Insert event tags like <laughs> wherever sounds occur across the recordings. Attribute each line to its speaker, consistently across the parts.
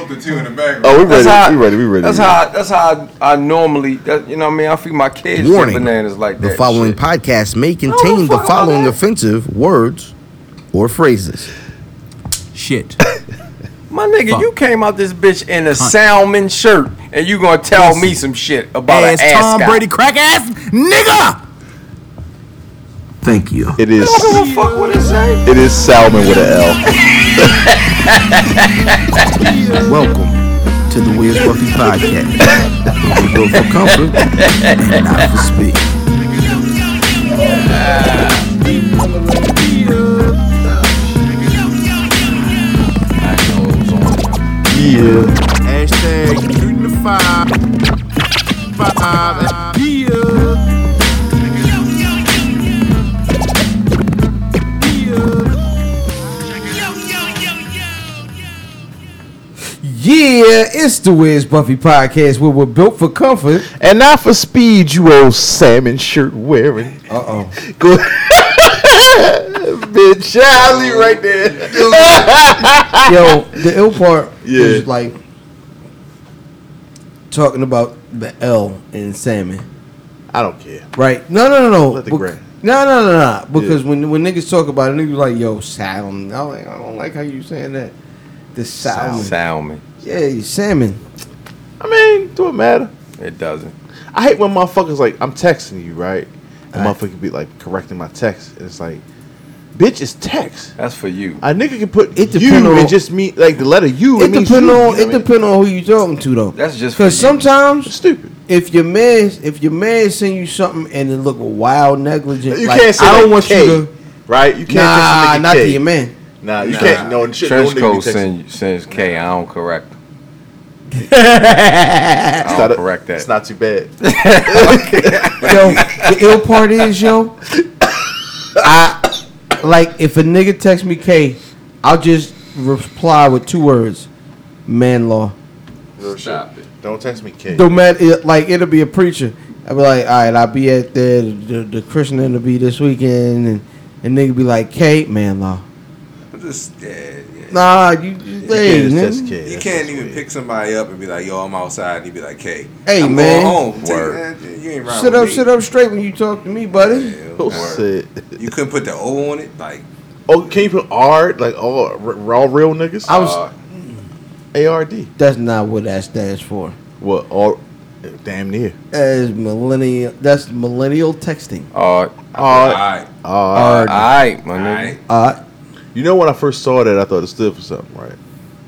Speaker 1: something too in the background.
Speaker 2: Oh, we ready.
Speaker 3: That's how,
Speaker 2: we ready. We ready.
Speaker 3: That's
Speaker 2: we ready.
Speaker 3: how. That's how I, I normally. That, you know what I mean? I feed my kids shit
Speaker 4: Warning.
Speaker 3: bananas like that.
Speaker 4: The following
Speaker 3: shit.
Speaker 4: podcast may
Speaker 3: I
Speaker 4: contain
Speaker 3: don't
Speaker 4: the
Speaker 3: fuck about
Speaker 4: following
Speaker 3: that.
Speaker 4: offensive words or phrases.
Speaker 5: Shit.
Speaker 3: My nigga,
Speaker 5: Fuck.
Speaker 3: you came out this bitch in a salmon shirt, and you gonna tell me some shit about an
Speaker 5: ass Tom
Speaker 3: ascot.
Speaker 5: Brady crack ass nigga. Thank you.
Speaker 2: It is.
Speaker 3: I don't give a fuck what it say.
Speaker 2: It is Salmon with an L.
Speaker 4: Welcome to the Wiz Buffy Podcast. we go for comfort and not for speed.
Speaker 2: Yeah.
Speaker 4: Hashtag shooting the five. Five. Yeah.
Speaker 6: Yeah, it's the Wiz Buffy podcast where we're built for comfort.
Speaker 2: And not for speed, you old salmon shirt wearing.
Speaker 6: Uh oh.
Speaker 2: Go. <laughs> Bitch, Charlie, right there.
Speaker 6: Yo, the ill part
Speaker 2: Yeah.
Speaker 6: is like talking about the L in salmon,
Speaker 2: I don't care.
Speaker 6: right? No, no, no, no.
Speaker 2: Let the
Speaker 6: Bec-
Speaker 2: grain.
Speaker 6: no, no, no, no. Because when when niggas talk about it, niggas like, yo, salmon. I don't like, I don't like how you saying that. The salmon.
Speaker 3: Salmon.
Speaker 6: Yeah, salmon.
Speaker 2: I mean, do it matter?
Speaker 3: It doesn't.
Speaker 2: I hate when motherfuckers like I'm texting you, right? And motherfucker be like correcting my text, and it's like, bitch, it's text.
Speaker 3: That's for you.
Speaker 2: A nigga can put
Speaker 6: It
Speaker 2: it
Speaker 6: depend
Speaker 2: you.
Speaker 6: on-
Speaker 2: It just mean like the letter U.
Speaker 6: It
Speaker 2: means
Speaker 6: depend
Speaker 2: you,
Speaker 6: on
Speaker 2: you know
Speaker 6: it
Speaker 2: what I mean?
Speaker 6: depend on who you talking to though.
Speaker 3: That's just for
Speaker 6: because
Speaker 3: you.
Speaker 6: sometimes
Speaker 2: It's stupid.
Speaker 6: if your man's if your man send you something and it look wild negligent,
Speaker 2: You
Speaker 6: like,
Speaker 2: can't say
Speaker 6: I don't
Speaker 2: like
Speaker 6: want
Speaker 2: K,
Speaker 6: you to.
Speaker 2: right. You can't
Speaker 6: Nah,
Speaker 2: text a nigga
Speaker 6: not
Speaker 2: K.
Speaker 6: to your man.
Speaker 2: Nah, you can't. No, shit, no
Speaker 3: Trench
Speaker 2: nigga
Speaker 3: code
Speaker 2: be texting.
Speaker 3: send, sends K. I don't correct. him.
Speaker 2: <laughs>
Speaker 6: <laughs>
Speaker 2: It's
Speaker 3: I
Speaker 2: not
Speaker 3: don't
Speaker 2: a-
Speaker 3: correct that.
Speaker 2: It's not too bad.
Speaker 6: yo, the ill part is yo. I like if a nigga text me K, I'll just reply with two words, man law.
Speaker 2: Real
Speaker 3: Stop it.
Speaker 2: Don't text me K.
Speaker 6: No matter it, like it'll be a preacher. I'll be like, all right, I'll be at the the, the christening will be this weekend, and and nigga be like, K, man law.
Speaker 1: Just, yeah, yeah.
Speaker 6: Nah, you, you, hey,
Speaker 2: It's
Speaker 6: nigga.
Speaker 2: just K.
Speaker 1: You can't
Speaker 2: That's just
Speaker 1: even
Speaker 2: weird.
Speaker 1: pick somebody up and be like, "Yo, I'm outside," and you be like, "Hey,
Speaker 6: Hey,
Speaker 1: I'm
Speaker 6: man.
Speaker 1: going home. Take-
Speaker 3: Word.
Speaker 1: eh, you ain't riding
Speaker 6: Sit
Speaker 1: with
Speaker 6: up,
Speaker 1: me.
Speaker 6: sit up straight when you talk to me, buddy.
Speaker 1: Yeah,
Speaker 2: Oh,
Speaker 1: word.
Speaker 2: shit.
Speaker 1: You couldn't put the O on it, like
Speaker 2: Oh, can you put R like all r- raw real niggas? Uh,
Speaker 6: I was-
Speaker 2: A R D.
Speaker 6: That's not what that stands for.
Speaker 2: What all? Damn near.
Speaker 6: As millennial, that's millennial texting.
Speaker 3: All
Speaker 1: all
Speaker 2: R
Speaker 1: right,
Speaker 2: R.
Speaker 3: Uh, right, my
Speaker 1: all
Speaker 3: nigga.
Speaker 1: right.
Speaker 6: Uh,
Speaker 2: You know when I first saw that, I thought it stood for something, right?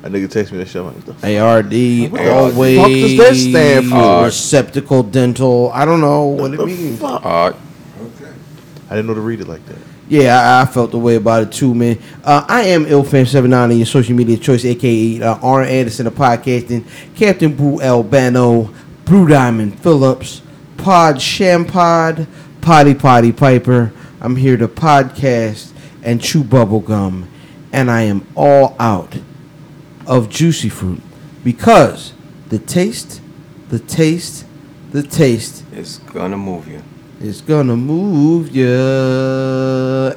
Speaker 2: A nigga texted me that shit. I'm like, what the f-
Speaker 6: ARD,
Speaker 2: the
Speaker 6: always
Speaker 2: fuck does that stand for?
Speaker 6: uh, receptacle dental. I don't know what it
Speaker 2: the
Speaker 6: means.
Speaker 2: fuck?
Speaker 3: All right.
Speaker 1: Okay.
Speaker 2: I didn't know to read it like that.
Speaker 6: Yeah, I, I felt the way about it too, man. Uh, I am Ilfam79 and your social media choice, aka uh, Arn Anderson of podcasting, Captain Boo Albano, Brew Diamond Phillips, Pod Shampod, Potty Potty Piper. I'm here to podcast and chew bubblegum, and I am all out of juicy fruit because the taste, the taste, the taste
Speaker 3: It's gonna move you.
Speaker 6: is gonna move you.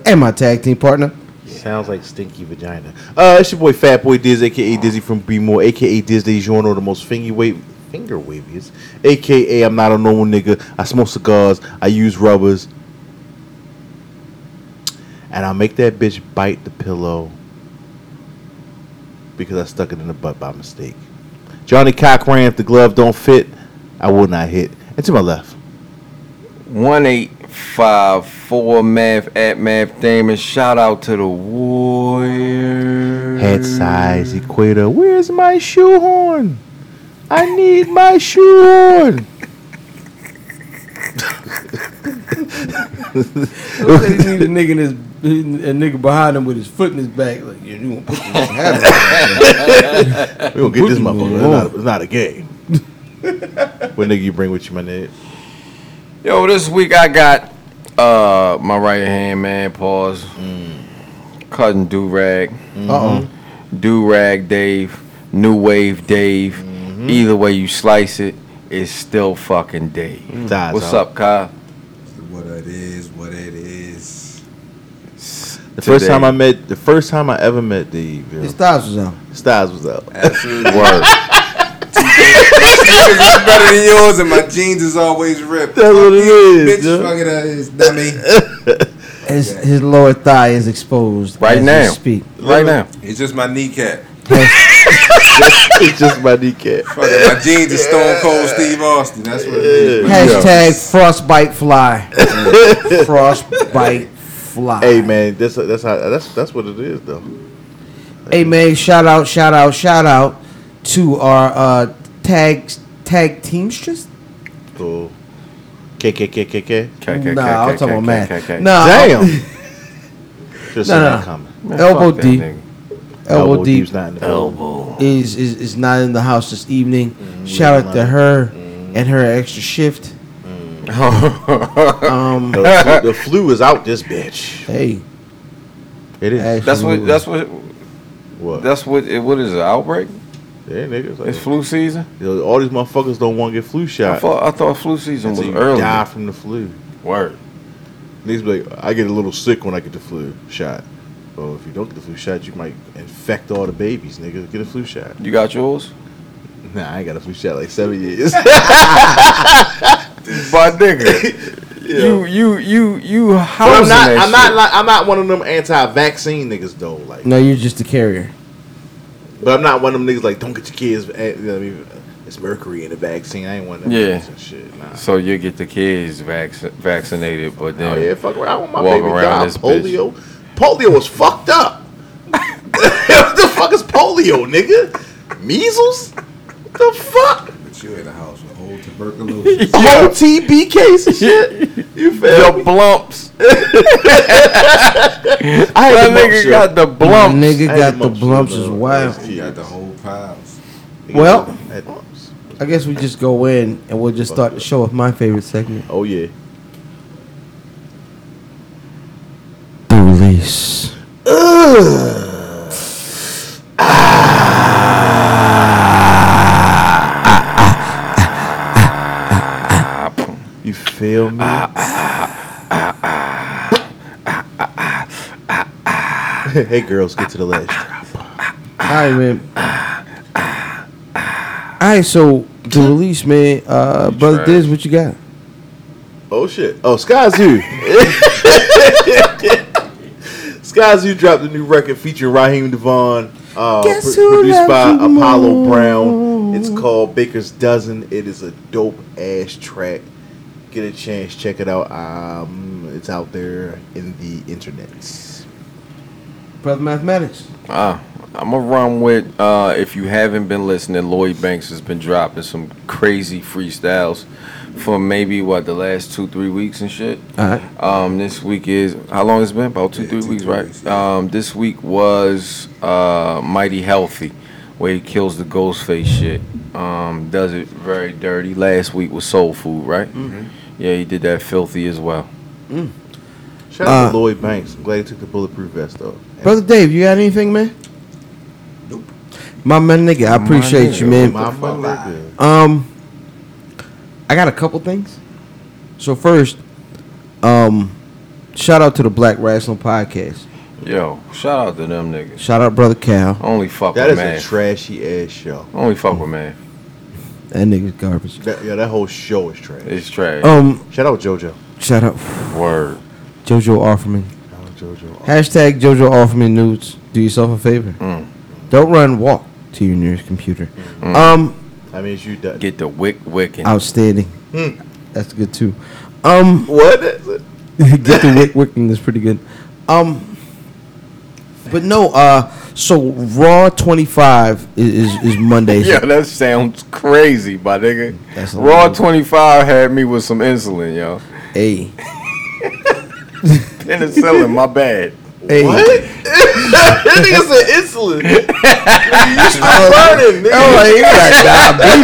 Speaker 6: And my tag team partner.
Speaker 2: Sounds like stinky vagina. Uh, it's your boy Fat Boy Diz, aka Dizzy from B More, aka Disney Journal, the most finger wave, finger waviest, aka I'm not a normal nigga. I smoke cigars, I use rubbers, and I make that bitch bite the pillow because I stuck it in the butt by mistake. Johnny Cochran, if the glove don't fit, I will not hit. And to my left,
Speaker 3: One eight five four math at math Damon. Shout out to the Warriors.
Speaker 2: head size equator. Where's my shoehorn? I need my <laughs> shoehorn.
Speaker 6: These niggas- nigga in his, a nigga behind him with his foot in his back. Like, yeah, you want to put this <laughs>
Speaker 2: We gonna get this
Speaker 6: Boogie
Speaker 2: motherfucker.
Speaker 6: Boy.
Speaker 2: It's not, it's not a <laughs> game. what nigga you bring with you, my nigga?
Speaker 3: Yo, this week I got uh my right hand man, pause.
Speaker 2: Mm.
Speaker 3: Cutting do rag.
Speaker 6: Uh oh.
Speaker 3: Do rag Dave. New wave Dave.
Speaker 2: Mm-hmm.
Speaker 3: Either way you slice it, it's still fucking Dave.
Speaker 2: Ties
Speaker 3: What's
Speaker 2: out.
Speaker 3: up, Kyle?
Speaker 1: What it is, what it is.
Speaker 2: The The first
Speaker 3: Today.
Speaker 2: time I met, the first time I ever met the you know,
Speaker 6: His thighs was out.
Speaker 2: Styles was out. <laughs>
Speaker 1: Absolutely.
Speaker 3: Word.
Speaker 1: It's better
Speaker 2: <laughs>
Speaker 1: than yours, and my jeans is always ripped.
Speaker 2: That's what it is,
Speaker 1: Bitch,
Speaker 2: yo.
Speaker 1: fucking uh, it's dummy.
Speaker 2: <laughs>
Speaker 6: His his lower thigh is exposed
Speaker 3: Right
Speaker 6: as we
Speaker 3: now.
Speaker 2: <laughs>
Speaker 6: Speak.
Speaker 3: Right now.
Speaker 1: It's just my kneecap.
Speaker 2: it's just my kneecap.
Speaker 1: Fucking my jeans is Stone Cold Steve Austin. That's what it is.
Speaker 2: Yeah.
Speaker 6: Hashtag
Speaker 2: <laughs>
Speaker 6: frostbite fly. frostbite fly.
Speaker 2: Hey man, that's that's how that's that's what it is though.
Speaker 6: Hey man, shout out, shout out, shout out to our uh, tag tag teamstress.
Speaker 2: So, KKKKK.
Speaker 3: Okay, okay,
Speaker 6: nah,
Speaker 3: okay, okay,
Speaker 6: I'm talking about
Speaker 3: okay,
Speaker 6: Matt.
Speaker 3: okay, okay.
Speaker 6: Nah,
Speaker 2: Damn. Just
Speaker 6: No,
Speaker 2: no,
Speaker 6: no.
Speaker 2: that comment.
Speaker 3: Man, fuck
Speaker 6: elbow
Speaker 3: that
Speaker 6: deep.
Speaker 3: nigga.
Speaker 6: Elbow, deep
Speaker 2: Deep's not in the
Speaker 3: Elbow.
Speaker 6: is, is is not in the house this evening. shout out to her and her extra shift. Um,
Speaker 2: The, flu, the flu is out this bitch.
Speaker 6: hey,
Speaker 2: It is.
Speaker 6: Hey.
Speaker 3: That's what. That's what.
Speaker 2: what?
Speaker 3: That's what. It, what is it? Outbreak?
Speaker 2: yeah, nigga. It's like-
Speaker 3: It's flu season.
Speaker 2: yo, all these motherfuckers don't want to get flu
Speaker 3: I
Speaker 2: shot.
Speaker 3: thought. I thought flu season
Speaker 2: until
Speaker 3: was
Speaker 2: you
Speaker 3: early.
Speaker 2: die from the flu.
Speaker 3: Word.
Speaker 2: Niggas be like, I get a little sick when I get the flu shot. Well, if you don't get the flu shot, you might infect all the babies, nigga. Get a flu shot.
Speaker 3: You got yours?
Speaker 2: Nah, I ain't got a flu shot like seven
Speaker 3: <laughs>
Speaker 2: years. <laughs>
Speaker 3: My nigga. You you you you
Speaker 2: I'm
Speaker 3: housing
Speaker 2: not.
Speaker 3: that
Speaker 2: I'm
Speaker 3: shit.
Speaker 2: not. Like, I'm not one of them anti-vaccine niggas though. Like,
Speaker 6: no, you're just a carrier.
Speaker 2: but I'm not one of them niggas like, don't get your kids. eh, You know what I mean, it's mercury in the vaccine. I ain't one of them.
Speaker 3: Yeah.
Speaker 2: niggas and shit. Nah.
Speaker 3: So you get the kids vac- vaccinated, but then
Speaker 2: Oh yeah, fuck around. I want my
Speaker 3: Walk
Speaker 2: baby
Speaker 3: around
Speaker 2: die.
Speaker 3: this bitch.
Speaker 2: Polio. Polio was fucked up. <laughs> what the fuck is polio, nigga? Measles? What the fuck?
Speaker 1: But you in the house with old tuberculosis.
Speaker 2: OTB case and shit. You feel <laughs>
Speaker 3: the
Speaker 2: me?
Speaker 3: blumps.
Speaker 2: I
Speaker 3: That
Speaker 2: had the
Speaker 3: nigga
Speaker 2: nigga
Speaker 3: got the blumps.
Speaker 6: nigga
Speaker 2: I had
Speaker 6: got
Speaker 2: the
Speaker 6: the
Speaker 2: mumps,
Speaker 6: blumps
Speaker 2: you
Speaker 6: as
Speaker 2: know.
Speaker 6: well.
Speaker 1: you got the whole piles.
Speaker 6: Well- I guess we just go in and we'll just start the show with my favorite segment.
Speaker 2: oh yeah.
Speaker 6: The release.
Speaker 2: You feel me?
Speaker 3: Ah, ah,
Speaker 2: <laughs> hey girls, get to the ledge.
Speaker 6: All right, man. All right, so the release, man. Uh, brother
Speaker 3: trash.
Speaker 6: Diz, what you got?
Speaker 2: Oh shit! Oh, Sky <laughs> Zoo. Sky Zoo dropped a new record featuring Raheem Devon, uh,
Speaker 6: Guess
Speaker 2: pro-
Speaker 6: who
Speaker 2: produced
Speaker 6: loves
Speaker 2: by
Speaker 6: you
Speaker 2: Apollo
Speaker 6: more?
Speaker 2: Brown. It's called Baker's Dozen. It is a dope ass track. Get a chance, check it out. Um, it's out there in the internet.
Speaker 6: Brother Mathematics.
Speaker 3: Uh, I'm gonna run with uh, if you haven't been listening, Lloyd Banks has been dropping some crazy freestyles for maybe what the last two three weeks and shit.
Speaker 6: All right.
Speaker 3: Um, this week is how long it's been? About two,
Speaker 1: Uh-huh. Yeah,
Speaker 3: three
Speaker 1: two,
Speaker 3: weeks,
Speaker 1: three
Speaker 3: right?
Speaker 1: weeks, yeah.
Speaker 3: Um, this week was uh, Mighty Healthy, where he kills the Ghostface shit. Um, does it very dirty. Last week was Soul Food, right?
Speaker 1: Mm-hmm.
Speaker 3: Yeah, he did that filthy as well.
Speaker 2: Shout out to
Speaker 6: Uh,
Speaker 2: Lloyd Banks. I'm glad he took the bulletproof vest off.
Speaker 6: Brother Dave, you got anything, man?
Speaker 1: Nope.
Speaker 6: My man, nigga, I appreciate you, man.
Speaker 2: My
Speaker 1: fuck
Speaker 2: mother.
Speaker 6: Um, I got a couple things. So first, um, shout out to the Black Wrestling Podcast.
Speaker 3: Yo, shout out to them niggas.
Speaker 6: Shout out, brother Cal.
Speaker 3: Only fuck
Speaker 2: That is
Speaker 3: with man.
Speaker 2: a trashy ass show.
Speaker 3: Only fuck with man.
Speaker 6: That nigga's garbage.
Speaker 2: That, yeah, that whole show is trash.
Speaker 3: It's trash.
Speaker 6: Um,
Speaker 2: Shout out JoJo.
Speaker 6: shout out
Speaker 3: Word.
Speaker 6: JoJo Offerman.
Speaker 2: Shout out JoJo.
Speaker 6: Hashtag JoJo Offerman nudes. Do yourself a favor.
Speaker 3: Mm.
Speaker 6: Don't run. Walk to your nearest computer. Um,
Speaker 2: I mean, it's you done.
Speaker 3: Get the wick wicking.
Speaker 6: outstanding.
Speaker 2: Mm.
Speaker 6: That's good too. Um,
Speaker 2: What is it?
Speaker 6: <laughs> get the wick wicking is pretty good. Um, but no. Uh, so Raw twenty five is, is is Monday.
Speaker 3: Yeah, that sounds crazy, my nigga.
Speaker 6: That's a
Speaker 3: Raw
Speaker 6: lot.
Speaker 3: 25 had me with some insulin, <laughs> yo.
Speaker 6: Hey,
Speaker 3: Penicillin, my <laughs> bad.
Speaker 6: hey.
Speaker 2: What? that nigga said insulin. Burning,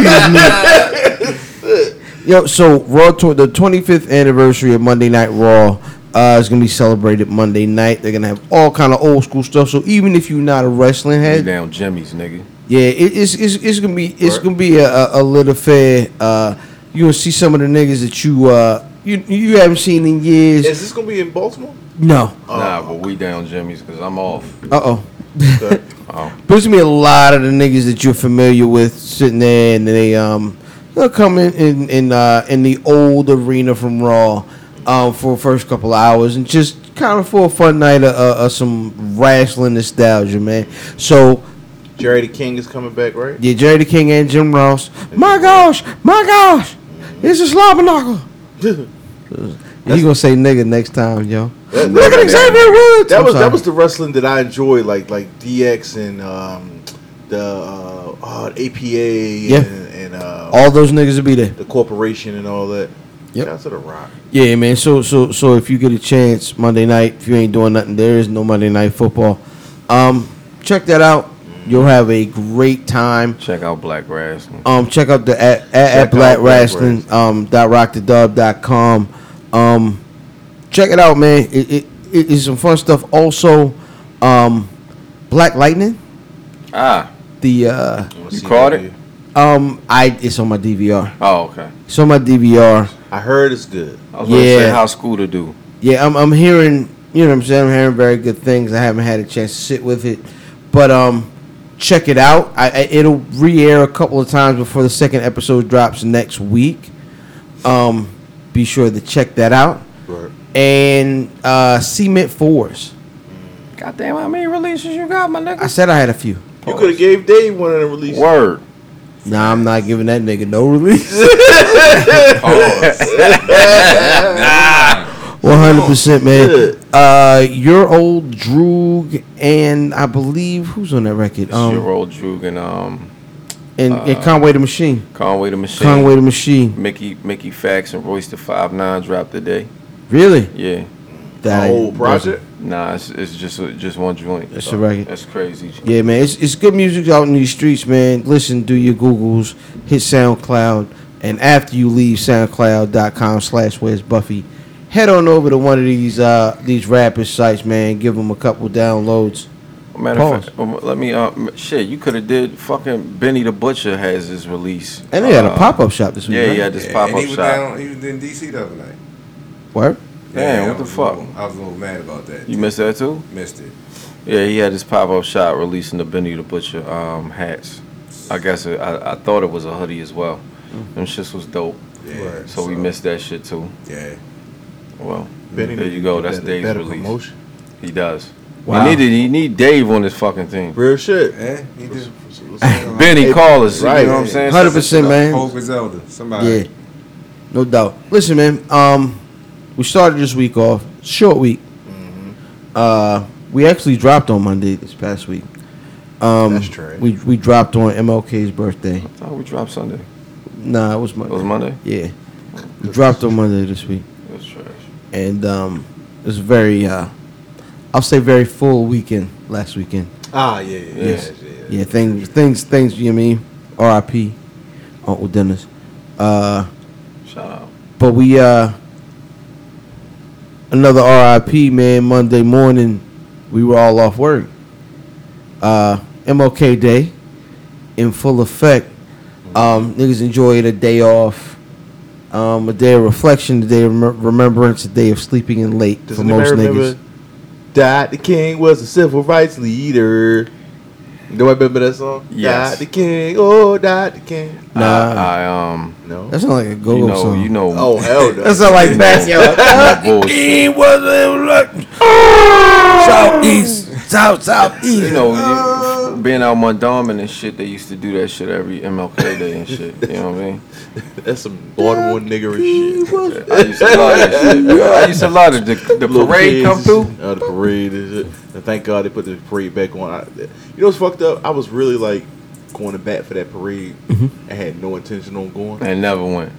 Speaker 2: nigga.
Speaker 6: Oh, you got diabetes, nigga. Yo, so Raw tw- the 25th anniversary of Monday Night Raw uh, is gonna be celebrated Monday night. They're gonna have all kind of old school stuff. So even if you're not a wrestling
Speaker 3: <laughs> You
Speaker 6: head,
Speaker 3: down Jimmy's, nigga.
Speaker 6: yeah, it, it's, it's it's gonna be it's
Speaker 3: Right.
Speaker 6: gonna be a, a, a lit affair. Uh, you gonna see some of the niggas that you uh, you you haven't seen in years.
Speaker 2: Is this gonna be in Baltimore?
Speaker 6: no.
Speaker 3: Nah, but we down Jimmy's because I'm off.
Speaker 6: Uh oh.
Speaker 2: Okay.
Speaker 6: But it's gonna be a lot of the niggas that you're familiar with sitting there, and they um they'll come in in in, uh, in the old arena from Raw um for the first couple of hours and just kind of for a fun night of, uh, of, of some wrestling nostalgia, man. So
Speaker 2: Jerry the King is coming back, right?
Speaker 6: yeah, Jerry the King and Jim Ross. My gosh, my gosh, it's a
Speaker 2: <laughs>
Speaker 6: slobber knocker. You gonna say nigga next time, yo?
Speaker 2: That-
Speaker 6: Look at Xavier Woods.
Speaker 2: That
Speaker 6: I'm
Speaker 2: was that
Speaker 6: sorry.
Speaker 2: was the wrestling that I enjoyed, like like DX and um, the uh, uh, APA and, and uh,
Speaker 6: all those niggas will be there.
Speaker 2: the corporation and all that.
Speaker 6: Yep.
Speaker 2: Shout out to the Rock.
Speaker 6: Yeah, man. So so so if you get a chance Monday night, if you ain't doing nothing, there is no Monday night football. Um, check that out. You'll have a great time.
Speaker 3: Check out Black Wrestling.
Speaker 6: Um, check out the at, at, at
Speaker 2: out
Speaker 6: Black
Speaker 2: Black
Speaker 6: Wrestling um dot rockthedub.com. Um, check it out, man. It, it, it is some fun stuff. Also, um, Black Lightning.
Speaker 3: Ah,
Speaker 6: The uh,
Speaker 2: I wanna
Speaker 3: You
Speaker 2: see
Speaker 3: caught
Speaker 2: that
Speaker 3: it?
Speaker 2: dude.
Speaker 6: um, I it's on my DVR.
Speaker 3: oh okay.
Speaker 6: It's on my DVR.
Speaker 2: I heard it's good.
Speaker 3: I was gonna
Speaker 6: Yeah.
Speaker 3: say how school to do.
Speaker 6: yeah, I'm I'm hearing you know what I'm saying. I'm hearing very good things. I haven't had a chance to sit with it, but um, check it out. I, I it'll re-air a couple of times before the second episode drops next week. Um, be sure to check that out.
Speaker 2: Right.
Speaker 6: And uh, cement fours.
Speaker 3: Goddamn, how many releases you got, my
Speaker 6: I
Speaker 3: nigga?
Speaker 6: said I had a few.
Speaker 2: You could have gave Dave one of the releases.
Speaker 6: Um,
Speaker 3: Word.
Speaker 6: Nah, I'm not giving that nigga no release. One hundred percent, man. Uh, your old Droog and I believe who's on that record?
Speaker 3: It's your
Speaker 6: Um,
Speaker 3: old Uh, Droog and um
Speaker 6: and, and Conway the Machine.
Speaker 3: Conway the Machine.
Speaker 6: Conway the Machine.
Speaker 3: Mickey Mickey Fax and Royce the Five Nine dropped today.
Speaker 6: Really?
Speaker 3: Yeah.
Speaker 6: That
Speaker 2: Old project.
Speaker 3: Nah, it's, it's just a, just one joint.
Speaker 6: That's a record.
Speaker 3: That's crazy.
Speaker 6: Yeah, man. It's, it's good music out in these streets, man. Listen, do your Googles, hit SoundCloud, and after you leave SoundCloud.com slash Where's Buffy, head on over to one of these uh these rapper sites, man. Give them a couple downloads.
Speaker 3: Matter of fact, um, let me. Uh, m- shit, you could have did fucking Benny the Butcher has his release.
Speaker 6: And they had a
Speaker 3: Uh,
Speaker 6: pop up shop this week.
Speaker 3: Yeah,
Speaker 6: right?
Speaker 3: he had this
Speaker 1: Yeah,
Speaker 3: pop
Speaker 1: and
Speaker 3: up
Speaker 1: he was
Speaker 3: shop.
Speaker 1: down. He was in DC the other night.
Speaker 6: Word?
Speaker 3: Damn,
Speaker 1: I
Speaker 3: what the
Speaker 1: was a
Speaker 3: fuck?
Speaker 1: little- I was a little mad about that.
Speaker 3: You missed that too?
Speaker 1: missed it.
Speaker 3: Yeah, he had his pop up shop releasing the Benny the Butcher um, hats. I guess it, I, I thought it was a hoodie as well.
Speaker 6: Mm.
Speaker 3: Them shits was dope.
Speaker 1: Yeah. Word.
Speaker 3: So we
Speaker 1: So-
Speaker 3: missed that shit too.
Speaker 1: Yeah.
Speaker 3: Well,
Speaker 2: Benny
Speaker 3: there
Speaker 2: need
Speaker 3: you
Speaker 2: to
Speaker 3: go.
Speaker 2: get
Speaker 3: That's
Speaker 2: that
Speaker 3: Dave's
Speaker 2: better
Speaker 3: release.
Speaker 2: promotion.
Speaker 3: He does.
Speaker 6: Wow.
Speaker 3: He needed. He need Dave on this fucking thing.
Speaker 2: Real shit.
Speaker 1: Yeah. He did.
Speaker 3: Benny call us.
Speaker 2: Right.
Speaker 3: You know what I'm saying?
Speaker 6: Hundred percent, man.
Speaker 1: Hope is elder. Somebody.
Speaker 6: Yeah, no doubt. Listen, man. Um, we started this week off short week.
Speaker 3: Mm-hmm.
Speaker 6: Uh, we actually dropped on Monday this past week. Um,
Speaker 2: That's trash.
Speaker 6: We we dropped on MLK's birthday.
Speaker 3: I thought we dropped Sunday.
Speaker 6: Nah, it was
Speaker 3: It
Speaker 6: Monday.
Speaker 3: was Monday.
Speaker 6: yeah, we dropped on Monday this week,
Speaker 3: It was trash.
Speaker 6: and um, it was very uh, I'll say very full weekend last weekend.
Speaker 2: Ah, yeah, yeah,
Speaker 3: Yes.
Speaker 2: yeah, yeah.
Speaker 6: Yeah, things things things. You know what I mean? R.I.P. Uncle Dennis. Uh.
Speaker 3: Shout out.
Speaker 6: But we uh another RIP man Monday morning we were all off work. Uh MLK Day in full effect. Um niggas enjoyed a day off. Um, a day of reflection, a day of remem- remembrance, a day of sleeping in late
Speaker 2: Does
Speaker 6: for
Speaker 2: anybody
Speaker 6: most
Speaker 2: remember
Speaker 6: niggas.
Speaker 2: Dot the King was a civil rights leader. Do I remember that song?
Speaker 3: Yes.
Speaker 2: Dot the King, oh, Dot the King.
Speaker 6: Nah,
Speaker 2: Ah.
Speaker 3: I, I um.
Speaker 2: No.
Speaker 6: that sounds like a
Speaker 3: You
Speaker 6: go-go
Speaker 3: know.
Speaker 6: song.
Speaker 3: You know.
Speaker 2: oh, hell no.
Speaker 6: <laughs> that sounds like
Speaker 3: <laughs> you know,
Speaker 6: Basquiat.
Speaker 3: that bullshit.
Speaker 6: East, south, south, east.
Speaker 2: Uh.
Speaker 3: You know, you, being out my dominant and shit, they used to do that shit every MLK day and shit. You know what I mean?
Speaker 2: That's some Baltimore niggerish shit.
Speaker 3: I used to love that
Speaker 2: <laughs>
Speaker 3: shit. I used to love it. The, the
Speaker 2: Little
Speaker 3: parade
Speaker 2: kids
Speaker 3: come
Speaker 2: is-
Speaker 3: through.
Speaker 2: Oh, the parade is it. And thank God they put the parade back on. I, you know what's fucked up? I was really like going to bat for that parade.
Speaker 6: Mm-hmm.
Speaker 2: I had no intention on going.
Speaker 3: And never
Speaker 2: <laughs>
Speaker 3: went.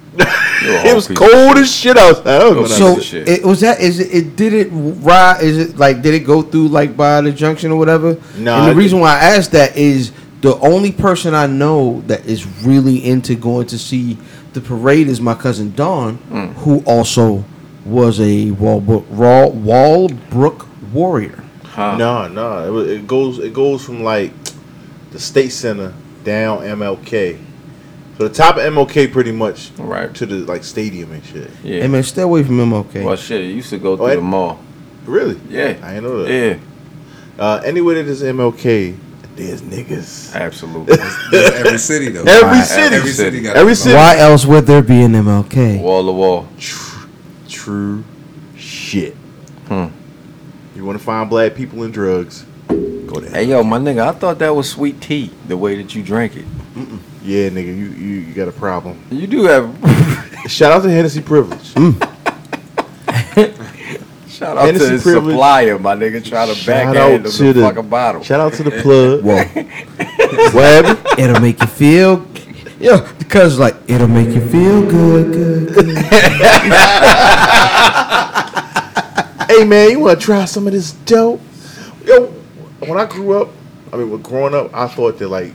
Speaker 2: It was cold as shit outside. I was
Speaker 3: It was
Speaker 2: gonna-
Speaker 6: So
Speaker 3: Nice shit.
Speaker 6: it was that is it, it did it ride is it like did it go through like by the junction or whatever?
Speaker 2: Nah,
Speaker 6: And the
Speaker 2: it
Speaker 6: reason why I asked that is the only person I know that is really into going to see the parade is my cousin Don, who also was a Walbrook Raw Walbrook warrior.
Speaker 3: Huh?
Speaker 2: No, no, it, wa- it goes it goes from like the state center down MLK So the top of MLK pretty much
Speaker 3: Right.
Speaker 2: to the like stadium and shit.
Speaker 3: Yeah.
Speaker 6: Hey man, stay away from MLK.
Speaker 3: Well, shit, it used to go through
Speaker 2: Oh, it-
Speaker 3: the mall.
Speaker 2: Really?
Speaker 3: Yeah.
Speaker 2: I ain't know that.
Speaker 3: Yeah,
Speaker 2: Uh, anywhere that is MLK, there's niggas. <laughs>
Speaker 3: absolutely.
Speaker 1: Every city
Speaker 3: <laughs>
Speaker 1: though.
Speaker 2: Every
Speaker 1: Right.
Speaker 2: city.
Speaker 1: Every city. Got
Speaker 2: Every
Speaker 1: a-
Speaker 2: city.
Speaker 6: Why else would there be an MLK?
Speaker 3: wall to wall.
Speaker 2: Tr- True shit.
Speaker 3: Hmm.
Speaker 2: You want to find black people and drugs? Go to
Speaker 3: Hey, yo, my nigga, I thought that was sweet tea, the way that you drank it.
Speaker 2: Yeah, nigga, you, you, you got a problem.
Speaker 3: You do have.
Speaker 2: Shout out to Hennessy Privilege.
Speaker 3: Shout out
Speaker 2: Hennessy
Speaker 3: to the
Speaker 2: privilege.
Speaker 3: supplier, my nigga, trying to
Speaker 2: Shout
Speaker 3: backhand
Speaker 2: out
Speaker 3: him
Speaker 2: to
Speaker 3: the
Speaker 2: the-
Speaker 3: fucking bottle.
Speaker 2: Shout out to the
Speaker 3: <laughs>
Speaker 2: plug.
Speaker 6: Whoa.
Speaker 2: what happened?
Speaker 6: it'll make you feel yo, because like it'll make you feel good, good, good.
Speaker 2: hey man, you want to try some of this dope? Yo, when I grew up, I mean, when growing up, I thought that like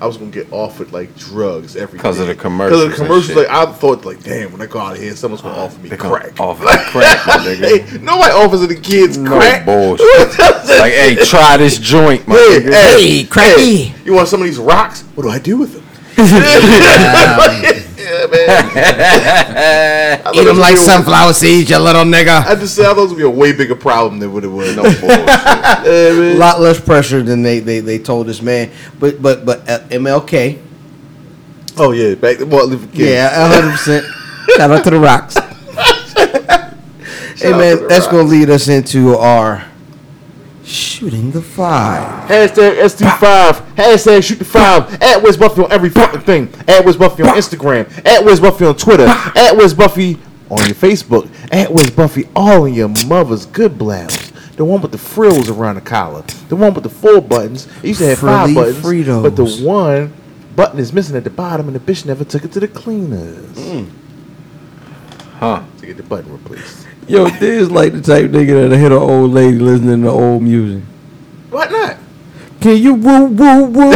Speaker 2: I was gonna get offered like drugs every
Speaker 3: 'Cause of
Speaker 2: day.
Speaker 3: the
Speaker 2: 'Cause of
Speaker 3: commercials
Speaker 2: the
Speaker 3: and
Speaker 2: commercials, like
Speaker 3: shit. Uh,
Speaker 2: I thought like, damn, when I go out of here, someone's gonna offer me
Speaker 3: They come
Speaker 2: crack. <laughs>
Speaker 3: <laughs> Off like crack, my
Speaker 2: Hey,
Speaker 3: nigga.
Speaker 2: nobody offers the kids
Speaker 3: No
Speaker 2: crack. <laughs>
Speaker 3: bullshit. like, hey, try this joint, my
Speaker 2: Hey,
Speaker 3: nigga.
Speaker 2: hey,
Speaker 5: Hey, cracky.
Speaker 2: you want some of these rocks? What do I do with them? yeah, man. I
Speaker 3: <laughs>
Speaker 2: thought
Speaker 5: Eat
Speaker 2: it was
Speaker 5: them like
Speaker 2: gonna be a-
Speaker 5: sunflower seeds, you little nigga.
Speaker 2: I just said I thought it was gonna be a way bigger problem than what it was.
Speaker 3: No bullshit.
Speaker 2: Yeah, man.
Speaker 6: a lot less pressure than they, they, they told this man. But but but uh, MLK,
Speaker 2: <laughs> Oh yeah, back to Martin Luther King.
Speaker 6: yeah, hundred percent. <laughs> Shout out to
Speaker 2: <laughs>
Speaker 6: the Rocks. hey
Speaker 2: out to
Speaker 6: man,
Speaker 2: the
Speaker 6: that's
Speaker 2: Rocks.
Speaker 6: gonna lead us into our shooting the five.
Speaker 2: Hashtag ST5. Hashtag shoot the five. At Wiz Buffy on every fucking thing. At Wiz Buffy on Instagram. At Wiz Buffy on Twitter. At Wiz Buffy on your Facebook. At Wiz Buffy all in your mother's good blouse. The one with the frills around the collar. The one with the four buttons. It used to have five
Speaker 6: Frilly
Speaker 2: buttons. But the
Speaker 6: Fritos.
Speaker 2: one button is missing at the bottom and the bitch never took it to the cleaners.
Speaker 3: Huh.
Speaker 2: To get the button replaced.
Speaker 6: Yo, this like the type nigga that'll hit an old lady listening to old music.
Speaker 2: Why not?
Speaker 6: Can you woo woo woo? <laughs>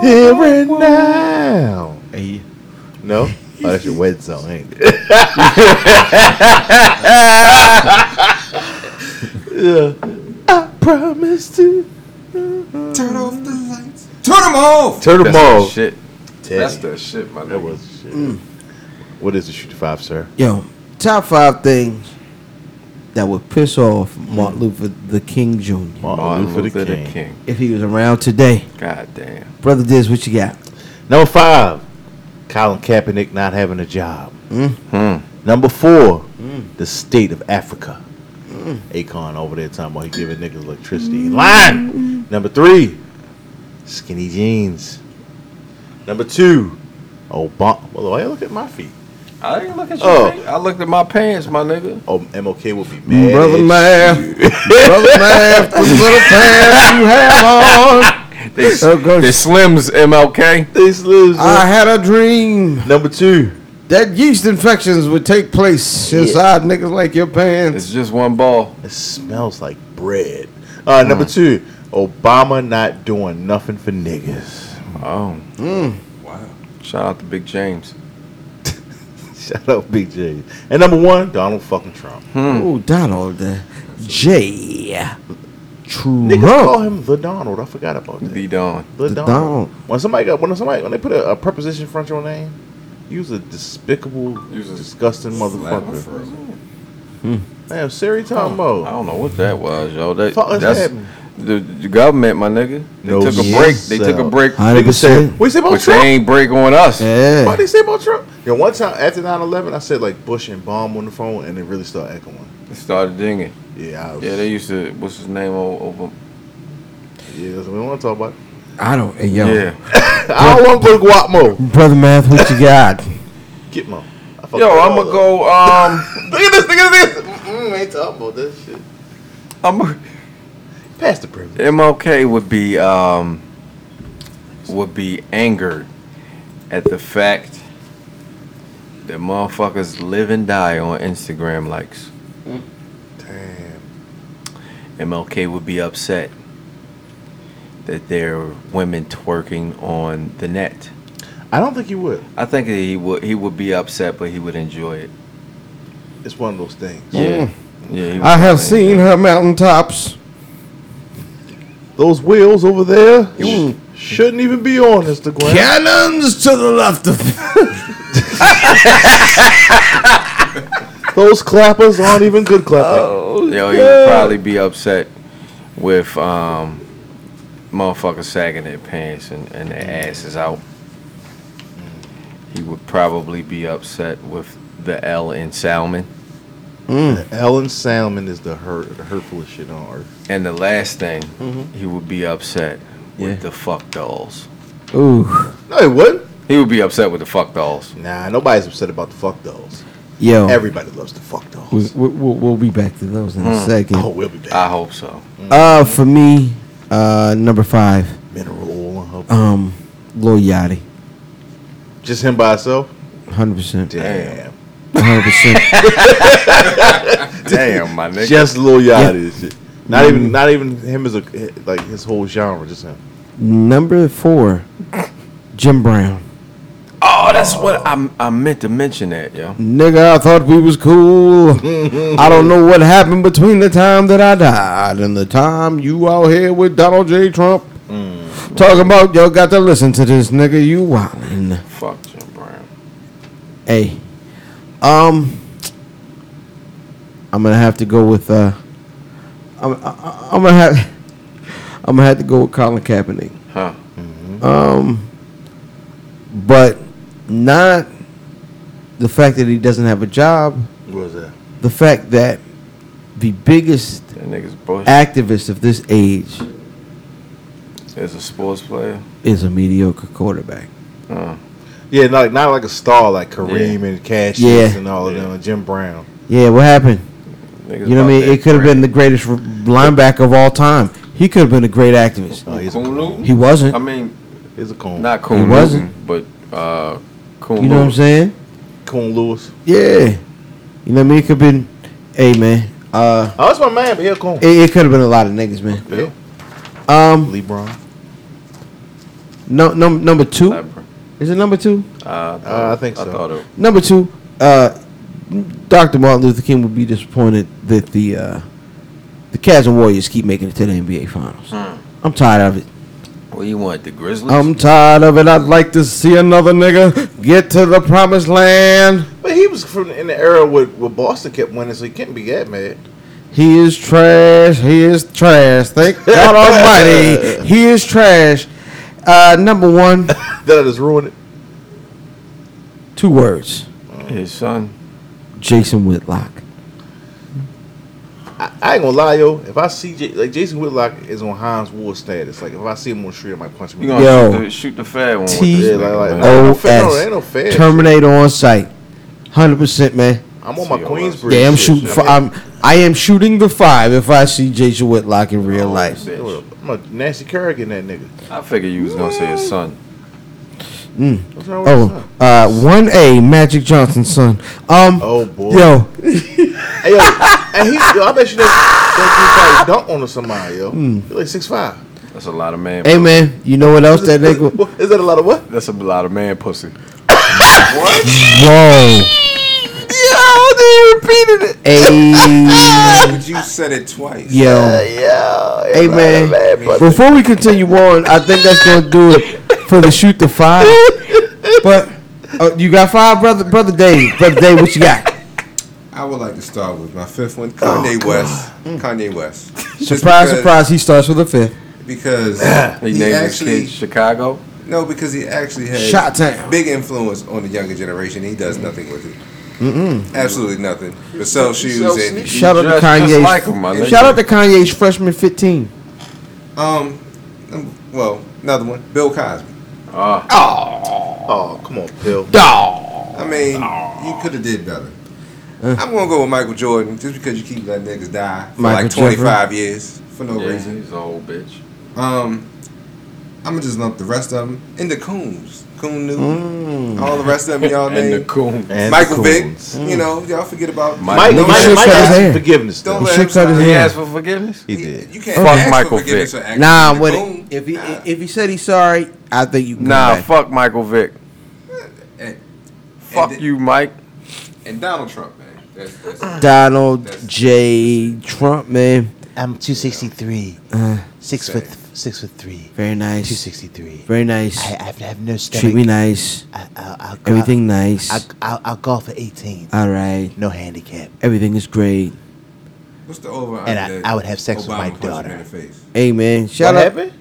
Speaker 2: Here and now.
Speaker 3: <laughs>
Speaker 2: No? Oh, that's your wed zone, ain't it? yeah. I promise to
Speaker 1: Turn off the lights. Turn them
Speaker 3: <laughs>
Speaker 1: off.
Speaker 2: turn
Speaker 3: That's
Speaker 2: them
Speaker 3: that
Speaker 2: off.
Speaker 3: shit.
Speaker 2: Teddy.
Speaker 3: That's that shit, my nigga.
Speaker 2: That was shit.
Speaker 3: Mm.
Speaker 2: What is the shoot five, sir?
Speaker 6: Yo, top five things that would piss off Martin Luther the King Jr.
Speaker 3: Martin Luther, the King.
Speaker 6: if he was around today.
Speaker 3: God damn.
Speaker 6: Brother Diz, what you got?
Speaker 2: Number five, Colin Kaepernick not having a job.
Speaker 3: Hmm.
Speaker 2: Number four, the state of Africa. Akon over there talking about he giving niggas electricity. Line. Number three, skinny jeans. Number two, Obama. Well, why you look at my feet?
Speaker 3: I didn't look at your
Speaker 2: Oh.
Speaker 3: pants. I looked at my pants, my nigga.
Speaker 2: Oh, MLK will be mad.
Speaker 6: Mm, Brother
Speaker 2: at <laughs>
Speaker 6: Math,
Speaker 2: you.
Speaker 6: Brother Math, the little pants you have on.
Speaker 3: <laughs> They,
Speaker 6: Oh, gosh.
Speaker 3: they slims MLK.
Speaker 2: These lives,
Speaker 6: I had a dream
Speaker 2: Number two,
Speaker 6: that yeast infections would take place inside niggas like your pants.
Speaker 3: It's just one ball.
Speaker 2: it smells like bread. Uh, Number two, Obama not doing nothing for niggas.
Speaker 3: Oh.
Speaker 1: Wow.
Speaker 3: Shout out to Big James.
Speaker 2: Shout out Big J. And number one, Donald fucking Trump.
Speaker 6: Oh, Donald uh, J.
Speaker 2: Niggas call
Speaker 6: Trump.
Speaker 2: him the Donald. I forgot about that.
Speaker 3: Be done.
Speaker 2: The
Speaker 6: The
Speaker 2: Donald.
Speaker 6: Donald.
Speaker 2: When somebody got when somebody when they put a, a preposition in front of your name, you's a despicable,
Speaker 3: You's a
Speaker 2: disgusting motherfucker. Hmm. Damn, Siri talking
Speaker 3: I
Speaker 2: about.
Speaker 3: don't know what that was, yo. That,
Speaker 2: Fuck is
Speaker 3: that's
Speaker 2: happening?
Speaker 3: the, the government, my nigga. They
Speaker 2: No
Speaker 3: took a
Speaker 2: shit.
Speaker 3: break. They took a break.
Speaker 6: Hundred
Speaker 2: Nigga said,
Speaker 6: percent.
Speaker 2: what you say about
Speaker 3: Which they
Speaker 2: Trump?
Speaker 3: ain't break on us.
Speaker 2: What
Speaker 6: Yeah.
Speaker 2: they say about Trump? Yo, one time after 9-11, I said like Bush and Bomb on the phone, and it really started echoing.
Speaker 3: It started dinging.
Speaker 2: Yeah, I was,
Speaker 3: Yeah, they used to. What's his name? o- Over.
Speaker 2: yeah, that's what we don't want to talk about. <laughs> it.
Speaker 6: I don't. Hey, yo.
Speaker 3: Yeah.
Speaker 2: I don't want to go to Guatmo.
Speaker 6: Brother Math, what you got?
Speaker 2: Gitmo. I fucked
Speaker 3: Yo,
Speaker 2: that
Speaker 3: I'm
Speaker 2: all
Speaker 3: gonna
Speaker 2: up.
Speaker 3: go. Um,
Speaker 2: Look at this. Look at this. Mm-mm, ain't talking about that shit.
Speaker 3: I'm
Speaker 2: Pass the privilege.
Speaker 3: MLK would be um would be angered at the fact that motherfuckers live and die on Instagram likes.
Speaker 2: Damn.
Speaker 3: MLK would be upset that there are women twerking on the net.
Speaker 2: I don't think he would.
Speaker 3: I think that he would he would be upset, but he would enjoy it.
Speaker 2: It's one of those things.
Speaker 3: Yeah, yeah. he would
Speaker 6: I
Speaker 3: definitely
Speaker 6: have seen
Speaker 3: enjoy it.
Speaker 6: her mountaintops.
Speaker 2: Those wheels over there.
Speaker 3: He would,
Speaker 2: Shouldn't even be on Instagram.
Speaker 5: Cannons to the left of
Speaker 2: Those clappers aren't even <laughs> good clappers.
Speaker 3: Yo, he'd probably be upset with um, motherfuckers sagging their pants and, and their asses out. He would probably be upset with the L in salmon.
Speaker 2: Ellen Salmon is the hurt, the hurtfulest shit on earth.
Speaker 3: And the last thing, he would be upset with the fuck dolls.
Speaker 6: Ooh.
Speaker 2: No, it wouldn't.
Speaker 3: He would be upset with the fuck dolls.
Speaker 2: Nah, nobody's upset about the fuck dolls. Oh.
Speaker 6: Yo.
Speaker 2: Everybody loves the fuck dolls.
Speaker 6: we, we, we'll, we'll be back to those in a second.
Speaker 2: Oh, we'll be back.
Speaker 3: I hope so.
Speaker 6: Uh, for me, uh, number five,
Speaker 2: Mineral oil and hub.
Speaker 6: um, Lil Yachty,
Speaker 2: Just him by himself.
Speaker 6: hundred percent,
Speaker 2: Damn.
Speaker 6: hundred <laughs> percent.
Speaker 3: Damn, my nigga.
Speaker 2: Just Lil Yachty. and shit. Not even, not even him as a like his whole genre. Just him.
Speaker 6: Number four, Jim Brown.
Speaker 3: oh, that's what I I meant to mention that, yo.
Speaker 6: Nigga, I thought we was cool. I don't know what happened between the time that I died and the time you out here with Donald J. Trump. Talking about y'all got to listen to this nigga, you wildin'.
Speaker 3: Fuck Jim Brown.
Speaker 6: Hey. Um I'm gonna have to go with uh I'm I, I'm gonna have <laughs> I'm gonna have to go with Colin Kaepernick.
Speaker 3: Huh. Mm-hmm.
Speaker 6: Um but not the fact that he doesn't have a job,
Speaker 2: What was that?
Speaker 6: the fact that the biggest
Speaker 3: That nigga's bullshit.
Speaker 6: activist of this age
Speaker 3: As a sports player.
Speaker 6: is a mediocre quarterback.
Speaker 3: Uh,
Speaker 2: Yeah, not like, not like a star like Kareem and Cassius
Speaker 6: Yeah.
Speaker 2: and all
Speaker 3: Yeah.
Speaker 2: of them. and Jim Brown.
Speaker 6: Yeah, what happened?
Speaker 3: niggas
Speaker 6: You know what I
Speaker 3: about
Speaker 6: mean?
Speaker 3: that
Speaker 6: It could have been the greatest r- linebacker of all time. He could have been a great activist.
Speaker 2: Oh, he's a
Speaker 3: Kunlu?
Speaker 2: coon.
Speaker 6: He wasn't.
Speaker 3: I mean,
Speaker 2: He's a coon.
Speaker 3: not Coon
Speaker 6: wasn't.
Speaker 3: Newton, but uh, Coon
Speaker 6: You know what I'm
Speaker 3: Lewis.
Speaker 6: saying?
Speaker 2: Coon Lewis.
Speaker 6: Yeah. You know what I mean? It could have been, hey man. Uh,
Speaker 2: Oh, that's my man. But he a coon.
Speaker 6: it, it could have been a lot of niggas, man.
Speaker 2: Yeah.
Speaker 6: Um,
Speaker 2: LeBron.
Speaker 6: no, no, number two
Speaker 3: Leopard.
Speaker 6: is it number two?
Speaker 3: Uh, I,
Speaker 2: Uh, I think so.
Speaker 3: I thought it.
Speaker 6: Number two, uh, Dr. Martin Luther King would be disappointed that the uh, the Cavs and Warriors keep making it to the NBA Finals. I'm tired of it.
Speaker 3: What you want, the Grizzlies?
Speaker 6: I'm tired of it. I'd like to see another nigga get to the promised land.
Speaker 2: But he was from in the era where, where Boston kept winning, so he couldn't be that mad.
Speaker 6: He is trash. He is trash. Thank God Almighty. He is trash. Uh, number one,
Speaker 2: That just ruined it.
Speaker 6: two words.
Speaker 3: His son.
Speaker 6: Jason Whitlock.
Speaker 2: I, I ain't gonna lie, yo. If I see J- like Jason Whitlock is on Heinz Ward status, like if I see him on the street, I might punch him.
Speaker 3: You
Speaker 2: in
Speaker 3: gonna
Speaker 6: Yo.
Speaker 3: shoot the, shoot the fat one?
Speaker 6: T-
Speaker 3: with
Speaker 2: the
Speaker 3: this
Speaker 2: yeah,
Speaker 3: nigga,
Speaker 2: like,
Speaker 3: man.
Speaker 2: like no,
Speaker 6: O
Speaker 2: fair- no, ain't no
Speaker 6: S.
Speaker 2: fair.
Speaker 6: Terminator on site. Hundred percent, man.
Speaker 2: I'm on my
Speaker 3: See,
Speaker 2: Queensbridge.
Speaker 6: Yeah, I'm
Speaker 2: shit,
Speaker 6: shooting.
Speaker 2: shit.
Speaker 6: For, I'm. I am shooting the five if I see Jason Whitlock in real
Speaker 3: Oh,
Speaker 6: life.
Speaker 3: bitch.
Speaker 2: I'm a Nancy Kerrigan, that nigga.
Speaker 3: I figured you was gonna say his son.
Speaker 2: What's wrong with
Speaker 6: Oh,
Speaker 2: oh.
Speaker 6: uh, one A Magic Johnson son. Um,
Speaker 2: Oh boy.
Speaker 6: yo,
Speaker 2: Hey, yo, and he, yo, I bet you that, that dude probably dunked onto somebody, yo.
Speaker 6: Hmm.
Speaker 2: He's like six five.
Speaker 3: That's a lot of man.
Speaker 6: hey man, you know what else that nigga?
Speaker 2: Is that a lot of <laughs> what?
Speaker 3: That's a lot of man pussy.
Speaker 6: <laughs> Whoa. Yo, they repeated it. Hey,
Speaker 1: But you said it twice.
Speaker 6: yo. Hey, man. Before we continue on, I think that's going to do it for the shoot the five. But oh, you got five, brother, brother Dave. Brother Dave, what
Speaker 3: <laughs>
Speaker 6: you got?
Speaker 1: I would like to start with my fifth one,
Speaker 3: Oh,
Speaker 1: Kanye West. Kanye West. Just
Speaker 6: Surprise,
Speaker 1: because-
Speaker 6: surprise. He starts with a fifth.
Speaker 1: Because
Speaker 3: <laughs> He,
Speaker 1: he
Speaker 3: named his
Speaker 1: actually
Speaker 3: kid Chicago.
Speaker 1: no, because he actually has
Speaker 6: Shot town.
Speaker 1: big influence on the younger generation. He does nothing with it. Mm-mm. Absolutely nothing. But sell shoes
Speaker 3: sells
Speaker 1: and
Speaker 3: sneakers.
Speaker 6: Shout out to
Speaker 3: Just- just
Speaker 6: Kanye's.
Speaker 3: like him, my nigga.
Speaker 6: shout out to Kanye's freshman fifteen.
Speaker 1: um, um, well, another one, Bill Cosby.
Speaker 3: Ah,
Speaker 2: Oh, come on, Bill.
Speaker 1: I mean, you could have did better.
Speaker 6: Uh.
Speaker 1: I'm gonna go with Michael Jordan just because you keep letting niggas die for
Speaker 6: Michael
Speaker 1: like 25 years for no
Speaker 3: yeah,
Speaker 1: reason.
Speaker 3: he's an old bitch.
Speaker 1: Um, I'm gonna just lump the rest of them in the Coons, Coon Newton,
Speaker 6: Mm.
Speaker 1: all the rest of them
Speaker 3: <laughs>
Speaker 1: y'all
Speaker 3: And the
Speaker 1: name.
Speaker 3: coon.
Speaker 2: And
Speaker 1: Michael
Speaker 2: the
Speaker 1: Vick,
Speaker 2: Coons.
Speaker 1: you know, y'all forget about
Speaker 3: Mike-
Speaker 2: Mike,
Speaker 3: Nigga
Speaker 2: Mike,
Speaker 6: should
Speaker 2: Mike,
Speaker 6: cut his
Speaker 2: asked
Speaker 6: hair.
Speaker 2: forgiveness.
Speaker 1: Don't
Speaker 2: though.
Speaker 1: let
Speaker 6: should
Speaker 1: him
Speaker 6: cut his
Speaker 1: stop.
Speaker 3: He
Speaker 6: Yeah.
Speaker 3: asked for forgiveness.
Speaker 2: He
Speaker 1: You,
Speaker 2: did.
Speaker 1: you can't
Speaker 3: Fuck
Speaker 1: ask for
Speaker 3: Michael
Speaker 1: forgiveness
Speaker 3: Vick.
Speaker 1: for acting
Speaker 6: Nah,
Speaker 1: in
Speaker 6: I'm
Speaker 1: the
Speaker 6: with
Speaker 1: Coon.
Speaker 6: it. If he
Speaker 1: Nah.
Speaker 6: if he said he's sorry, I think you. Can
Speaker 3: Nah,
Speaker 6: back.
Speaker 3: fuck Michael Vick.
Speaker 1: and,
Speaker 3: Fuck
Speaker 1: and-
Speaker 3: you, Mike.
Speaker 1: and Donald Trump, man. That's, that's,
Speaker 2: Ah.
Speaker 6: Donald J. Trump, man.
Speaker 2: I'm 263. six
Speaker 1: Same.
Speaker 2: foot six foot three,
Speaker 6: Very nice.
Speaker 2: two sixty three.
Speaker 6: Very nice.
Speaker 2: I, I have, I have no stomach.
Speaker 6: Treat me nice.
Speaker 2: I, I'll, I'll go-
Speaker 6: Everything nice.
Speaker 2: I'll, I'll, I'll golf at eighteen.
Speaker 6: All right.
Speaker 2: no handicap.
Speaker 6: Everything is great.
Speaker 1: What's the over?
Speaker 2: And I-
Speaker 1: under
Speaker 2: I would have sex
Speaker 1: Obama
Speaker 2: with my
Speaker 1: punched him
Speaker 2: daughter.
Speaker 1: In the face?
Speaker 6: Amen. Shout out.
Speaker 3: That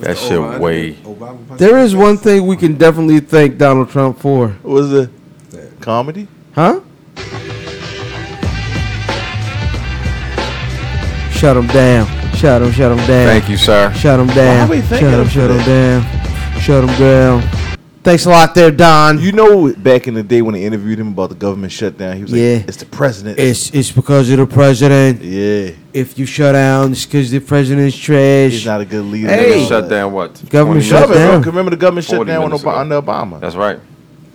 Speaker 1: The
Speaker 3: shit
Speaker 1: over-under
Speaker 3: way.
Speaker 1: Obama punched him
Speaker 6: There
Speaker 1: in
Speaker 6: is
Speaker 1: the
Speaker 6: one
Speaker 1: face?
Speaker 6: thing we can definitely thank Donald Trump for.
Speaker 2: What was the
Speaker 1: That-
Speaker 2: comedy?
Speaker 6: Huh? Shut him down. Shut him, shut him down.
Speaker 3: Thank you, sir.
Speaker 6: Shut him down.
Speaker 2: Why we
Speaker 6: Shut
Speaker 2: thanking
Speaker 6: him,
Speaker 2: him
Speaker 6: shut
Speaker 2: for
Speaker 6: him down. Shut him down. Thanks a lot there, Don.
Speaker 2: You know, back in the day when they interviewed him about the government shutdown, he was
Speaker 6: Yeah.
Speaker 2: like, "It's the president."
Speaker 6: It's it's because of the president.
Speaker 2: yeah,
Speaker 6: If you shut down, it's because the president's trash.
Speaker 2: he's not a good leader.
Speaker 6: Hey.
Speaker 3: Nigga shut down what?
Speaker 6: Government
Speaker 3: 20
Speaker 6: shut
Speaker 2: Government,
Speaker 6: down.
Speaker 2: bro, remember the government shut
Speaker 3: 40
Speaker 2: down under
Speaker 3: minutes ago.
Speaker 2: Ob- under Obama.
Speaker 3: That's right.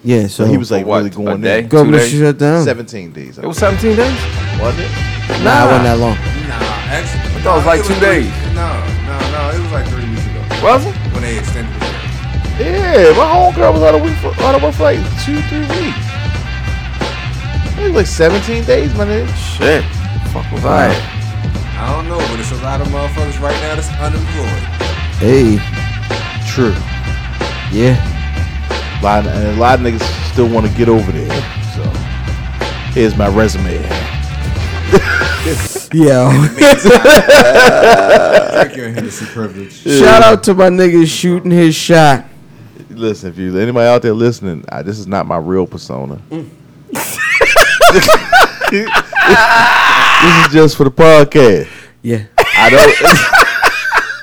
Speaker 6: yeah, so
Speaker 2: so he was like
Speaker 3: For what,
Speaker 2: really
Speaker 3: a
Speaker 2: going
Speaker 3: day?
Speaker 2: there.
Speaker 6: government
Speaker 3: two days.
Speaker 6: shut down.
Speaker 2: Seventeen days.
Speaker 3: It was 17 days?
Speaker 2: wasn't it?
Speaker 6: Nah, it wasn't that long.
Speaker 1: Nah, actually, I
Speaker 3: thought it was like two days.
Speaker 1: No, no, no, it was like three weeks ago
Speaker 3: Was it?
Speaker 1: when they extended it.
Speaker 2: Yeah, my homegirl was out of week for, out of work for like two, three weeks. It was like seventeen days, my nigga.
Speaker 3: Shit. Fuck was I?
Speaker 1: I don't know, but it's a lot of motherfuckers right now that's unemployed.
Speaker 6: Hey,
Speaker 2: True.
Speaker 6: yeah.
Speaker 2: A lot, and a lot of niggas still want to get over there. So here's my resume.
Speaker 6: Yo.
Speaker 1: Take your Hennessy privilege.
Speaker 6: Shout out to my niggas shooting his shot.
Speaker 2: Listen, if you anybody out there listening, I, this is not my real persona. <laughs> this is just for the podcast.
Speaker 6: Yeah.
Speaker 2: I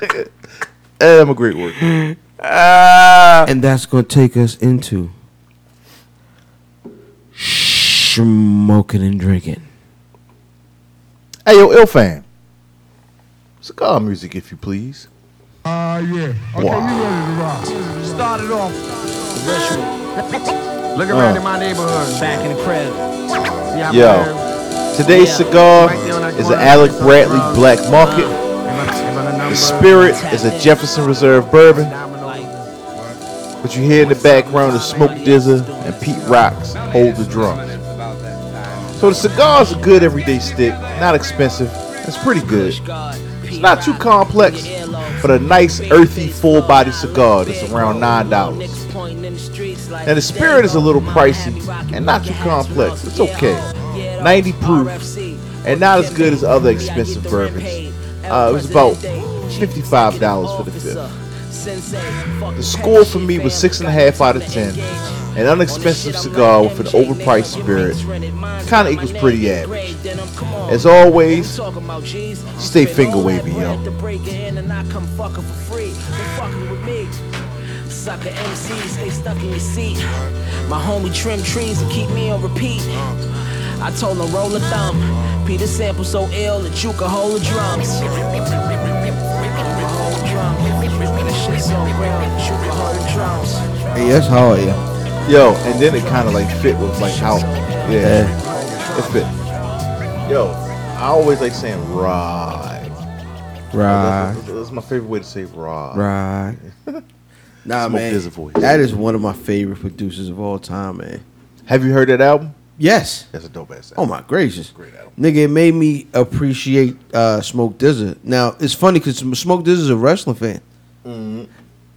Speaker 2: don't. <laughs> and I'm a great worker.
Speaker 6: And that's going to take us into smoking and drinking.
Speaker 2: Hey, yo, ill fam. Cigar music, if you please. Uh, yeah. Wow.
Speaker 7: Started off
Speaker 5: Look
Speaker 6: Uh.
Speaker 5: around in my neighborhood.
Speaker 7: back in the crib.
Speaker 5: See how
Speaker 2: Yo.
Speaker 5: many-
Speaker 2: Today's
Speaker 7: Yeah.
Speaker 2: cigar
Speaker 5: Right there on that
Speaker 2: is an
Speaker 5: corner.
Speaker 2: Alec Bradley Black Market. The Spirit is a Jefferson Reserve Bourbon.
Speaker 7: Like,
Speaker 2: But you hear in the background is Smoke Dizza and Pete Rocks hold the drums. So the cigar's a good everyday stick, not expensive. It's pretty good. It's not too complex, but a nice earthy full body cigar that's around nine dollars.
Speaker 7: And the spirit is a little pricey and not too complex. It's okay. 90 proof and not as good as other expensive bourbons. Uh, it was about $55 for the fifth.
Speaker 2: The score for me was six and a half out of ten. An unexpensive cigar with an overpriced spirit.
Speaker 7: Kinda equals pretty average.
Speaker 2: As always,
Speaker 7: always,
Speaker 2: stay finger wavy, yo.
Speaker 7: the breaker in and I come fucking for free. They fucking with me. Sucker MCs, they stuck in your seat. My homie trim trees and keep me on repeat. I told him roll a thumb. Peter Sample so ill that you can hold the drums. Hold the drum. That shit's so real that you can hold the drums.
Speaker 6: Hey, that's hard, yeah.
Speaker 2: Yo, and then it kind of like fit with like how, yeah, it fit. Yo, I always like saying ride.
Speaker 6: Right.
Speaker 2: That's, that's my favorite way to say ride.
Speaker 6: Right. <laughs> Nah,
Speaker 2: Smoke
Speaker 6: man.
Speaker 2: is a voice.
Speaker 6: That is one of my favorite producers of all time, man.
Speaker 2: Have you heard that album?
Speaker 6: Yes.
Speaker 2: That's a dope ass.
Speaker 6: Oh
Speaker 2: Album.
Speaker 6: my gracious,
Speaker 2: Great album.
Speaker 6: nigga! It made me appreciate uh, Smoke Dizza. Now it's funny because Smoke Dizza is a wrestling fan,
Speaker 2: Mm-hmm.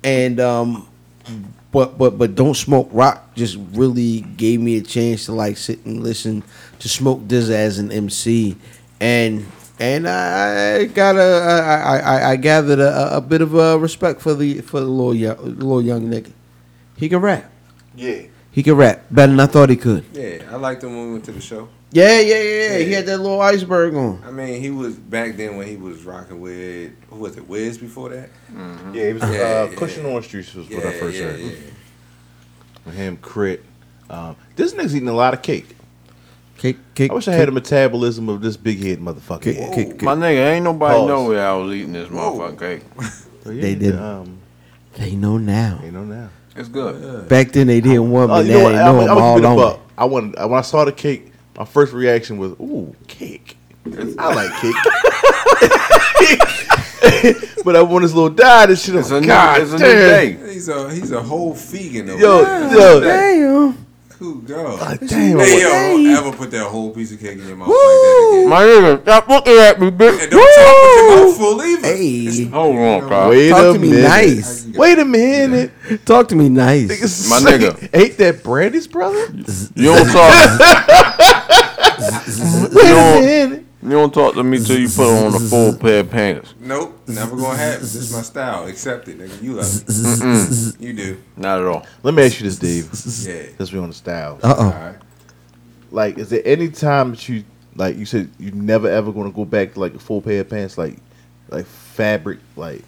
Speaker 6: and um, but but but don't smoke rock just really gave me a chance to like sit and listen to Smoke Dizza as an MC, and and I I got a I I, I- I gathered a, a bit of a respect for the for the little young, little young nigga. He can rap.
Speaker 2: Yeah.
Speaker 6: He can rap better than I thought he could.
Speaker 1: Yeah, I liked him when we went to the show.
Speaker 6: Yeah, yeah, yeah, yeah. He had that little iceberg on.
Speaker 1: I mean, he was back then when he was rocking with who was it? Wiz before that?
Speaker 2: Yeah, it was
Speaker 1: Yeah,
Speaker 2: uh,
Speaker 1: yeah.
Speaker 2: Cushion Orange Juice was what I first
Speaker 1: yeah,
Speaker 2: heard.
Speaker 1: yeah.
Speaker 2: With Him, Crit. Um, this nigga's eating a lot of cake.
Speaker 6: Cake, cake.
Speaker 2: I wish I had a metabolism of this big head motherfucker.
Speaker 6: Cake,
Speaker 2: Yeah.
Speaker 6: cake,
Speaker 3: My
Speaker 6: cake.
Speaker 3: nigga, ain't nobody
Speaker 2: Pause.
Speaker 3: know that I was eating this motherfucking cake.
Speaker 2: So yeah,
Speaker 6: They didn't.
Speaker 2: Um,
Speaker 6: They know now.
Speaker 2: you know now.
Speaker 3: It's good.
Speaker 6: Back then they didn't want me.
Speaker 2: Oh, you know
Speaker 6: now
Speaker 2: what?
Speaker 6: they
Speaker 2: I,
Speaker 6: know
Speaker 2: am
Speaker 6: I'm all on.
Speaker 2: up. I wanted when I saw the cake. My first reaction was, "Ooh, cake! I like cake." <laughs> but I want this little dye. This shit.
Speaker 3: It's a
Speaker 2: I'm like,
Speaker 3: new,
Speaker 2: God
Speaker 3: it's a new
Speaker 2: damn.
Speaker 3: day.
Speaker 1: He's a he's a whole vegan.
Speaker 2: Yo,
Speaker 1: over there.
Speaker 2: yo,
Speaker 6: Damn.
Speaker 1: Cool girl.
Speaker 2: Damn.
Speaker 1: Hey, yo, don't ever put that whole piece of cake in your mouth like that again.
Speaker 3: My nigga, stop looking at me, bitch.
Speaker 1: And don't talk with your mouth full either.
Speaker 6: Hey,
Speaker 3: Hold on, pal.
Speaker 2: Wait
Speaker 6: talk
Speaker 2: a
Speaker 6: to me
Speaker 2: minute.
Speaker 6: nice.
Speaker 2: Wait a minute.
Speaker 6: Talk to me nice.
Speaker 2: Niggas
Speaker 3: <laughs> My
Speaker 2: say- <laughs>
Speaker 3: nigga.
Speaker 2: Ain't that Brandy's brother?
Speaker 3: You don't <laughs> talk.
Speaker 2: Wait
Speaker 3: No.
Speaker 2: a minute.
Speaker 3: You don't talk to me till you put on a full pair of pants.
Speaker 1: Nope, never
Speaker 3: <laughs>
Speaker 1: gonna happen. This is my style. Accept it, nigga. You love it. You do.
Speaker 3: Not at all.
Speaker 2: Let me ask you this, Dave.
Speaker 1: Yeah.
Speaker 2: Since we on the style.
Speaker 6: Uh oh.
Speaker 1: Alright.
Speaker 2: Like, is there any time that you like you said you never ever gonna go back to like a full pair of pants like like fabric like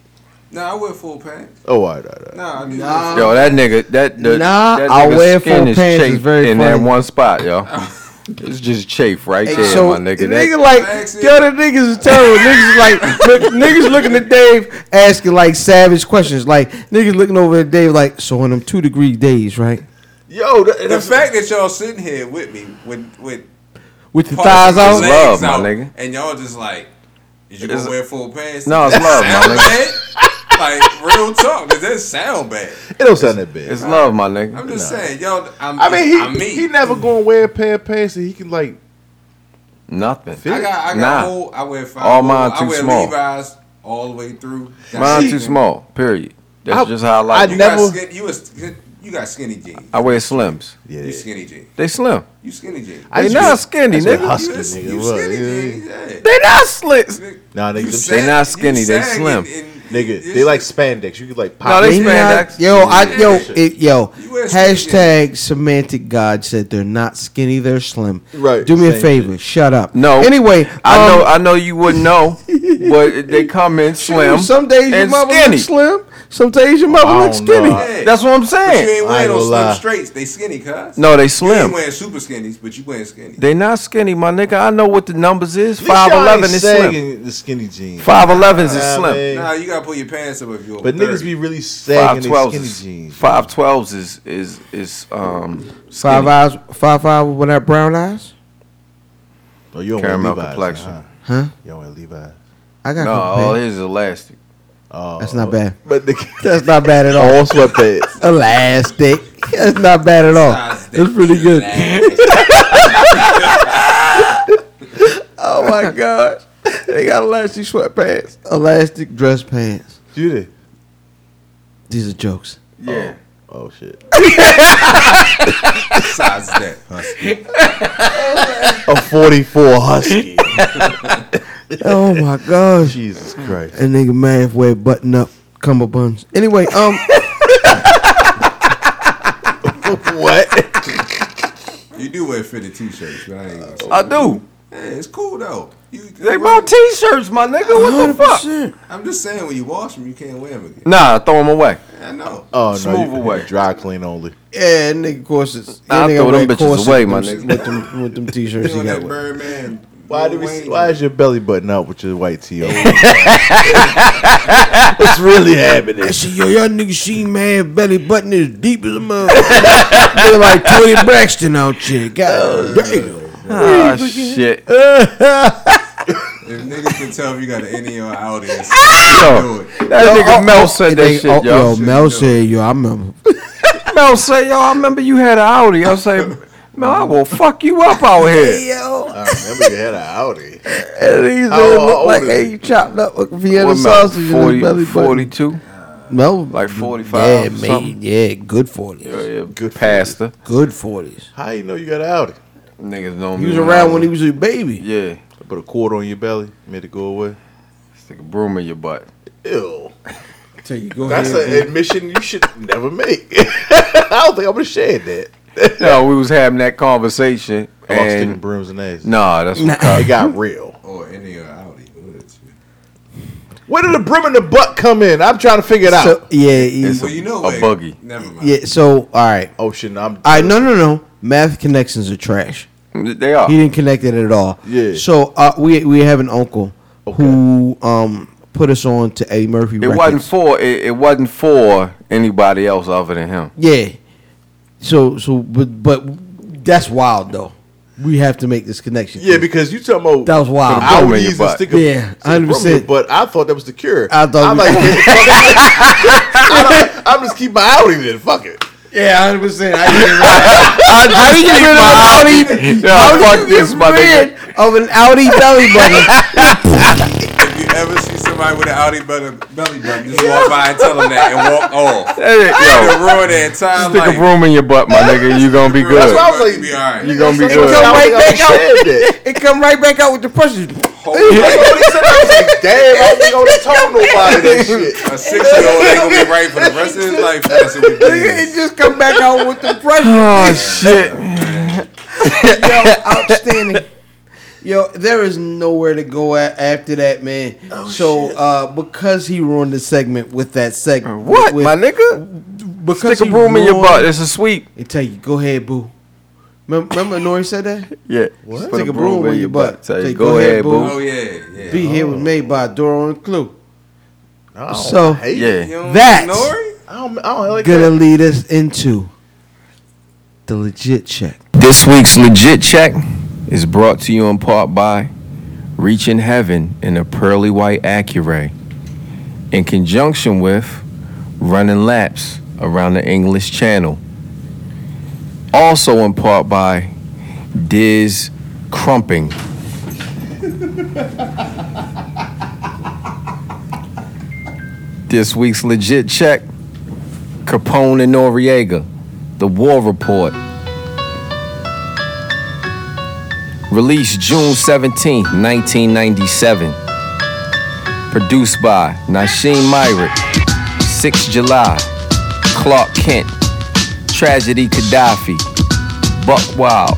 Speaker 1: Nah, I wear full pants.
Speaker 2: oh all right, all right, all right.
Speaker 1: Nah, I do.
Speaker 3: Yo, that nigga, that the,
Speaker 6: Nah,
Speaker 3: that
Speaker 6: I
Speaker 3: nigga's
Speaker 6: wear
Speaker 3: skin
Speaker 6: full pants is
Speaker 3: chafed
Speaker 6: very
Speaker 3: in that
Speaker 6: funny.
Speaker 3: one spot, yo. It's just chafe right there,
Speaker 6: so,
Speaker 3: my nigga. That-
Speaker 6: Nigga like,
Speaker 1: Maxi.
Speaker 6: yo, the niggas
Speaker 3: <laughs>
Speaker 6: is terrible. niggas is like, look, niggas looking at Dave asking like savage questions. Like niggas looking over at Dave like, so on them two degree days, right?
Speaker 2: Yo, that,
Speaker 1: The
Speaker 2: that's-
Speaker 1: fact that y'all sitting here with me with with
Speaker 6: With the
Speaker 1: parts of
Speaker 6: thighs
Speaker 1: your
Speaker 6: out.
Speaker 3: Love.
Speaker 1: legs
Speaker 3: my
Speaker 1: out,
Speaker 3: nigga.
Speaker 1: and y'all just like, is you
Speaker 3: It's-
Speaker 1: gonna wear full pants?
Speaker 3: no, it's
Speaker 1: Does that sound
Speaker 3: love, my
Speaker 1: bad? like real talk, does that sound bad?
Speaker 2: it don't sound that bad.
Speaker 3: it's love, my nigga.
Speaker 1: I'm just saying, y'all. I'm,
Speaker 2: I mean, he
Speaker 1: I'm me.
Speaker 2: he never gonna wear a pair of pants that he can like.
Speaker 3: Nothing.
Speaker 1: I got, I got
Speaker 3: nah,
Speaker 1: whole. I wear five.
Speaker 3: All mine
Speaker 1: I
Speaker 3: too
Speaker 1: wear
Speaker 3: small.
Speaker 1: Levi's all the way through. That's
Speaker 3: mine
Speaker 1: it.
Speaker 3: too small. Period. That's
Speaker 2: I-
Speaker 3: just how I like.
Speaker 2: I
Speaker 1: You
Speaker 3: it.
Speaker 1: got
Speaker 2: Never-
Speaker 1: skin, you, a, skin- you got skinny jeans.
Speaker 3: I wear slims.
Speaker 2: Yeah,
Speaker 1: You skinny jeans.
Speaker 3: They slim.
Speaker 1: You skinny jeans.
Speaker 2: I
Speaker 3: They
Speaker 2: just
Speaker 3: not
Speaker 2: get-
Speaker 3: skinny,
Speaker 2: that's what
Speaker 3: nigga.
Speaker 2: husky
Speaker 1: you,
Speaker 2: nigga
Speaker 1: you
Speaker 2: was,
Speaker 1: skinny
Speaker 2: yeah.
Speaker 1: jeans. Yeah.
Speaker 3: They not slim.
Speaker 2: Nah, nigga,
Speaker 1: You
Speaker 2: them
Speaker 1: sag-
Speaker 3: They not skinny,
Speaker 1: you
Speaker 3: they
Speaker 1: sagging
Speaker 3: slim.
Speaker 1: and-
Speaker 2: Nigga,
Speaker 1: you
Speaker 2: they like
Speaker 1: just-
Speaker 2: spandex. You could like
Speaker 3: No,
Speaker 2: pop.
Speaker 3: they
Speaker 2: it.
Speaker 6: They not-
Speaker 3: spandex.
Speaker 6: Yo, I yo it, yo.
Speaker 1: You wear skinny
Speaker 6: Hashtag semantic god said they're not skinny, they're slim.
Speaker 2: Right,
Speaker 6: Do me a
Speaker 2: same
Speaker 6: favor, shut up.
Speaker 3: No.
Speaker 6: Anyway,
Speaker 3: I
Speaker 6: um,
Speaker 3: know. I know you wouldn't
Speaker 6: <laughs>
Speaker 3: know, but they come in
Speaker 6: shoot,
Speaker 3: slim.
Speaker 6: Some days your
Speaker 3: and
Speaker 6: mother
Speaker 3: skinny. Oh,
Speaker 6: looks slim. Some days your mother
Speaker 2: I
Speaker 6: looks
Speaker 2: don't know.
Speaker 6: skinny.
Speaker 1: Yeah.
Speaker 3: That's what I'm
Speaker 1: But you
Speaker 3: saying.
Speaker 1: ain't
Speaker 2: I
Speaker 1: wearing
Speaker 2: ain't
Speaker 1: no
Speaker 2: gonna
Speaker 1: slim
Speaker 2: lie.
Speaker 1: straights. They skinny, cuz.
Speaker 3: No, they
Speaker 1: You ain't
Speaker 3: slim.
Speaker 1: wearing super skinnies, but you wearing skinny.
Speaker 3: They not skinny, my nigga. I know what the numbers is.
Speaker 2: At least y'all
Speaker 3: Five eleven
Speaker 2: ain't
Speaker 3: is slim.
Speaker 2: sagging The skinny jeans.
Speaker 3: Five elevens is
Speaker 2: Nah,
Speaker 3: slim.
Speaker 2: man.
Speaker 1: Nah, you gotta pull your pants up if you're
Speaker 2: But niggas be really sagging their
Speaker 3: 512s
Speaker 2: skinny
Speaker 3: is-
Speaker 2: jeans.
Speaker 3: 512s is is is um
Speaker 6: Five
Speaker 3: skinny.
Speaker 6: eyes, five five with that brown eyes.
Speaker 2: Oh, you don't
Speaker 3: Caramel
Speaker 2: wear Levi's,
Speaker 3: complexion.
Speaker 2: Huh?
Speaker 6: Huh?
Speaker 2: You don't wear Levi's.
Speaker 6: I got
Speaker 3: No, all
Speaker 6: no,
Speaker 3: his is elastic.
Speaker 2: Oh,
Speaker 6: That's not bad.
Speaker 2: But the
Speaker 6: <laughs> That's not bad at all.
Speaker 2: all <laughs> sweatpants.
Speaker 6: Elastic. That's not bad at all. That's pretty good. <laughs> Oh my gosh. They got elastic sweatpants. Elastic dress pants.
Speaker 2: Judy.
Speaker 6: These are jokes.
Speaker 1: Yeah.
Speaker 2: Oh shit.
Speaker 1: Besides that,
Speaker 3: <laughs>
Speaker 1: husky.
Speaker 2: A forty-four husky.
Speaker 6: Oh my gosh.
Speaker 2: <laughs> Jesus
Speaker 6: <laughs>
Speaker 2: Christ.
Speaker 6: That nigga mad wear button up cummerbunds. Anyway, <laughs> um,
Speaker 2: what?
Speaker 1: You do wear fitted t-shirts, but I ain't gonna say.
Speaker 3: I do.
Speaker 1: Yeah, it's cool though. You,
Speaker 3: Uh, They bought t-shirts, my nigga. What the fuck?
Speaker 6: 100%.
Speaker 1: I'm just saying, when you wash them, you can't wear them again.
Speaker 3: Nah, throw them away.
Speaker 1: I know.
Speaker 2: Oh no.
Speaker 3: Smooth
Speaker 2: you-
Speaker 3: away.
Speaker 2: Dry clean only.
Speaker 6: Yeah, that nigga corsets. That
Speaker 3: I'll
Speaker 6: nigga
Speaker 3: throw them
Speaker 6: wear
Speaker 3: bitches
Speaker 6: corsets
Speaker 3: away, my
Speaker 6: with
Speaker 3: nigga.
Speaker 6: them- With them, <laughs> with them t-shirts he
Speaker 1: Doing
Speaker 6: got
Speaker 1: that
Speaker 6: with.
Speaker 1: Birdman.
Speaker 2: Why do
Speaker 1: Lil
Speaker 2: we?
Speaker 1: Wayne.
Speaker 2: See, why is your belly button up with your white tee on? What's really happening?
Speaker 6: <laughs> That shit, yo, y'all niggas seen man belly button is deep as a motherfucker. <laughs> Look like Tony Braxton out here. God damn.
Speaker 3: Ah, shit.
Speaker 1: If niggas can tell if you got an in or out in,
Speaker 2: <laughs>
Speaker 3: Yo,
Speaker 1: do it.
Speaker 3: that nigga
Speaker 6: oh,
Speaker 3: Mel said that
Speaker 6: They-
Speaker 3: shit,
Speaker 6: oh,
Speaker 3: yo.
Speaker 6: yo, Mel said, yo, I remember.
Speaker 3: Mel said, yo, I remember you had an Audi. I said, Mel, I will fuck you up out
Speaker 6: <laughs>
Speaker 3: here.
Speaker 6: yo.
Speaker 2: I remember you had an Audi.
Speaker 6: And he's
Speaker 2: How
Speaker 6: all
Speaker 2: old
Speaker 6: look like
Speaker 2: is he?
Speaker 6: he chopped up a
Speaker 3: What
Speaker 6: Vienna
Speaker 3: Mel,
Speaker 6: sausage in his
Speaker 3: 40,
Speaker 6: belly button.
Speaker 3: 42?
Speaker 6: Mel,
Speaker 3: Like 45
Speaker 6: Yeah,
Speaker 3: or something.
Speaker 6: man, yeah, good 40s.
Speaker 3: Yeah, yeah, Good pastor.
Speaker 6: Good 40s.
Speaker 2: How you know you got an Audi?
Speaker 3: Niggas know me.
Speaker 6: He was around when he was a baby.
Speaker 3: Yeah.
Speaker 2: I put a quarter on your belly, made it go away.
Speaker 3: Stick a broom in your butt.
Speaker 6: <laughs>
Speaker 2: Ew.
Speaker 6: Tell you, go
Speaker 2: That's
Speaker 6: ahead.
Speaker 2: an admission you should never make. <laughs> I don't think I'm gonna share that.
Speaker 3: No, we was having that conversation.
Speaker 2: About sticking
Speaker 3: And
Speaker 2: brooms and ass.
Speaker 3: nah, that's what
Speaker 2: It got real.
Speaker 1: Or in or out in.
Speaker 2: Where did the broom and the butt come in? I'm trying to figure it out.
Speaker 6: So, yeah, he-
Speaker 1: Well, you know
Speaker 3: a
Speaker 1: what?
Speaker 3: buggy.
Speaker 1: Never mind.
Speaker 6: yeah. So, all right,
Speaker 2: oh shit, no, I'm.
Speaker 6: all right. No, no, no. Math connections are trash.
Speaker 3: they are.
Speaker 6: He didn't connect it at all.
Speaker 2: Yeah.
Speaker 6: So uh, we we have an uncle who um put us on to Eddie Murphy.
Speaker 3: It
Speaker 6: records.
Speaker 3: wasn't for it, it wasn't for anybody else other than him.
Speaker 6: Yeah. So so but but that's wild though. We have to make this connection.
Speaker 2: yeah, because you talking about
Speaker 6: That was wild.
Speaker 2: I
Speaker 3: Broom
Speaker 2: would
Speaker 3: in your
Speaker 2: use a
Speaker 3: butt.
Speaker 2: stick of
Speaker 6: Yeah,
Speaker 2: percent.
Speaker 6: 100%.
Speaker 2: But I thought that was the cure.
Speaker 6: <laughs> I thought
Speaker 2: I'm
Speaker 6: we-
Speaker 2: like, I'm, like, I'm just keep my Audi then. Fuck it.
Speaker 1: Yeah, hundred percent. I didn't realize.
Speaker 6: <laughs> How do you get rid of an Audi?
Speaker 3: Nah,
Speaker 6: how do
Speaker 3: fuck
Speaker 6: you
Speaker 3: this,
Speaker 6: get
Speaker 3: my nigga.
Speaker 6: rid of an Audi belly button?
Speaker 1: If you ever see somebody with an Audi belly belly button, just walk by and tell them that and
Speaker 2: <laughs>
Speaker 1: walk off.
Speaker 3: Hey, yo,
Speaker 6: <laughs>
Speaker 1: It'll ruin their entire
Speaker 3: stick
Speaker 1: life.
Speaker 3: a broom in your butt, my nigga. You gonna be good.
Speaker 1: That's
Speaker 2: why I
Speaker 1: why
Speaker 2: was
Speaker 1: I
Speaker 2: like-
Speaker 1: was like, be all right.
Speaker 3: You gonna be
Speaker 2: That's what
Speaker 3: good.
Speaker 2: I'm
Speaker 6: right back out.
Speaker 2: saying.
Speaker 6: It come right back out with the pressure.
Speaker 2: <laughs>
Speaker 1: Holy-
Speaker 2: Damn, I ain't gonna tell nobody that shit.
Speaker 6: <laughs>
Speaker 1: A six year old ain't gonna be right for the rest of
Speaker 2: <laughs>
Speaker 1: his life. That's what we
Speaker 6: It
Speaker 1: do.
Speaker 6: just come back out with the pressure.
Speaker 3: Oh shit.
Speaker 6: <laughs> Yo, outstanding. Yo, there is nowhere to go at after that, man. so, uh, because he ruined the segment with that segment,
Speaker 3: What,
Speaker 6: with-
Speaker 3: my nigga?
Speaker 6: Because
Speaker 3: Stick a
Speaker 6: you
Speaker 3: broom in your
Speaker 6: ruined-
Speaker 3: butt. It's a sweep.
Speaker 6: They tell you, go ahead, boo. Remember, remember Nori said that?
Speaker 3: Yeah.
Speaker 6: What? Take a broom in your butt.
Speaker 3: Tell you,
Speaker 6: Take-
Speaker 3: go ahead,
Speaker 1: Oh
Speaker 3: boo.
Speaker 1: yeah, yeah.
Speaker 6: Be Here was made by Doro and Clue.
Speaker 2: I don't
Speaker 6: So-
Speaker 2: hate it.
Speaker 1: You
Speaker 3: Yeah.
Speaker 1: don't
Speaker 6: That's-
Speaker 1: know it?
Speaker 2: I don't, I don't like
Speaker 6: Gonna
Speaker 2: that.
Speaker 6: lead us into the legit check.
Speaker 3: This week's legit check is brought to you in part by Reaching Heaven in a pearly white Accuray, in conjunction with running laps around the English Channel. Also in part by Diz Crumping. <laughs> this week's legit check Capone and Noriega, The War Report. Released June 17, 1997. Produced by Nasheen Myrick. 6 July. Clark Kent. Tragedy Gaddafi. Buck Wild.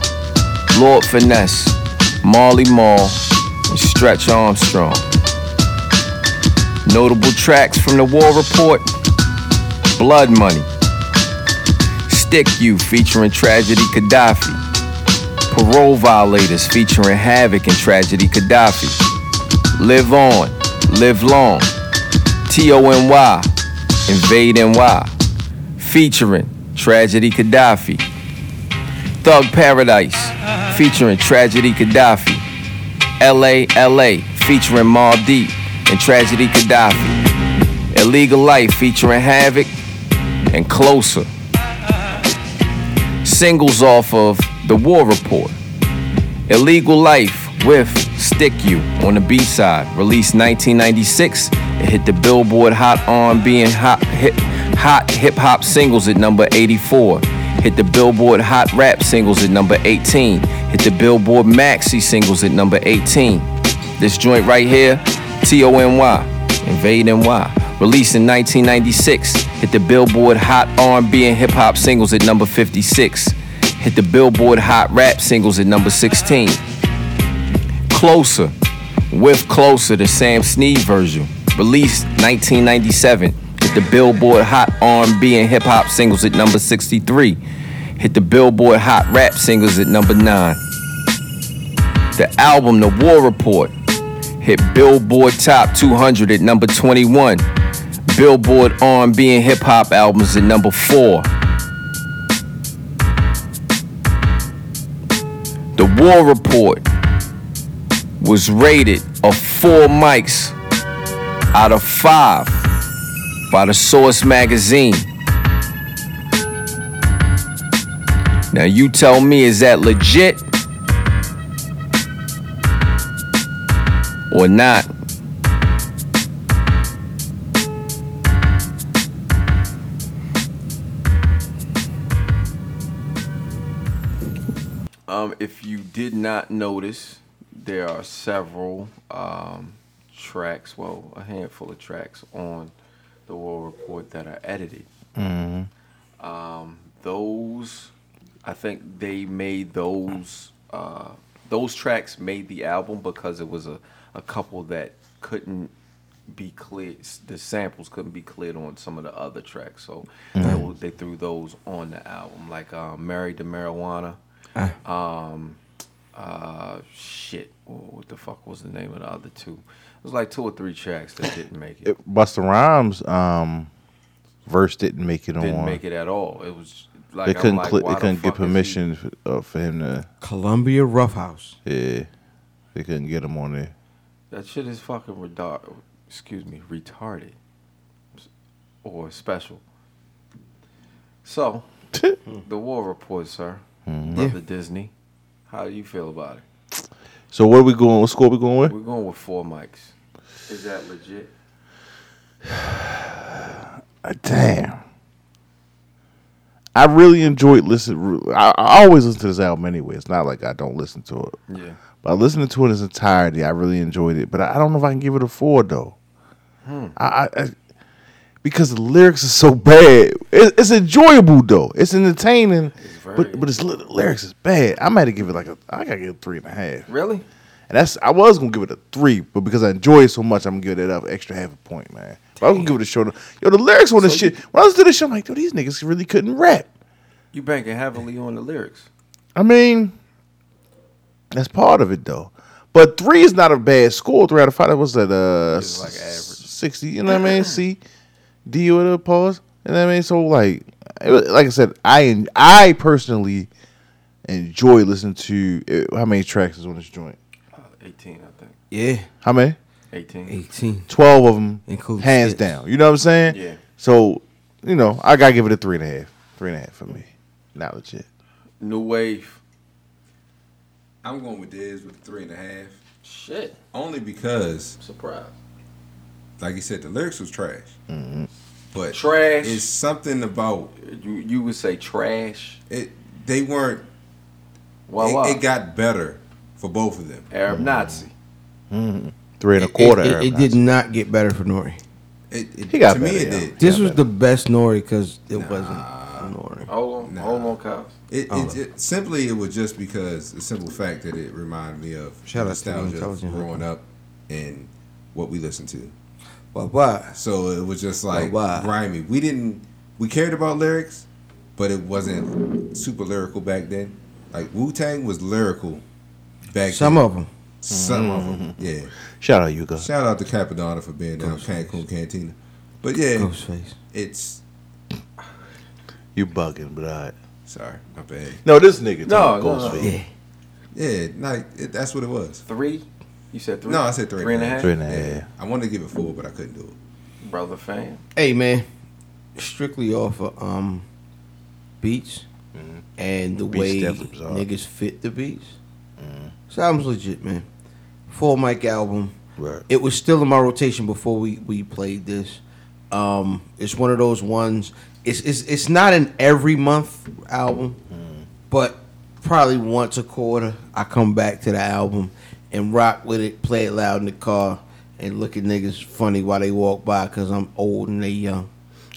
Speaker 3: Lord Finesse. Marley Mall. And Stretch Armstrong. Notable tracks from the War Report Blood Money. Stick You featuring Tragedy Gaddafi. Parole Violators featuring Havoc and Tragedy Gaddafi. Live On, Live Long, TONY, Invade NY, featuring Tragedy Gaddafi. Thug Paradise featuring Tragedy Gaddafi. LA LA featuring Mobb Deep and Tragedy Gaddafi. Illegal Life featuring Havoc and Closer singles off of The War Report. Illegal Life with Stick You on the B side, released 1996. It hit the Billboard Hot R&B and Hot Hip Hot Hip Hop Singles at number 84. Hit the Billboard Hot Rap Singles at number 18. Hit the Billboard Maxi Singles at number 18. This joint right here, T-O-N-Y, Invade NY, released in 1996. Hit the Billboard Hot R&B and Hip Hop Singles at number 56. Hit the Billboard Hot Rap Singles at number 16. Closer with Closer, the Sam Snead version, released 1997. Hit the Billboard Hot R&B and Hip Hop Singles at number 63. Hit the Billboard Hot Rap Singles at number 9. The album The War Report hit Billboard Top 200 at number 21. Billboard R&B and Hip Hop albums at number 4. The War Report was rated a four mics out of five by the Source magazine. Now you tell me, is that legit or not? Um, if you did not notice, there are several um, tracks, well, a handful of tracks on the War Report that are edited. Um, those, I think they made those, uh, those tracks made the album because it was a, a couple that couldn't be cleared, the samples couldn't be cleared on some of the other tracks. So
Speaker 2: Mm-hmm.
Speaker 3: they, wa- they threw those on the album, like uh, Married to Marijuana
Speaker 2: Ah.
Speaker 3: Um, uh shit wh- what the fuck was the name of the other two it was like two or three tracks that didn't make it
Speaker 2: Buster Rhymes um, verse didn't make it on.
Speaker 3: didn't make it at all it was like
Speaker 2: They
Speaker 3: I'm
Speaker 2: couldn't
Speaker 3: like,
Speaker 2: click.
Speaker 3: why
Speaker 2: They
Speaker 3: the
Speaker 2: couldn't get
Speaker 3: fuck is he-
Speaker 2: permission f- uh, for him to.
Speaker 6: Columbia Roughhouse.
Speaker 2: Yeah, they couldn't get him on there.
Speaker 3: that shit is fucking retarded excuse me
Speaker 1: <laughs>
Speaker 3: retarded or special so The war report, sir.
Speaker 1: Mm-hmm.
Speaker 3: Brother Disney. How do you feel about it?
Speaker 2: So what are we going? What score we going with?
Speaker 3: We're going with four mics. Is that legit?
Speaker 2: Uh, damn. I really enjoyed listen. I, I always listen to this album anyway. It's not like I don't listen to it.
Speaker 3: Yeah.
Speaker 2: But listening to it in its entirety, I really enjoyed it. But I I don't know if I can give it a four though. I, I, I because the lyrics are so bad. It, it's enjoyable though. It's entertaining,
Speaker 3: very-
Speaker 2: but but it's, the lyrics is bad. I might have give it like a. I gotta give it three and a half.
Speaker 3: Really?
Speaker 2: And that's I was gonna give it a three, but because I enjoy it so much, I'm gonna give it an extra half a point, man. But I'm gonna give it a short. Yo, the lyrics on this shit. When I listen to this shit, I'm like, yo, these niggas really couldn't rap.
Speaker 3: You banking heavily on the lyrics.
Speaker 2: I mean, that's part of it though. But three is not a bad score. Three out of five. That was that uh
Speaker 3: was like average.
Speaker 2: sixty. You know what I mean? C D with a pause. You know what I mean? So like, it was, like I said, I en- I personally enjoy listening to uh, how many tracks is on this joint.
Speaker 3: Uh, Eighteen, I think.
Speaker 6: Yeah,
Speaker 2: How many?
Speaker 3: Eighteen.
Speaker 6: 18.
Speaker 2: 12 of them
Speaker 6: Includes
Speaker 2: hands
Speaker 6: six.
Speaker 2: down. You know what I'm saying?
Speaker 3: Yeah.
Speaker 2: So, you know, I gotta give it a three and a half. Three and a half for me. Not legit.
Speaker 3: New wave.
Speaker 1: I'm going with Diz with three and a half.
Speaker 3: Shit.
Speaker 1: Only because,
Speaker 3: Surprise.
Speaker 1: like you said, the lyrics was trash.
Speaker 6: Mm-hmm.
Speaker 1: But
Speaker 3: Trash.
Speaker 1: It's something about
Speaker 3: You you would say trash.
Speaker 1: it. They weren't.
Speaker 3: Wow
Speaker 1: it,
Speaker 3: wow.
Speaker 1: it got better for both of them.
Speaker 3: Arab Nazi.
Speaker 2: Three and a
Speaker 6: It-
Speaker 2: quarter.
Speaker 6: It, it,
Speaker 2: Aaron
Speaker 6: it
Speaker 2: Rodgers.
Speaker 6: did not get better for Nori.
Speaker 1: It, it
Speaker 2: He got
Speaker 1: to me
Speaker 2: better,
Speaker 1: it
Speaker 2: yeah.
Speaker 1: did.
Speaker 6: This was the best Nori because it wasn't Nori.
Speaker 3: Hold on, hold on, cops.
Speaker 1: It,
Speaker 6: Oh.
Speaker 1: it, it simply it was just because the simple fact that it reminded me of
Speaker 6: Shout out to the
Speaker 1: nostalgia of
Speaker 6: intelligent
Speaker 1: growing up and what we listened to.
Speaker 6: Well, why?
Speaker 1: So it was just like
Speaker 6: why?
Speaker 1: grimy. We didn't we cared about lyrics, but it wasn't super lyrical back then. Like Wu Tang was lyrical back
Speaker 6: Some
Speaker 1: then.
Speaker 6: of Mm-hmm. them.
Speaker 1: some of them. Yeah.
Speaker 2: Shout out, Yuga.
Speaker 1: Shout out to Capadonna for being down Cancun Cantina. But yeah,
Speaker 6: Ghostface.
Speaker 1: it's
Speaker 2: You bugging, but I.
Speaker 1: sorry, my bad.
Speaker 2: No, this nigga.
Speaker 3: No,
Speaker 2: No,
Speaker 3: no, no.
Speaker 2: Ghostface.
Speaker 6: Yeah.
Speaker 1: Yeah, like it, that's what it was.
Speaker 3: Three? You said three?
Speaker 1: No, I said three.
Speaker 3: Three and a half?
Speaker 2: Three and a half.
Speaker 1: Yeah. I wanted to give it four, but I couldn't do it.
Speaker 3: Brother fan.
Speaker 6: Hey man, strictly off of um beats Mm-hmm. and the
Speaker 2: Beats
Speaker 6: way
Speaker 2: definitely bizarre.
Speaker 6: niggas fit the beats. This album's legit, man. Full mic album.
Speaker 2: Right.
Speaker 6: It was still in my rotation before we we played this. Um, it's one of those ones. It's it's it's not an every month album, but probably once a quarter I come back to the album and rock with it, play it loud in the car, and look at niggas funny while they walk by because I'm old and they young.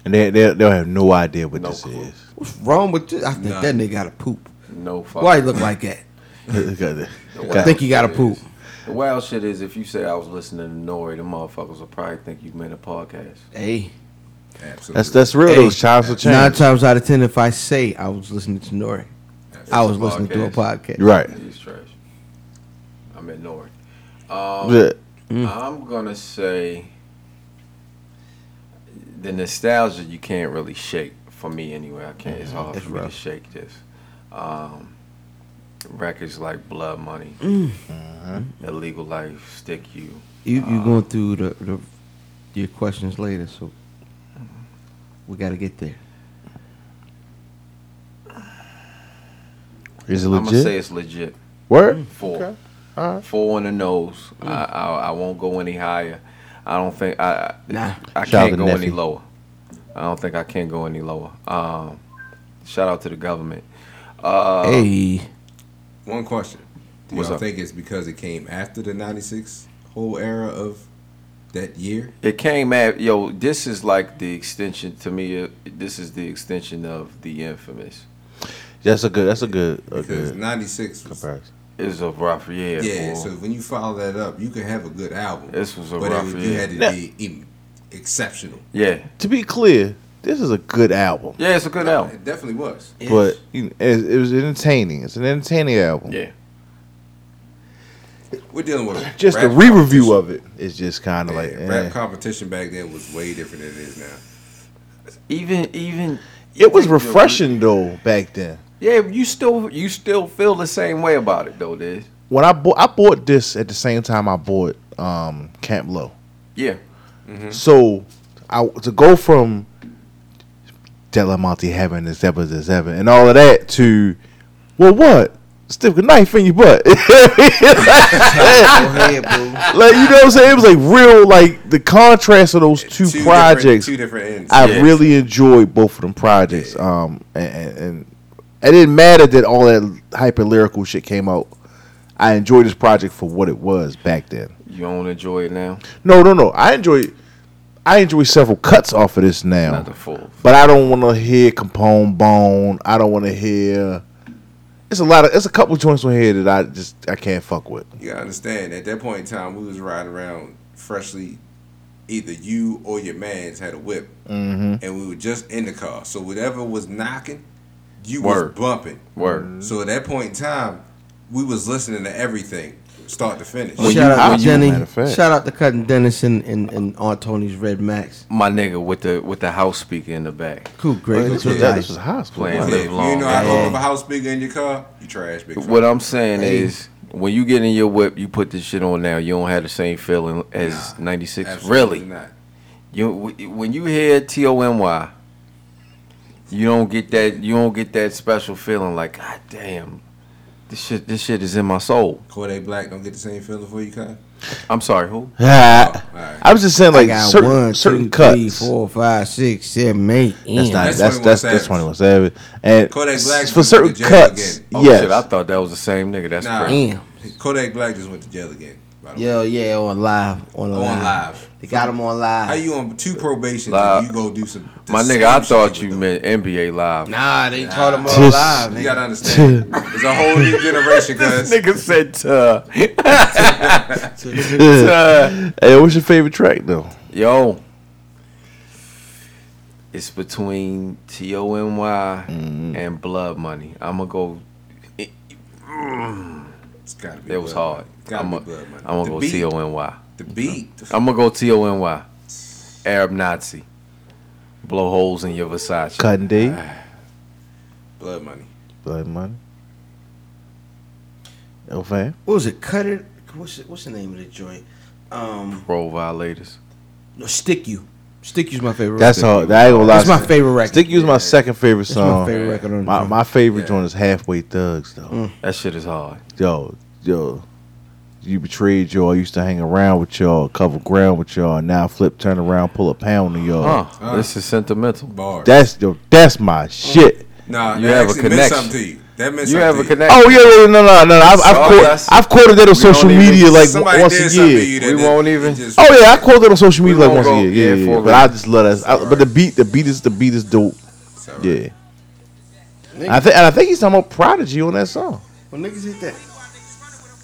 Speaker 2: And they, they, they'll have no idea what
Speaker 3: No
Speaker 2: this
Speaker 3: clue.
Speaker 2: is. <laughs>
Speaker 6: What's wrong with this? I think
Speaker 1: Nah.
Speaker 6: that nigga got to poop.
Speaker 3: No fuck.
Speaker 6: Why he look like that?
Speaker 2: Got-
Speaker 6: I
Speaker 2: got-
Speaker 6: think he got to poop.
Speaker 3: The wild shit is if you say I was listening to Nori, the motherfuckers will probably think you made a podcast.
Speaker 6: Hey,
Speaker 1: Absolutely.
Speaker 2: that's that's real.
Speaker 6: Hey,
Speaker 2: Those chimes will change.
Speaker 6: nine times out of ten, if I say I was listening to Nori, I was
Speaker 3: a
Speaker 6: listening to a podcast.
Speaker 2: right.
Speaker 3: He's trash. I'm at Nori.
Speaker 2: Yeah.
Speaker 6: Mm.
Speaker 3: I'm gonna say the nostalgia you can't really shake for me anyway. I can't. It's hard
Speaker 6: Mm-hmm. It's
Speaker 3: for me
Speaker 6: rough.
Speaker 3: to shake this. Um, records like Blood Money,
Speaker 6: Mm.
Speaker 3: Illegal Life, Stick You.
Speaker 6: You you going through the, the your questions later, so we got to get there.
Speaker 2: Is it
Speaker 3: I'm gonna
Speaker 2: legit?
Speaker 3: say it's legit.
Speaker 6: Mm.
Speaker 2: Word.
Speaker 3: Four.
Speaker 2: Alright.
Speaker 3: Four on the nose. I, I I won't go any higher. I don't think I I-
Speaker 6: Nah.
Speaker 3: I
Speaker 2: Shout out to
Speaker 3: can't go any
Speaker 2: Neffy.
Speaker 3: lower. I don't think I can go any lower. Um, shout out to the government. Uh,
Speaker 6: hey,
Speaker 1: One question. Do
Speaker 3: What's
Speaker 1: y'all
Speaker 3: up?
Speaker 1: think it's because it came after the 96 whole era of that year?
Speaker 3: It came at yo. This is like the extension to me. uh, This is the extension of the infamous.
Speaker 2: That's a good. That's a good.
Speaker 3: Oh,
Speaker 2: A
Speaker 1: Because
Speaker 2: good
Speaker 1: 96 was.
Speaker 2: comparison.
Speaker 3: It's a rough year.
Speaker 1: Yeah,
Speaker 3: boy.
Speaker 1: so when you follow that up, you could have a good album.
Speaker 3: This was a
Speaker 1: but
Speaker 3: rough
Speaker 1: it,
Speaker 3: year.
Speaker 1: you had to
Speaker 2: Yeah.
Speaker 1: be em- exceptional.
Speaker 3: yeah,
Speaker 2: To be clear, this is a good album.
Speaker 3: yeah. It's a good album.
Speaker 1: It definitely was.
Speaker 2: but you know, it, it was entertaining. It's an entertaining album.
Speaker 3: Yeah,
Speaker 1: We're dealing with a
Speaker 2: Just
Speaker 1: rap
Speaker 2: the re-review of it is just kind of like
Speaker 1: competition. Yeah,
Speaker 2: eh.
Speaker 1: rap competition back then was way different than it is now.
Speaker 3: even even.
Speaker 2: it was refreshing though back then.
Speaker 3: Yeah, you still you still feel the same way about it though, Diz.
Speaker 2: When I bought I bought this at the same time I bought um, Camp Low.
Speaker 1: Mm-hmm.
Speaker 3: Yeah,
Speaker 2: So I to go from Delamonte having as ever as ever, and all of that to, well, what? Stick a knife in your butt. <laughs>
Speaker 1: Go ahead, boo.
Speaker 2: like you know what I'm saying? It was like real, like the contrast of those two,
Speaker 1: different-
Speaker 2: projects.
Speaker 1: two different ends.
Speaker 2: I
Speaker 3: Yes.
Speaker 2: really enjoyed both of them projects. Um, and, and, and it didn't matter that all that hyper lyrical shit came out. I enjoyed this project for what it was back then.
Speaker 3: You don't enjoy it now?
Speaker 2: No, no, no. I enjoy, I enjoy several cuts off of this now.
Speaker 3: Not the full.
Speaker 2: But I don't want to hear Capone Bone. I don't want to hear. It's a lot of. It's a couple joints on here that I just I can't fuck with.
Speaker 1: You gotta understand, at that point in time, we was riding around freshly. Either you or your man's had a whip, and we were just in the car. So whatever was knocking, you
Speaker 3: Word.
Speaker 1: was bumping.
Speaker 3: Word.
Speaker 1: So at that point in time, we was listening to everything, start to finish.
Speaker 6: Shout out
Speaker 2: when
Speaker 6: to
Speaker 2: you-
Speaker 6: Jenny.
Speaker 2: matter of fact.
Speaker 6: Shout out to Cutting Dennis and, and, and Aunt Tony's Red Max.
Speaker 3: My nigga with the with the house speaker in the back.
Speaker 6: Cool, great.
Speaker 2: This
Speaker 1: what
Speaker 2: was,
Speaker 1: that-
Speaker 2: this was high school.
Speaker 3: Playing
Speaker 1: Yeah,
Speaker 3: live
Speaker 1: if you
Speaker 3: long,
Speaker 1: know how to
Speaker 6: man.
Speaker 1: open up a house speaker in your car, you trash big.
Speaker 3: What
Speaker 1: fella.
Speaker 3: I'm saying
Speaker 6: Hey.
Speaker 3: is, when you get in your whip, you put this shit on now. You don't have the same feeling as '96.
Speaker 1: Absolutely
Speaker 3: Really,
Speaker 1: not.
Speaker 3: you when you hear T O N Y, you don't get that. You don't get that special feeling like, God damn, this shit. This shit is in my soul.
Speaker 1: Corday Black don't get the same feeling for you, Con.
Speaker 3: I'm sorry, who?
Speaker 2: Ah,
Speaker 1: Alright.
Speaker 2: <laughs> I was just saying
Speaker 6: I
Speaker 2: like
Speaker 6: got
Speaker 2: certain,
Speaker 6: one,
Speaker 2: certain
Speaker 6: two,
Speaker 2: cuts.
Speaker 6: three, four, five, six, seven, eight.
Speaker 2: That's
Speaker 6: in.
Speaker 2: not
Speaker 1: That's 21
Speaker 2: that's that's that's
Speaker 1: Savage.
Speaker 2: twenty one seven and
Speaker 1: Kodak
Speaker 2: s-
Speaker 1: Black
Speaker 2: for
Speaker 1: went
Speaker 2: certain
Speaker 1: to jail
Speaker 2: cuts.
Speaker 1: again.
Speaker 3: Oh shit, I
Speaker 2: yes,
Speaker 3: thought that was the same nigga. That's
Speaker 1: Nah.
Speaker 3: crazy.
Speaker 6: Damn.
Speaker 1: Kodak Black just went to jail again. By the way.
Speaker 6: Yo, yeah, on live, on,
Speaker 1: On
Speaker 6: live.
Speaker 1: live.
Speaker 6: They got him on live.
Speaker 1: How you on two probations?
Speaker 3: Live.
Speaker 1: And you go do some. the
Speaker 3: My
Speaker 1: same
Speaker 3: nigga, I
Speaker 1: shit
Speaker 3: thought
Speaker 1: you
Speaker 3: you
Speaker 1: was
Speaker 3: meant NBA Live.
Speaker 6: nah, they caught him on
Speaker 2: Just-
Speaker 6: live,
Speaker 1: doing. You
Speaker 6: nigga.
Speaker 1: gotta understand. It's a whole new generation, cuz.
Speaker 3: Nigga said, uh,
Speaker 1: <laughs>
Speaker 2: <laughs> hey, what's your favorite track though?
Speaker 3: Yo, it's between T O N Y and Blood Money. I'm gonna go.
Speaker 1: It's gotta be
Speaker 3: That was
Speaker 1: Blood
Speaker 3: hard.
Speaker 1: Money. Gotta
Speaker 3: I'm
Speaker 1: be
Speaker 3: gonna
Speaker 1: Blood Money.
Speaker 3: I'm gonna
Speaker 1: The
Speaker 3: go
Speaker 1: beat-
Speaker 3: T O N Y.
Speaker 1: The beat.
Speaker 3: I'm gonna go T O N Y. Arab Nazi. Blow holes in your Versace.
Speaker 2: Cutting D,
Speaker 1: Blood Money.
Speaker 2: Blood Money. Oh fam,
Speaker 6: What was it? Cut it. What's it, what's the name of the joint? Um,
Speaker 3: Pro violators.
Speaker 6: no, stick you. Stick you's my favorite.
Speaker 2: that's
Speaker 6: record.
Speaker 2: all. I ain't gonna lie.
Speaker 6: That's my favorite record.
Speaker 2: Stick You's my second favorite
Speaker 6: That's my
Speaker 2: song.
Speaker 6: favorite record. On Mm.
Speaker 2: My,
Speaker 6: my,
Speaker 2: my favorite joint is Halfway Thugs though.
Speaker 3: That shit is hard.
Speaker 2: Yo, yo, you betrayed y'all. I used to hang around with y'all, cover ground with y'all. and Now I flip, turn around, pull a pound on y'all.
Speaker 3: Huh. This is sentimental.
Speaker 1: Bars.
Speaker 2: That's yo, that's
Speaker 6: Mm.
Speaker 2: my shit.
Speaker 1: nah,
Speaker 3: You
Speaker 1: that
Speaker 3: have a
Speaker 1: actually meant
Speaker 3: connection.
Speaker 1: something to you. That meant
Speaker 3: You
Speaker 1: something
Speaker 3: have a
Speaker 1: to you.
Speaker 3: connection.
Speaker 2: Oh yeah, yeah, no, no, no. no. I've, I've,
Speaker 3: Sorry,
Speaker 2: quoted,
Speaker 3: that's-
Speaker 2: I've quoted that on
Speaker 3: we don't
Speaker 2: social
Speaker 3: even-
Speaker 2: media like w-
Speaker 1: Somebody
Speaker 2: once
Speaker 1: did
Speaker 2: a
Speaker 1: something to
Speaker 2: year.
Speaker 1: you
Speaker 3: We
Speaker 1: that
Speaker 3: won't
Speaker 1: didn't-
Speaker 3: even-
Speaker 1: it just-
Speaker 2: Oh yeah, I quoted that on social media
Speaker 3: We
Speaker 2: like once
Speaker 3: won't
Speaker 2: a
Speaker 3: go-
Speaker 2: year. Yeah,
Speaker 3: yeah,
Speaker 2: yeah,
Speaker 3: for
Speaker 2: yeah.
Speaker 3: a
Speaker 2: But I just love us. I, but the beat, the beat is the beat is dope.
Speaker 1: It's all right.
Speaker 2: Yeah. I think and I think he's talking about Prodigy on that song.
Speaker 6: when niggas hit that,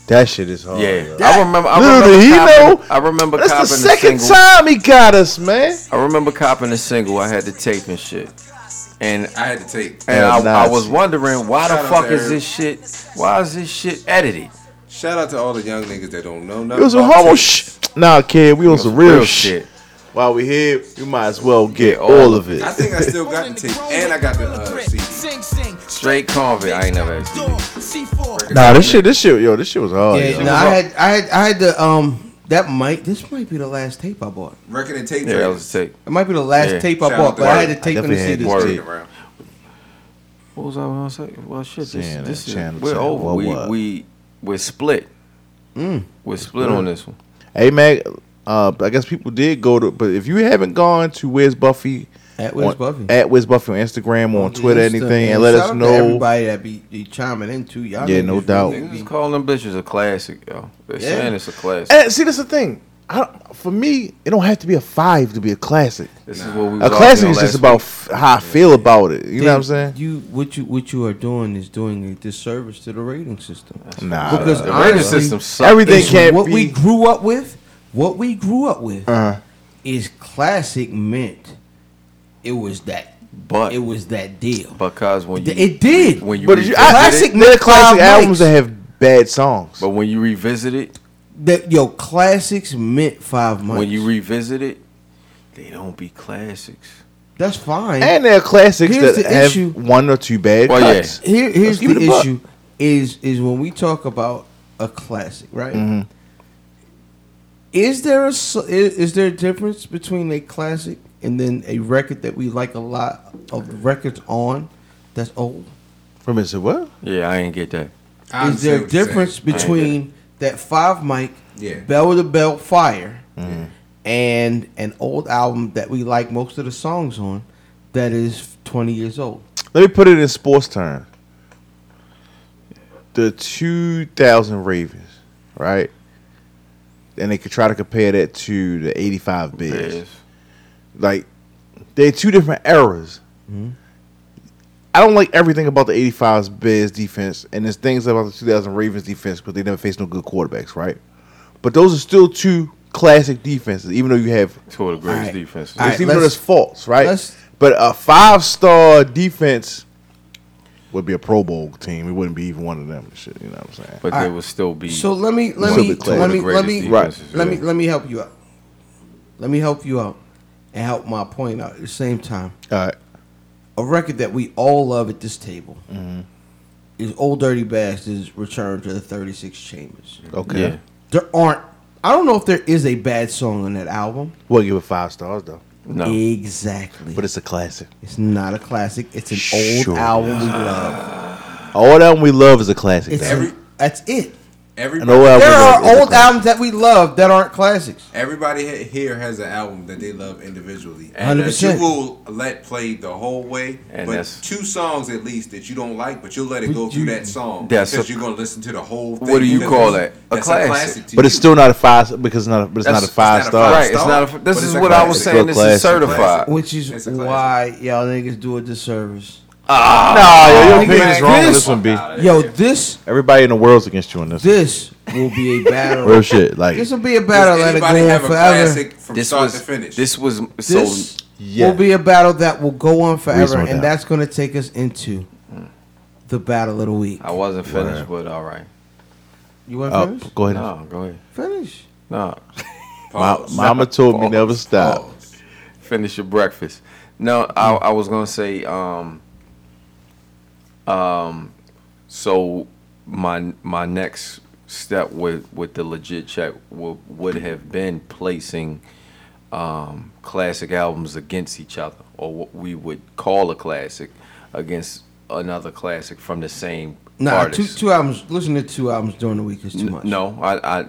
Speaker 2: That shit is hard.
Speaker 3: Yeah,
Speaker 2: yo.
Speaker 3: I remember. I
Speaker 2: Little
Speaker 3: remember.
Speaker 2: did he
Speaker 3: copping-
Speaker 2: know.
Speaker 3: I remember
Speaker 2: That's the
Speaker 3: copping
Speaker 2: second
Speaker 3: single.
Speaker 2: time he got us, man.
Speaker 3: I remember copping a single. I had the tape and shit, and
Speaker 1: I had to take.
Speaker 3: and
Speaker 2: Yeah,
Speaker 3: I, I
Speaker 2: Nazi.
Speaker 3: was wondering why
Speaker 1: Shout
Speaker 3: the
Speaker 1: out
Speaker 3: fuck
Speaker 1: to
Speaker 3: is
Speaker 1: Eric.
Speaker 3: this shit? Why is this shit edited?
Speaker 1: Shout out to all the young niggas that don't know
Speaker 2: It
Speaker 1: nothing.
Speaker 2: was a
Speaker 1: about
Speaker 2: homo
Speaker 1: tape.
Speaker 2: shh. Nah, kid, we on some real, shit.
Speaker 3: shit.
Speaker 2: While we here, we might as well get all of it.
Speaker 1: I think I still got the tape, and I got the uh, CD.
Speaker 3: Straight convict. I ain't never had CD.
Speaker 7: C4.
Speaker 2: Nah, this shit, this shit, yo, this shit was hard.
Speaker 6: yeah,
Speaker 2: yo.
Speaker 6: no, I had, I had, I had the um. That might, this might be the last tape I bought.
Speaker 1: Record and tape.
Speaker 3: Yeah,
Speaker 1: trade.
Speaker 3: that was the tape.
Speaker 6: It might be the last
Speaker 3: Yeah.
Speaker 6: tape I
Speaker 1: Shout out
Speaker 6: bought,
Speaker 1: to
Speaker 6: but I
Speaker 1: Word.
Speaker 6: had to
Speaker 1: I
Speaker 6: take on the
Speaker 2: definitely had
Speaker 6: CD.
Speaker 2: this
Speaker 3: Word.
Speaker 1: Turn it around.
Speaker 3: What was I gonna say? Well, shit. This,
Speaker 2: Saying
Speaker 3: this
Speaker 2: that
Speaker 3: is,
Speaker 2: channel,
Speaker 3: we're
Speaker 2: channel,
Speaker 3: over.
Speaker 2: what,
Speaker 3: we
Speaker 2: what? Mm.
Speaker 3: we we're split. We're split on this one.
Speaker 2: Hey, Mac, uh, I guess people did go to, but if you haven't gone to Where's Buffy,
Speaker 6: At Where's
Speaker 2: on-
Speaker 6: Buffy.
Speaker 2: at Where's Buffy on Instagram, on,
Speaker 6: Yeah,
Speaker 2: Twitter,
Speaker 6: Insta,
Speaker 2: anything,
Speaker 6: man.
Speaker 2: and let
Speaker 6: Shout
Speaker 2: us
Speaker 6: out to
Speaker 2: know.
Speaker 6: Everybody that be, be chiming in too, y'all.
Speaker 2: Yeah,
Speaker 6: niggas
Speaker 2: no
Speaker 6: really
Speaker 2: doubt.
Speaker 6: be-
Speaker 3: Niggas calling them bitches a classic, yo. They're
Speaker 6: Yeah.
Speaker 3: saying it's a classic.
Speaker 2: And see, that's the thing. I, don't- for me, it don't have to be a five to be a classic.
Speaker 3: this is what we.
Speaker 2: A classic is just about f- how I feel about it. You know what I'm saying?
Speaker 6: Then You what you what you are doing is doing a disservice to the rating system.
Speaker 2: Nah,
Speaker 6: Because
Speaker 3: The rating
Speaker 6: honestly,
Speaker 3: system sucks.
Speaker 2: everything
Speaker 6: It's
Speaker 2: can't
Speaker 6: what
Speaker 2: be. Uh-huh.
Speaker 6: we grew up with. What we grew up with is classic meant it was that
Speaker 3: but
Speaker 6: it was that deal.
Speaker 3: because when you
Speaker 6: It did.
Speaker 3: when you
Speaker 2: but you, I,
Speaker 6: Classic
Speaker 2: classic, there are
Speaker 6: with
Speaker 2: classic
Speaker 6: Clive
Speaker 2: albums
Speaker 6: Mikes.
Speaker 2: that have bad songs.
Speaker 3: but when you revisit it,
Speaker 6: That yo classics meant five months.
Speaker 3: when you revisit it, they don't be classics.
Speaker 6: that's fine.
Speaker 2: and there are classics
Speaker 6: Here's
Speaker 2: that
Speaker 6: the
Speaker 2: have
Speaker 6: issue.
Speaker 2: one or two bad
Speaker 3: Well, yeah.
Speaker 2: cuts.
Speaker 6: Here,
Speaker 2: Let's
Speaker 6: here's
Speaker 2: keep
Speaker 6: the
Speaker 2: it a buck.
Speaker 6: issue is is when we talk about a classic, right?
Speaker 2: Mm-hmm.
Speaker 6: Is there a s- i- is there a difference between a classic and then a record that we like a lot of records on that's old.
Speaker 2: From it, what?
Speaker 3: Yeah, I ain't get that.
Speaker 1: I
Speaker 6: is there a
Speaker 1: understand what you're
Speaker 6: difference
Speaker 1: saying.
Speaker 6: between that five mic,
Speaker 1: Yeah.
Speaker 6: bell to bell fire, and an old album that we like most of the songs on that is 20 years old?
Speaker 2: Let me put it in sports time. The 2000 Ravens, right? And they could try to compare that to the 85 Bears.
Speaker 3: Yes.
Speaker 2: Like, they're two different eras. I don't like everything about the 85 Bears defense, and there's things about the 2000 Ravens defense because they never faced no good quarterbacks, right? But those are still two classic defenses, even though you have
Speaker 3: Two of the greatest
Speaker 6: Alright.
Speaker 3: defenses.
Speaker 6: Alright.
Speaker 2: it's even though
Speaker 6: let's-
Speaker 2: it's false, right?
Speaker 6: let's-
Speaker 2: But a five star defense would be a Pro Bowl team. It wouldn't be even one of them. and Shit, you know what I'm saying?
Speaker 3: But they would still be.
Speaker 6: So let me let
Speaker 2: So
Speaker 6: me
Speaker 2: the class-
Speaker 6: let me let
Speaker 3: the
Speaker 6: me
Speaker 3: greatest defenses,
Speaker 6: let me
Speaker 3: yeah.
Speaker 6: let me help you out. Let me help you out and help my point out at the same time.
Speaker 2: All right.
Speaker 6: a record that we all love at this table is Old Dirty Bastard's Return to the 36 Chambers.
Speaker 2: Okay.
Speaker 3: yeah.
Speaker 6: There aren't, I don't know if there is a bad song on that album.
Speaker 2: We'll give it five stars though.
Speaker 3: No.
Speaker 6: Exactly.
Speaker 2: But it's a classic.
Speaker 6: it's not a classic. It's an old
Speaker 2: Sure.
Speaker 6: album we love.
Speaker 2: All that we love is a classic.
Speaker 6: It's
Speaker 2: though.
Speaker 1: Every-
Speaker 6: that's it.
Speaker 2: An
Speaker 1: Everybody,
Speaker 2: old album
Speaker 6: There
Speaker 2: we love
Speaker 6: are
Speaker 2: is a
Speaker 6: old
Speaker 2: classic.
Speaker 6: albums that we love that aren't classics.
Speaker 1: everybody he- here has an album that they love individually.
Speaker 3: And
Speaker 1: That
Speaker 3: that's-
Speaker 6: 100%.
Speaker 1: you will let play the whole way,
Speaker 3: And
Speaker 1: but
Speaker 3: that's-
Speaker 1: two songs at least that you don't like, but you'll let it go
Speaker 6: But
Speaker 1: through
Speaker 6: you-
Speaker 1: that song
Speaker 3: That's
Speaker 1: because
Speaker 3: a-
Speaker 1: you're gonna listen to the whole. thing.
Speaker 3: do you
Speaker 1: because
Speaker 3: call
Speaker 1: it's-
Speaker 3: that? A
Speaker 1: that's
Speaker 3: classic.
Speaker 1: to
Speaker 2: But it's
Speaker 1: you.
Speaker 2: still not a five because it's not a, but it's not
Speaker 3: That's-
Speaker 2: a
Speaker 3: it's
Speaker 1: not
Speaker 2: five
Speaker 1: a
Speaker 2: star.
Speaker 1: five-
Speaker 3: Right. It's not. A,
Speaker 1: But
Speaker 3: this
Speaker 1: it's
Speaker 3: is
Speaker 1: a
Speaker 3: what I was
Speaker 1: classic.
Speaker 3: saying. This
Speaker 2: Classic.
Speaker 3: is certified.
Speaker 6: Which is
Speaker 1: It's a classic.
Speaker 6: why y'all niggas do a disservice.
Speaker 2: Nah, yo, your
Speaker 6: Nigga,
Speaker 2: opinion's wrong on
Speaker 6: this-
Speaker 2: this one, B.
Speaker 1: Uh,
Speaker 6: Yo, this
Speaker 2: Everybody in the world's against you on this.
Speaker 6: this will
Speaker 2: <laughs>
Speaker 6: be a
Speaker 2: Real
Speaker 6: battle.
Speaker 2: shit. Like
Speaker 6: this will be a battle
Speaker 1: Does
Speaker 6: that'll
Speaker 1: anybody
Speaker 6: go on
Speaker 1: have a
Speaker 6: forever.
Speaker 1: classic from
Speaker 3: This
Speaker 1: start
Speaker 3: was.
Speaker 1: to finish?
Speaker 3: This was. So
Speaker 6: this
Speaker 2: Yeah.
Speaker 6: will be a battle that will go on forever,
Speaker 2: Reasonable
Speaker 6: and
Speaker 2: doubt.
Speaker 6: that's going to take us into the battle of the week.
Speaker 3: I wasn't finished, but all right.
Speaker 6: You want to
Speaker 2: Oh,
Speaker 6: finish?
Speaker 2: go ahead.
Speaker 3: No, go ahead.
Speaker 6: Finish.
Speaker 3: No,
Speaker 2: My,
Speaker 1: Pause.
Speaker 2: mama told me never stop.
Speaker 1: Pause.
Speaker 3: finish your breakfast. No, I,
Speaker 6: Hmm.
Speaker 3: I was gonna say, um, um, so my my next step with with the legit check would would have been placing um, classic albums against each other, or what we would call a classic against another classic from the same
Speaker 6: Nah, two,
Speaker 3: artist.
Speaker 6: two albums. Listen to two albums during the week is too
Speaker 3: N-
Speaker 6: much.
Speaker 3: No, I, I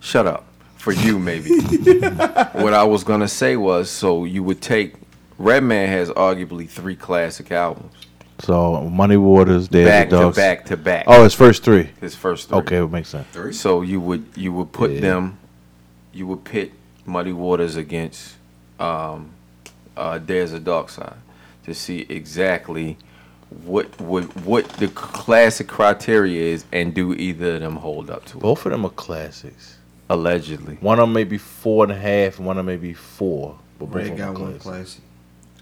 Speaker 3: shut up. For
Speaker 2: <laughs>
Speaker 3: you, maybe. what I was gonna say was, so you would take Redman has arguably three classic albums,
Speaker 2: So Money Waters, Day
Speaker 3: back
Speaker 2: of the
Speaker 3: to
Speaker 2: Dogs.
Speaker 3: back to back.
Speaker 2: Oh, it's first three.
Speaker 3: his first three.
Speaker 2: Okay, it makes sense.
Speaker 1: Three.
Speaker 3: So you would you would put
Speaker 2: Yeah.
Speaker 3: them, you would pit Muddy Waters against um, uh, There's a Dark Side to see exactly what would what the classic criteria is, and do either of them hold up to it?
Speaker 2: Both of them are classics.
Speaker 3: Allegedly,
Speaker 2: One of them may be four and a half, and one of them may be four. But both
Speaker 6: Ray
Speaker 2: of them
Speaker 6: got
Speaker 2: are
Speaker 6: one
Speaker 2: classics.
Speaker 6: classic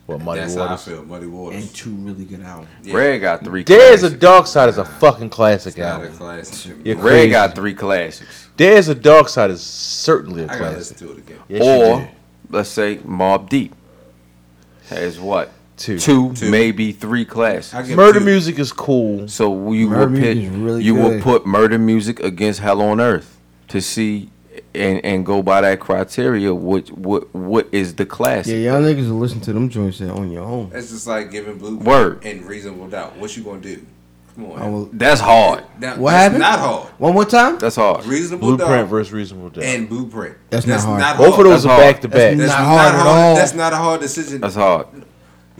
Speaker 2: Well, Muddy
Speaker 1: That's how I
Speaker 2: Waters.
Speaker 1: feel. Muddy
Speaker 6: and
Speaker 1: Waters.
Speaker 6: two really good albums.
Speaker 3: Red got three.
Speaker 2: There's a
Speaker 3: classics.
Speaker 2: Dark Side is a fucking classic
Speaker 1: Not a
Speaker 2: album.
Speaker 1: classic.
Speaker 2: Yeah,
Speaker 1: I
Speaker 3: Red got three classics.
Speaker 2: There's a Dark Side is certainly a
Speaker 1: gotta
Speaker 2: classic.
Speaker 1: listen to it again.
Speaker 2: Yes, you
Speaker 3: or
Speaker 2: did.
Speaker 3: let's say Mob Deep has what
Speaker 2: Two.
Speaker 1: Two.
Speaker 3: maybe three classics.
Speaker 1: I give
Speaker 2: Murder
Speaker 1: two.
Speaker 2: music is cool.
Speaker 3: So you
Speaker 6: Murder
Speaker 3: will pit,
Speaker 6: Music is really
Speaker 3: you will
Speaker 6: good.
Speaker 3: put murder music against hell on earth to see and and go by that criteria. What what what is the classic?
Speaker 6: Yeah, y'all niggas will listen to them joints that on your own.
Speaker 1: That's just like giving blue
Speaker 3: Word.
Speaker 1: and reasonable doubt. What you gonna do? Come on.
Speaker 6: I will,
Speaker 3: That's hard.
Speaker 1: That-
Speaker 6: what
Speaker 1: that's
Speaker 6: happened?
Speaker 1: Not hard.
Speaker 6: One more time.
Speaker 3: That's hard.
Speaker 1: Reasonable
Speaker 2: Blueprint
Speaker 1: doubt
Speaker 2: versus Reasonable Doubt.
Speaker 1: and blueprint.
Speaker 6: That's not hard.
Speaker 2: both of those
Speaker 3: That's
Speaker 2: are
Speaker 3: hard.
Speaker 2: back to back.
Speaker 6: That's
Speaker 1: That's
Speaker 6: not hard at all.
Speaker 1: That's not a hard decision.
Speaker 3: That's hard.
Speaker 6: One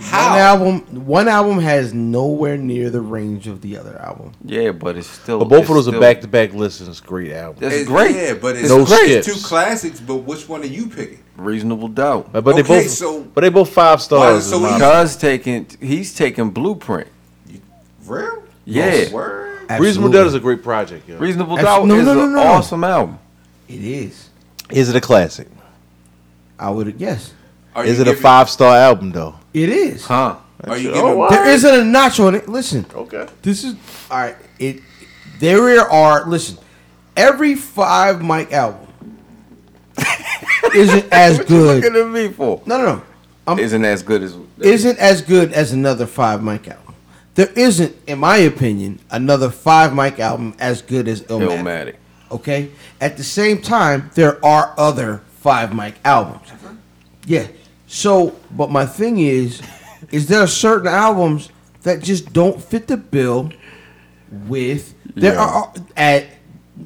Speaker 1: How?
Speaker 6: album. One album has nowhere near the range of the other album.
Speaker 3: Yeah, but it's still.
Speaker 2: But both of
Speaker 3: it's
Speaker 2: those are
Speaker 3: still-
Speaker 2: back to back listens. Great album.
Speaker 3: That's
Speaker 1: It's
Speaker 3: great.
Speaker 1: Yeah, but it's,
Speaker 2: No
Speaker 1: great. It's
Speaker 2: skips.
Speaker 1: two classics. But which one are you picking?
Speaker 3: Reasonable doubt.
Speaker 2: But, but they
Speaker 1: Okay,
Speaker 2: both,
Speaker 1: so-
Speaker 2: but they both five stars.
Speaker 1: so
Speaker 2: in
Speaker 1: we-
Speaker 2: my opinion.
Speaker 3: Cuz taking he's taking blueprint.
Speaker 1: Real? Oh,
Speaker 3: Yeah.
Speaker 1: Word?
Speaker 2: Reasonable Doubt is a great project. Yo.
Speaker 3: Reasonable
Speaker 6: Abs-
Speaker 3: doubt
Speaker 6: no,
Speaker 3: is
Speaker 6: no, no,
Speaker 3: an
Speaker 6: no.
Speaker 3: awesome album.
Speaker 6: It is.
Speaker 2: Is it a classic?
Speaker 6: I would yes.
Speaker 1: Are
Speaker 2: Is
Speaker 1: you
Speaker 2: it a
Speaker 1: giving-
Speaker 2: five star album though?
Speaker 6: It is.
Speaker 3: Huh.
Speaker 1: Are you
Speaker 2: Oh,
Speaker 1: giving?
Speaker 2: wow.
Speaker 6: There isn't a notch on it. Listen.
Speaker 2: Okay.
Speaker 6: This is all right. It there are listen. Every five mic <laughs> album isn't as good.
Speaker 3: Looking at me for.
Speaker 6: No, no, no. I'm,
Speaker 3: Isn't as good as
Speaker 6: isn't as good as another five mic album. There isn't, in my opinion, another five mic album as good as Illmatic.
Speaker 3: Illmatic.
Speaker 6: Okay. At the same time, there are other five mic albums. Yeah. So, but my
Speaker 3: <laughs>
Speaker 6: thing is, is there are certain albums that just don't fit the bill with there
Speaker 3: Yeah.
Speaker 6: are at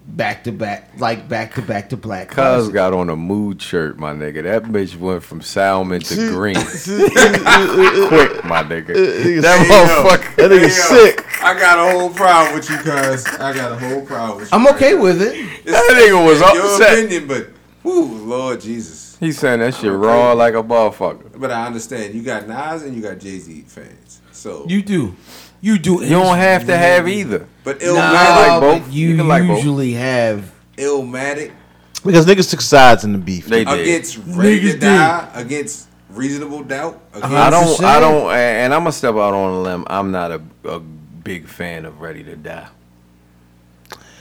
Speaker 6: back to back like back to back to black.
Speaker 3: Cuz got on a mood shirt, my nigga. That bitch went from salmon
Speaker 2: <laughs>
Speaker 3: to green. Quick, my nigga. That motherfucker.
Speaker 2: Oh, That nigga's sick.
Speaker 1: I got a whole problem with you, cuz. I got a whole problem with you.
Speaker 6: I'm okay with it.
Speaker 3: That nigga was
Speaker 1: your
Speaker 3: upset.
Speaker 1: opinion, but whoo, Lord Jesus.
Speaker 3: He saying that shit raw like a motherfucker.
Speaker 1: But I understand you got Nas and you got Jay Z fans. So
Speaker 6: You do, you do.
Speaker 3: You don't have to have either.
Speaker 1: but
Speaker 6: No,
Speaker 1: Illmatic,
Speaker 3: like both.
Speaker 6: but
Speaker 3: You
Speaker 6: you,
Speaker 3: can like both.
Speaker 6: usually have.
Speaker 1: Illmatic
Speaker 2: Because niggas took sides in the beef.
Speaker 3: They did.
Speaker 1: against Ready
Speaker 6: Niggas
Speaker 1: to Die, against Reasonable Doubt, against
Speaker 3: I don't. I
Speaker 6: 100%.
Speaker 3: don't. And I'm gonna step out on a limb. I'm not a, a big fan of Ready to Die.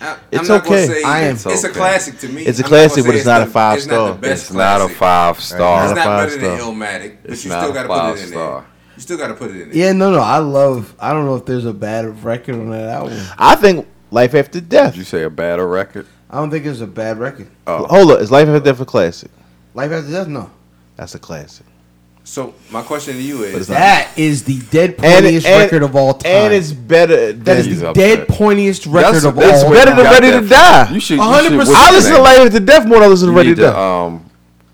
Speaker 1: I,
Speaker 2: It's
Speaker 1: I'm not
Speaker 2: okay.
Speaker 1: Gonna say
Speaker 6: I am.
Speaker 1: It's, it's a
Speaker 3: Okay.
Speaker 1: classic to me.
Speaker 2: It's a
Speaker 1: I'm not gonna
Speaker 2: classic,
Speaker 1: say
Speaker 2: but it's not
Speaker 1: the-
Speaker 2: a five
Speaker 1: it's not the
Speaker 2: star.
Speaker 1: best
Speaker 3: It's not a
Speaker 1: classic.
Speaker 3: five
Speaker 1: It's
Speaker 3: star.
Speaker 1: not
Speaker 2: Not a
Speaker 1: better than
Speaker 2: five-star.
Speaker 1: Illmatic, but
Speaker 3: It's
Speaker 1: you
Speaker 3: not
Speaker 1: still
Speaker 3: a
Speaker 1: got to put it in
Speaker 3: five-star.
Speaker 1: there. You still got to put it in there.
Speaker 6: Yeah, no, no. I love. I don't know if there's a bad record on that album.
Speaker 2: I think Life After Death.
Speaker 3: Did you say a battle record?
Speaker 6: I don't think it's a bad record.
Speaker 2: Hold up, is Life After Death a classic?
Speaker 6: Life After Death, no.
Speaker 2: That's a classic.
Speaker 1: So my question to you is:
Speaker 2: it's not-
Speaker 6: That is the dead pointiest record of all time.
Speaker 2: And it's better
Speaker 6: that
Speaker 2: than
Speaker 6: is
Speaker 3: He's
Speaker 6: the
Speaker 3: upset.
Speaker 6: dead pointiest record
Speaker 3: That's-
Speaker 6: of
Speaker 3: that's
Speaker 6: all
Speaker 3: what-
Speaker 2: better
Speaker 6: time.
Speaker 2: than
Speaker 3: Got
Speaker 2: Ready
Speaker 3: that
Speaker 2: to
Speaker 3: from-
Speaker 2: Die.
Speaker 3: You should. you
Speaker 6: 100%.
Speaker 3: should-
Speaker 2: I listen to Life After Death more than I listen to
Speaker 3: You
Speaker 2: Ready
Speaker 3: need
Speaker 2: to Die.
Speaker 3: to um,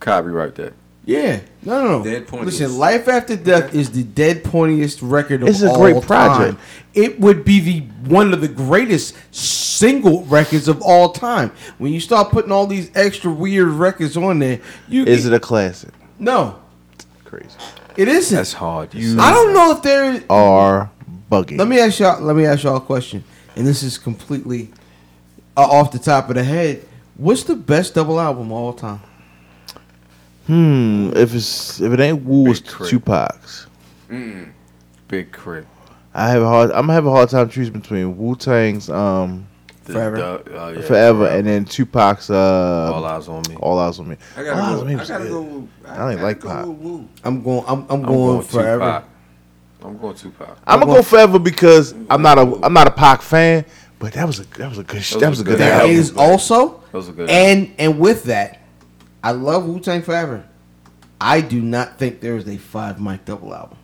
Speaker 3: copyright that.
Speaker 6: Yeah, no, no, no.
Speaker 1: Dead pointiest.
Speaker 6: Listen, Life After Death is the dead pointiest record of
Speaker 2: It's a
Speaker 6: all
Speaker 2: great
Speaker 6: time.
Speaker 2: project.
Speaker 6: It would be the one of the greatest single records of all time. When you start putting all these extra weird records on there, you
Speaker 3: uh,
Speaker 2: Is it a classic?
Speaker 6: no?
Speaker 2: Crazy.
Speaker 6: It isn't.
Speaker 3: That's hard. to say.
Speaker 6: I don't know if there is.
Speaker 2: Are buggy.
Speaker 6: Let me ask y'all. Let me ask y'all a question, and this is completely uh, off the top of the head. What's the best double album of all time?
Speaker 2: Hmm. If it's if it ain't Wu, it's
Speaker 3: Big trick.
Speaker 2: Tupac's.
Speaker 3: Big crit.
Speaker 2: I have a hard. I'm gonna have a hard time choosing between Wu Tang's um
Speaker 3: The-
Speaker 6: Forever.
Speaker 3: the- oh, yeah,
Speaker 2: Forever and then Tupac's uh
Speaker 3: All eyes on me.
Speaker 2: All Eyes on Me.
Speaker 1: I
Speaker 2: All Eyes
Speaker 1: gotta
Speaker 2: on
Speaker 1: go.
Speaker 2: Me
Speaker 1: I
Speaker 2: was
Speaker 1: gotta
Speaker 2: good.
Speaker 1: go.
Speaker 2: I don't even
Speaker 1: gotta
Speaker 2: like
Speaker 1: go
Speaker 2: pop.
Speaker 1: with Wu.
Speaker 6: I'm going. I'm, I'm,
Speaker 3: I'm
Speaker 6: going,
Speaker 3: going
Speaker 6: forever.
Speaker 3: Tupac. I'm going Tupac.
Speaker 2: I'm gonna go forever because I'm not a I'm not a Pac fan, but that was a that was a good sh-
Speaker 3: That
Speaker 2: that, was
Speaker 3: was a
Speaker 2: a good
Speaker 3: good
Speaker 6: That
Speaker 2: album.
Speaker 6: is also
Speaker 3: That was a good
Speaker 6: and and with that, I love Wu Tang Forever. I do not think there is a five mic double album,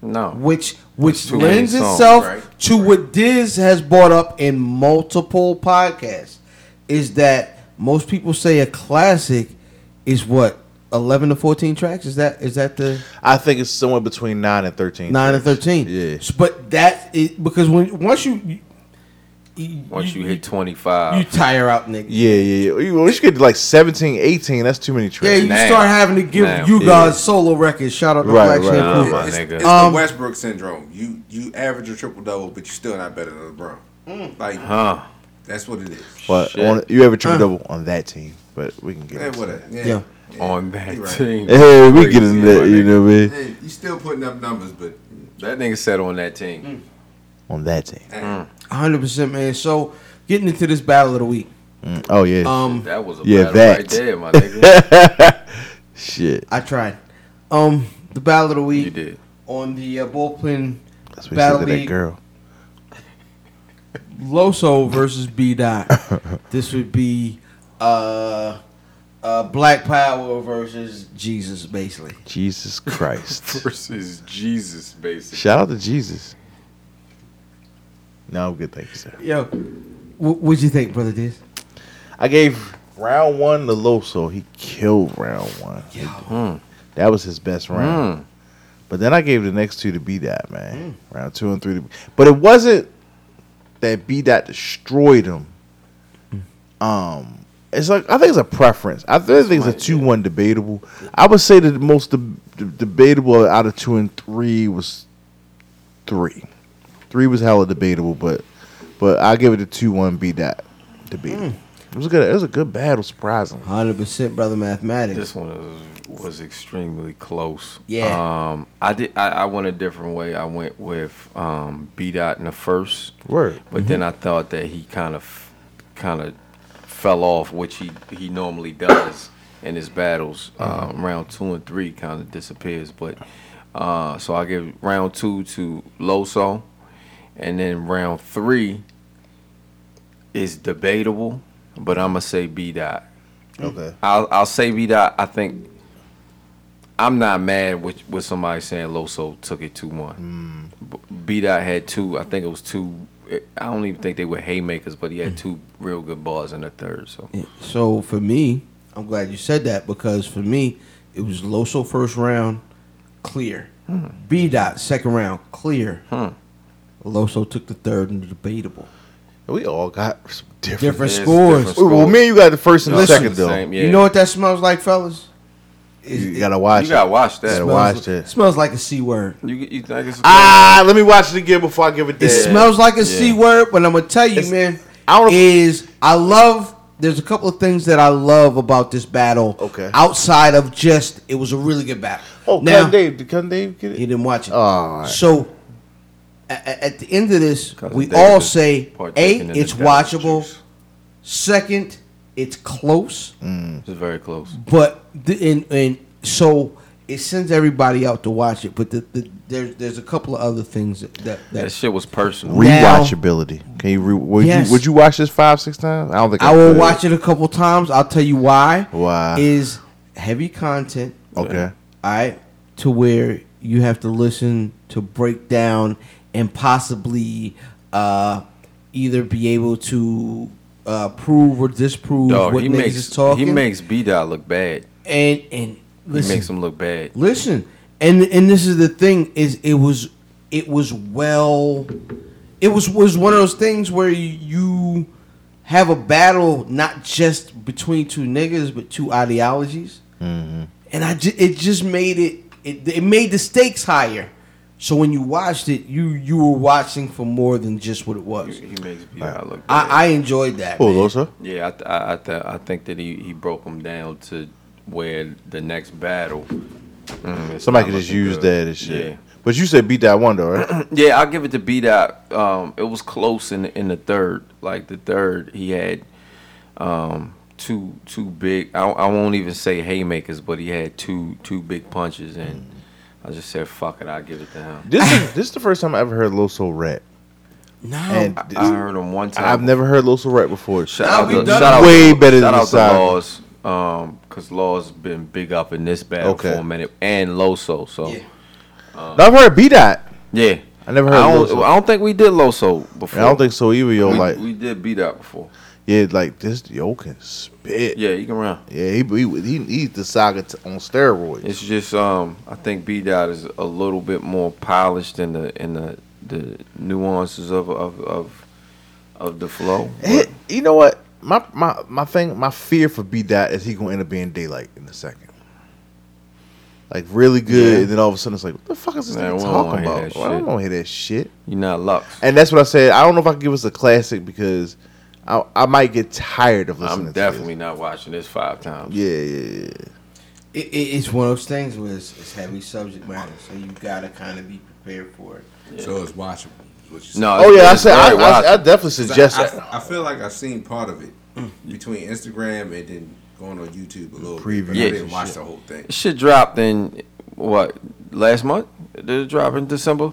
Speaker 3: No.
Speaker 6: which which
Speaker 3: too many
Speaker 6: lends
Speaker 3: songs,
Speaker 6: itself
Speaker 1: right,
Speaker 6: to what Diz has brought up in multiple podcasts, is that most people say a classic is what eleven to fourteen tracks. Is that is that the
Speaker 2: I think it's somewhere between nine and thirteen.
Speaker 6: nine and thirteen?
Speaker 2: Yeah.
Speaker 6: S- but that is because when once you. you- you-
Speaker 3: Once you hit
Speaker 6: you
Speaker 3: 25,
Speaker 6: tire out, nigga.
Speaker 2: Yeah, yeah, yeah. You, you should get to like 17, 18. That's too many
Speaker 6: Yeah,
Speaker 2: tracks.
Speaker 6: you
Speaker 3: Now.
Speaker 6: start having to give
Speaker 3: Now.
Speaker 6: you
Speaker 2: Yeah.
Speaker 6: guys solo records. Shout out to
Speaker 2: Right,
Speaker 6: Black
Speaker 2: right,
Speaker 6: Sheep
Speaker 2: right.
Speaker 6: Crew.
Speaker 3: my
Speaker 1: It's,
Speaker 3: nigga.
Speaker 1: it's
Speaker 6: Um,
Speaker 1: the Westbrook syndrome. You you average a triple double, but you're still not better than LeBron. Like
Speaker 3: huh?
Speaker 1: that's what it is.
Speaker 2: but
Speaker 3: shit.
Speaker 2: on, you have a triple
Speaker 6: Uh.
Speaker 2: double on that team, but we can get.
Speaker 1: Hey,
Speaker 2: into
Speaker 1: what
Speaker 2: that.
Speaker 1: a, yeah.
Speaker 6: Yeah.
Speaker 3: On that
Speaker 1: You're right.
Speaker 3: team.
Speaker 2: Hey, we get
Speaker 3: Crazy,
Speaker 2: into that.
Speaker 3: my
Speaker 2: You
Speaker 3: nigga.
Speaker 2: know what I mean?
Speaker 1: Hey, you still putting up numbers, but
Speaker 3: That nigga said on that team.
Speaker 2: On that team.
Speaker 1: hey,
Speaker 6: hundred percent, man. So getting into this battle of the week,
Speaker 2: Oh yeah.
Speaker 6: um,
Speaker 3: That was a
Speaker 2: Yeah,
Speaker 3: battle
Speaker 2: that.
Speaker 3: right there, my nigga.
Speaker 2: Shit.
Speaker 6: I tried. Um, the battle of the
Speaker 3: you
Speaker 6: week
Speaker 3: did.
Speaker 6: on the uh, bullpen
Speaker 2: That's what he said
Speaker 6: battle
Speaker 2: to that
Speaker 6: league.
Speaker 2: girl.
Speaker 6: Loso versus
Speaker 3: <laughs>
Speaker 6: B Dot. this would be uh, uh, Black Power versus Jesus, basically.
Speaker 2: Jesus Christ.
Speaker 3: Versus Jesus, basically.
Speaker 2: Shout out to Jesus. No, I'm good. Thank you, sir.
Speaker 6: Yo, wh- what'd you think, brother? Diz?
Speaker 2: I gave round one to Loso. He killed round one. Hmm. That was his best round. But then I gave the next two to B Dot, man. Round two and three to B. But it wasn't that B Dot destroyed him. Um it's like I think it's a preference. I think it's a two one debatable. I would say that the most deb- deb- debatable out of two and three was three. Three was hella debatable, but but I give it a two one B dot debatable. It was a good. It was a good battle, surprisingly.
Speaker 6: Hundred percent, brother. Mathematics.
Speaker 3: This one was, was extremely close.
Speaker 6: Yeah.
Speaker 3: Um, I did. I, I went a different way. I went with um, B dot in the first.
Speaker 2: Word. Mm-hmm.
Speaker 3: But then I thought that he kind of, kind of, fell off, which he he normally does in his battles.
Speaker 2: Mm-hmm.
Speaker 3: Um, round two and three kind of disappears. But uh, so I give round two to Loso, and then round three is debatable. But I'm gonna say B dot.
Speaker 2: Okay.
Speaker 3: I'll I'll say B dot. I think I'm not mad with with somebody saying Loso took it two one.
Speaker 6: Mm.
Speaker 3: B dot had two. I think it was two. eh, I don't even think they were haymakers, but he had
Speaker 6: Mm.
Speaker 3: two real good bars in the third. So
Speaker 6: So for me, I'm glad you said that because for me, it was Loso first round, clear.
Speaker 3: Hmm.
Speaker 6: B dot second round, clear. Loso took the third and debatable.
Speaker 2: We all got some different.
Speaker 6: Different
Speaker 3: It's
Speaker 6: scores.
Speaker 3: different
Speaker 2: Well, me and you got the first and the
Speaker 6: Listen,
Speaker 2: second though.
Speaker 3: Same, yeah.
Speaker 6: You know what that smells like, fellas? Is-
Speaker 2: You gotta watch.
Speaker 3: You gotta watch
Speaker 2: Gotta
Speaker 3: that.
Speaker 6: smells,
Speaker 2: watch that.
Speaker 6: smells like a c word.
Speaker 3: You, you think it's
Speaker 2: Ah, let me watch it again before I give it.
Speaker 6: It
Speaker 2: that.
Speaker 6: smells like a
Speaker 3: Yeah.
Speaker 6: C word, but I'm gonna tell you,
Speaker 2: It's-
Speaker 6: man.
Speaker 2: I don't-
Speaker 6: is I love. There's a couple of things that I love about this battle.
Speaker 2: Okay.
Speaker 6: Outside of just, it was a really good battle.
Speaker 2: Oh, now,
Speaker 6: now
Speaker 2: cousin Dave, did cousin Dave get
Speaker 6: he
Speaker 2: it?
Speaker 6: didn't watch it.
Speaker 2: All right.
Speaker 6: So a- a- at the end of this,
Speaker 3: Cousin
Speaker 6: we
Speaker 3: Dave
Speaker 6: all
Speaker 3: is
Speaker 6: say a
Speaker 3: partaking in the
Speaker 6: it's
Speaker 3: devil's
Speaker 6: watchable.
Speaker 3: juice.
Speaker 6: Second, it's close.
Speaker 3: It's very close.
Speaker 6: But the, and and so it sends everybody out to watch it. But the, the, there's there's a couple of other things that that,
Speaker 3: That
Speaker 6: that
Speaker 3: shit was personal.
Speaker 6: Now-
Speaker 2: Rewatchability. Can you? Re- would
Speaker 6: Yes.
Speaker 2: you? Would you watch this five, six times? I don't think
Speaker 6: I will
Speaker 2: could.
Speaker 6: watch it a couple times. I'll tell you why.
Speaker 2: Why?
Speaker 6: is heavy content?
Speaker 2: Okay.
Speaker 6: All right, to where you have to listen to break down and possibly uh, either be able to uh, prove or disprove
Speaker 3: Dog,
Speaker 6: what
Speaker 3: he
Speaker 6: niggas
Speaker 3: makes
Speaker 6: is talking.
Speaker 3: he makes B dot look bad.
Speaker 6: and and
Speaker 3: He
Speaker 6: listen,
Speaker 3: makes him look bad.
Speaker 6: listen, and and this is the thing is it was it was well, it was was one of those things where you have a battle not just between two niggas but two ideologies,
Speaker 2: Mm-hmm.
Speaker 6: and I ju- it just made it, it it made the stakes higher. So when you watched it, you you were watching for more than just what it was.
Speaker 3: He makes B dot look bad.
Speaker 6: I, I enjoyed that.
Speaker 2: Oh,
Speaker 6: man.
Speaker 2: those are.
Speaker 3: Yeah, I th- I I, th- I think that he, he broke him down to where the next battle. mm, it's
Speaker 2: Somebody
Speaker 3: not
Speaker 2: could just
Speaker 3: looking
Speaker 2: use
Speaker 3: good.
Speaker 2: that as shit. But you said beat that one though, <coughs> right?
Speaker 3: Yeah, yeah, I'll give it to B dot. Um, it was close in in the third. Like the third, he had um two two big. I, I won't even say haymakers, but he had two two big punches, and
Speaker 2: Mm.
Speaker 3: I just said fuck it, I will give it to him.
Speaker 2: this is this is the first time I ever heard Loso rap.
Speaker 6: No,
Speaker 2: And
Speaker 3: I heard him one time.
Speaker 2: I've never heard Loso rap before.
Speaker 3: Shout
Speaker 6: Nah,
Speaker 3: out,
Speaker 6: we
Speaker 3: to,
Speaker 6: done
Speaker 3: shout out
Speaker 2: Way
Speaker 3: to,
Speaker 2: better
Speaker 3: shout
Speaker 2: than
Speaker 3: out to
Speaker 2: Simon.
Speaker 3: Laws, um, cause Laws been big up in this battle
Speaker 2: Okay.
Speaker 3: for a minute, and Loso. So yeah,
Speaker 6: Yeah.
Speaker 2: No, I've heard B dot. I never heard
Speaker 3: I don't,
Speaker 2: Loso.
Speaker 3: I don't think we did Loso
Speaker 2: I
Speaker 3: before.
Speaker 2: don't think so either. Yo,
Speaker 3: we,
Speaker 2: like
Speaker 3: we did beat out before.
Speaker 2: yeah, like this yo can spit. Yeah,
Speaker 3: Yeah, you can run.
Speaker 2: he he he, he's the saga t- on steroids.
Speaker 3: It's just um, I think B dot is a little bit more polished in the in the the nuances of of of, of the flow.
Speaker 2: Eh,
Speaker 3: but-
Speaker 2: you know what? My my my thing, my fear for B dot is he gonna end up being daylight in a second. Like really good,
Speaker 3: Yeah.
Speaker 2: and then all of a sudden it's like, what the fuck is this
Speaker 3: Man,
Speaker 2: nigga
Speaker 3: we don't wanna
Speaker 2: talking
Speaker 3: hear
Speaker 2: about?
Speaker 3: that
Speaker 2: Well, I don't
Speaker 3: shit.
Speaker 2: want to hear that shit.
Speaker 3: you not Lux.
Speaker 2: And that's what I said. I don't know if I can give us a classic because I I might get tired of listening.
Speaker 3: I'm definitely not watching this five times.
Speaker 2: to this. yeah, yeah,
Speaker 6: it, it, it's one of those things where it's, it's heavy subject matter, so you gotta kind of be prepared for it.
Speaker 1: So it's watchable. is what you said.
Speaker 3: No.
Speaker 2: Oh yeah, I
Speaker 3: it's
Speaker 2: said I,
Speaker 3: very
Speaker 2: I, I
Speaker 3: watchable.
Speaker 2: definitely suggest
Speaker 1: I,
Speaker 2: that.
Speaker 1: I, I feel like I've seen part of it between Instagram and then going on YouTube a little bit. But
Speaker 2: Previews
Speaker 1: I
Speaker 3: and
Speaker 1: didn't watch the whole thing.
Speaker 3: shit dropped in what last month? Did it drop in December?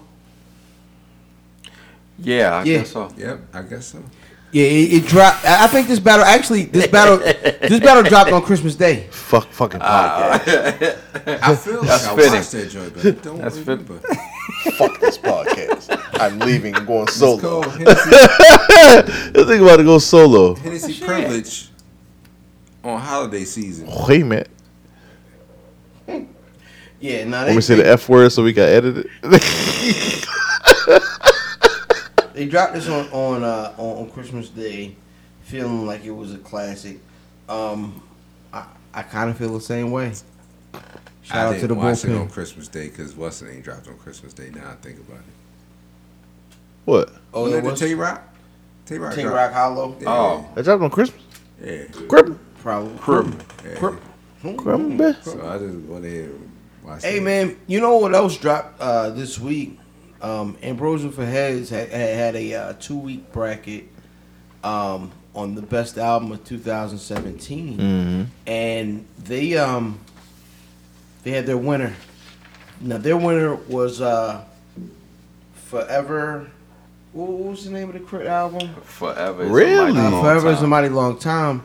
Speaker 3: Yeah, I
Speaker 6: Yeah.
Speaker 3: guess so.
Speaker 1: Yep, I guess so.
Speaker 6: Yeah, it, it dropped. I I think this battle actually this battle this battle dropped on Christmas Day.
Speaker 2: Fuck fucking podcast.
Speaker 1: I feel like I
Speaker 3: fitting.
Speaker 1: watched that joint, but I don't
Speaker 3: That's fitting.
Speaker 1: remember.
Speaker 2: Fuck this podcast. I'm leaving. and going
Speaker 1: It's
Speaker 2: solo.
Speaker 1: called Hennessy,
Speaker 2: This thing about to go solo.
Speaker 1: Hennessy Privilege on holiday season.
Speaker 2: Wait a minute.
Speaker 6: Yeah, no,
Speaker 2: Let
Speaker 6: they,
Speaker 2: me see the
Speaker 6: they,
Speaker 2: F word so we got edited.
Speaker 6: they dropped this on on, uh, on on Christmas Day, feeling like it was a classic. Um, I I kind of feel the same way. Shout
Speaker 1: I
Speaker 6: out
Speaker 1: didn't
Speaker 6: to the
Speaker 1: watch it on
Speaker 6: bullpen.
Speaker 1: Christmas Day because Weston ain't dropped on Christmas Day. Now I think about it.
Speaker 2: <laughs> What?
Speaker 6: Oh,
Speaker 1: Wasn't
Speaker 6: it
Speaker 1: it the
Speaker 6: was
Speaker 1: Tay Rock? Tay Rock.
Speaker 6: T
Speaker 1: dropped.
Speaker 6: Rock Hollow.
Speaker 1: Yeah.
Speaker 3: Oh,
Speaker 2: I dropped on Christmas.
Speaker 1: Yeah.
Speaker 2: Crib.
Speaker 6: Probably. Hmm.
Speaker 1: yeah.
Speaker 2: Crib.
Speaker 1: So I just went ahead and watched
Speaker 6: Hey
Speaker 1: it.
Speaker 6: man, you know what else dropped uh, this week? Um, Ambrosia for Heads had, had a uh, two week bracket um, on the best album of 2017, and they um, they had their winner. Now their winner was uh, Forever. What what was the name of the crit album?
Speaker 3: forever.
Speaker 2: Really?
Speaker 3: Really?
Speaker 6: Uh, Forever is a mighty long time,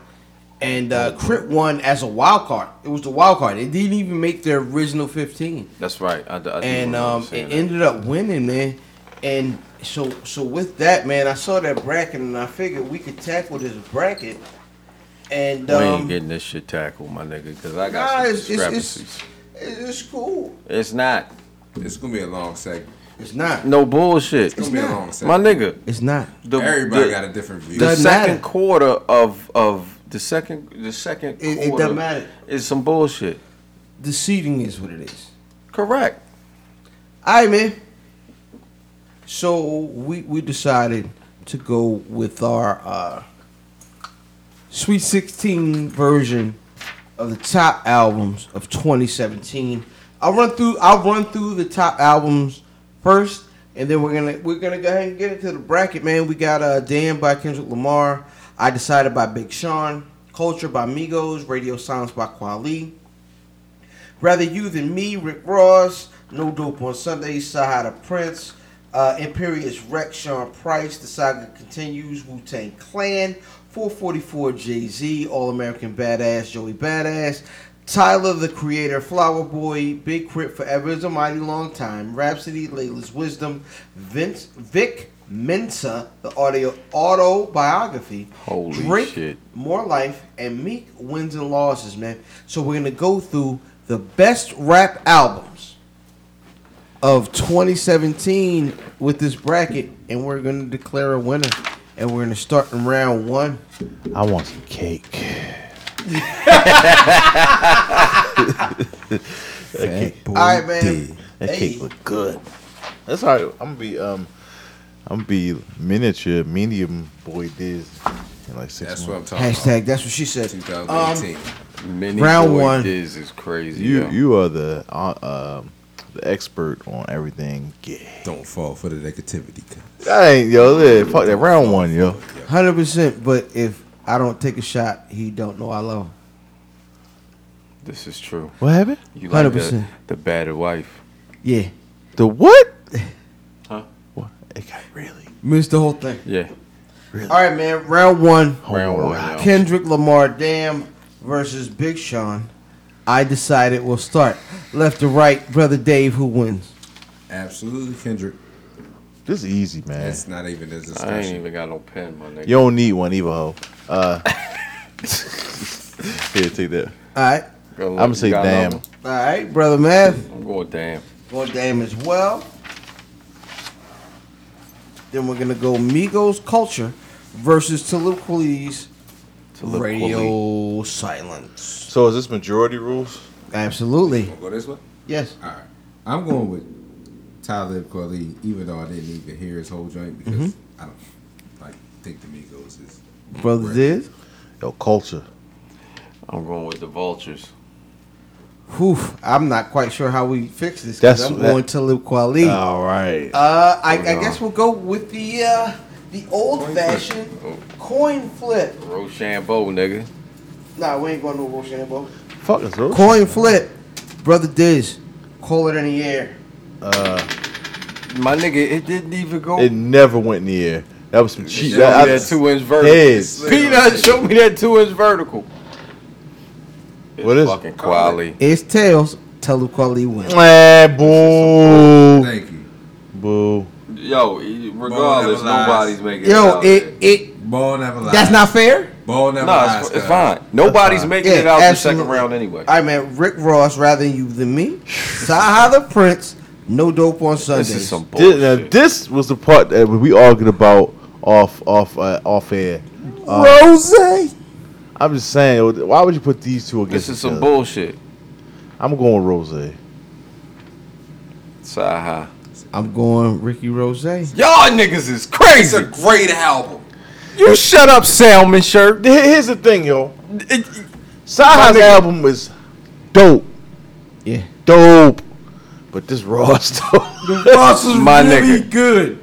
Speaker 6: and uh, Crit won as a wild card. It was the wild card. It didn't even make the original fifteen,
Speaker 3: That's right. I, I do
Speaker 6: and
Speaker 3: remember
Speaker 6: um,
Speaker 3: saying
Speaker 6: it
Speaker 3: that.
Speaker 6: ended up winning, man. And so, so with that, man, I saw that bracket, and I figured we could tackle this bracket. And
Speaker 3: we ain't
Speaker 6: um,
Speaker 3: getting this shit tackled, my nigga, because I got
Speaker 6: nah,
Speaker 3: some
Speaker 6: it's, it's,
Speaker 3: discrepancies.
Speaker 6: it's, it's cool.
Speaker 3: It's not.
Speaker 1: It's gonna be a long segment.
Speaker 6: It's not.
Speaker 3: No bullshit.
Speaker 1: It's gonna be a long
Speaker 3: My
Speaker 1: segment.
Speaker 3: nigga.
Speaker 6: It's not.
Speaker 3: The,
Speaker 1: Everybody
Speaker 3: the,
Speaker 1: got a different view.
Speaker 3: the
Speaker 6: Doesn't
Speaker 3: second
Speaker 6: matter.
Speaker 3: quarter of of the second the second
Speaker 6: It- it
Speaker 3: quarter
Speaker 6: doesn't matter.
Speaker 3: is some bullshit.
Speaker 6: The seating is what it is.
Speaker 3: Correct.
Speaker 6: All right, man. So we we decided to go with our uh, Sweet 16 version of the top albums of 2017. I'll run through I'll run through the top albums first, and then we're gonna we're gonna go ahead and get into the bracket, man. We got uh, "Damn" by Kendrick Lamar, "I Decided" by Big Sean, "Culture" by Migos, "Radio Silence" by Kweli. Rather You Than Me, Rick Ross, No Dope on Sunday, Sahada Prince, uh, Imperious Rex, Sean Price, The Saga Continues, Wu Tang Clan, 444 Jay Z, All American Badass, Joey Badass, Tyler the Creator, Flower Boy, Big Crit Forever is a Mighty Long Time, Rhapsody, Layla's Wisdom, Vince, Vic Mensa, the audio autobiography,
Speaker 3: Holy
Speaker 6: Drake,
Speaker 3: shit.
Speaker 6: more life, and Meek wins and losses, man. So we're gonna go through the best rap albums of 2017 with this bracket, and we're gonna declare a winner. And we're gonna start in round one.
Speaker 2: I want some cake. okay.
Speaker 6: All right, man.
Speaker 2: That
Speaker 6: Hey.
Speaker 2: cake look good. That's all right. I'm gonna be um, I'm gonna be miniature medium boy this in like six
Speaker 1: That's what I'm
Speaker 2: months.
Speaker 1: talking about.
Speaker 6: Hashtag. That's what she said.
Speaker 1: 2018.
Speaker 6: Um,
Speaker 3: Many
Speaker 6: Round
Speaker 3: Round boy
Speaker 6: one.
Speaker 3: one is crazy.
Speaker 2: you
Speaker 3: yo.
Speaker 2: you are the uh, um the expert on everything. gay.
Speaker 1: Don't fall for the negativity.
Speaker 2: I ain't yo. look, Fuck that round one, yo.
Speaker 6: Um, Hundred percent. But if I don't take a shot, he don't know I love him.
Speaker 3: this is true.
Speaker 2: What happened?
Speaker 3: You like the,
Speaker 6: 100%.
Speaker 3: the battered wife.
Speaker 6: Yeah,
Speaker 2: The what?
Speaker 3: Huh?
Speaker 2: What? It got really.
Speaker 6: missed the whole thing.
Speaker 3: Yeah.
Speaker 6: All right, man. Round one.
Speaker 2: Oh,
Speaker 3: Round one. yo.
Speaker 6: Kendrick Lamar Damn versus Big Sean. I decided we'll start left to right, brother Dave. Who wins?
Speaker 1: Absolutely, Kendrick.
Speaker 2: This is easy, man.
Speaker 1: That's not even a
Speaker 3: I ain't
Speaker 1: discussion.
Speaker 3: even got no pen, my nigga.
Speaker 2: You don't need one either, ho.
Speaker 3: <laughs>
Speaker 2: Uh, here, take that.
Speaker 6: All right,
Speaker 3: Good
Speaker 2: I'm
Speaker 3: luck.
Speaker 2: gonna
Speaker 3: You
Speaker 2: say
Speaker 3: got another
Speaker 2: damn.
Speaker 3: one?
Speaker 6: all right, brother Math.
Speaker 3: I'm going damn.
Speaker 6: Going Damn as well. Then we're gonna go Migos Culture versus Soliloquies
Speaker 3: To look cool.
Speaker 6: Radio Silence.
Speaker 2: So is this majority rules?
Speaker 6: Absolutely.
Speaker 1: Go this way.
Speaker 6: Yes.
Speaker 1: All right. I'm going with Talib Kweli, even though I didn't even hear his whole joint because
Speaker 6: Mm-hmm.
Speaker 1: I don't like think the Migos is.
Speaker 6: Brother
Speaker 1: Right.
Speaker 6: Diz.
Speaker 2: Yo, culture.
Speaker 3: I'm going with the vultures.
Speaker 6: Whew, I'm not quite sure how we fix this because
Speaker 2: That's-
Speaker 6: I'm
Speaker 2: that- Oh,
Speaker 6: going to Luke Kweli.
Speaker 2: All right.
Speaker 6: Uh, I, I
Speaker 3: Hold on.
Speaker 6: guess we'll go with the uh, the old
Speaker 1: Coin flip.
Speaker 6: fashioned
Speaker 3: Oh.
Speaker 6: coin flip.
Speaker 3: Rochambeau, nigga.
Speaker 6: Nah, we ain't going to Rochambeau.
Speaker 2: Fuck is those?
Speaker 6: Coin flip, brother Diz. Call it in the air.
Speaker 3: My nigga, it didn't even go.
Speaker 2: It never went in the air. That was some cheap.
Speaker 3: Show
Speaker 2: That,
Speaker 3: me that two inch vertical.
Speaker 2: Yes.
Speaker 3: Peanut, show me that two inch vertical.
Speaker 2: What is it?
Speaker 3: fucking quality?
Speaker 6: It's tails. Tell Luke Kweli wins.
Speaker 2: Eh, boo,
Speaker 1: Thank you.
Speaker 2: boo.
Speaker 3: Yo, e- regardless,
Speaker 1: Ball never
Speaker 3: nobody's
Speaker 1: lies.
Speaker 3: making it.
Speaker 6: Yo,
Speaker 3: out
Speaker 6: it
Speaker 3: there.
Speaker 6: it
Speaker 1: Ball never lies.
Speaker 6: that's not fair.
Speaker 1: Ball never
Speaker 3: No,
Speaker 1: lies.
Speaker 3: it's, it's
Speaker 1: cuz.
Speaker 3: fine. Nobody's
Speaker 2: fine.
Speaker 3: making it
Speaker 6: Yeah,
Speaker 3: out the
Speaker 6: absolutely.
Speaker 3: second round anyway.
Speaker 6: All right, man. Rick Ross rather you than <sighs> me. Saha the Prince. No dope on Sundays.
Speaker 3: this is some bullshit.
Speaker 2: This, now, this was the part that we argued about off, off, uh, off air. Uh,
Speaker 6: Rose.
Speaker 2: I'm just saying, why would you put these two against
Speaker 3: this is some
Speaker 2: each other?
Speaker 3: bullshit.
Speaker 2: I'm going Rose.
Speaker 3: Saha.
Speaker 6: I'm going Ricky Rose.
Speaker 3: Y'all niggas is
Speaker 1: It's a
Speaker 3: crazy.
Speaker 1: great album.
Speaker 3: You shut up, Salmon shirt.
Speaker 2: Here- Here's the thing, yo.
Speaker 3: It-
Speaker 2: Saha's album is dope,
Speaker 6: Yeah.
Speaker 2: dope, but this <laughs> Ross, though.
Speaker 1: Ross is
Speaker 3: My nigga.
Speaker 1: good.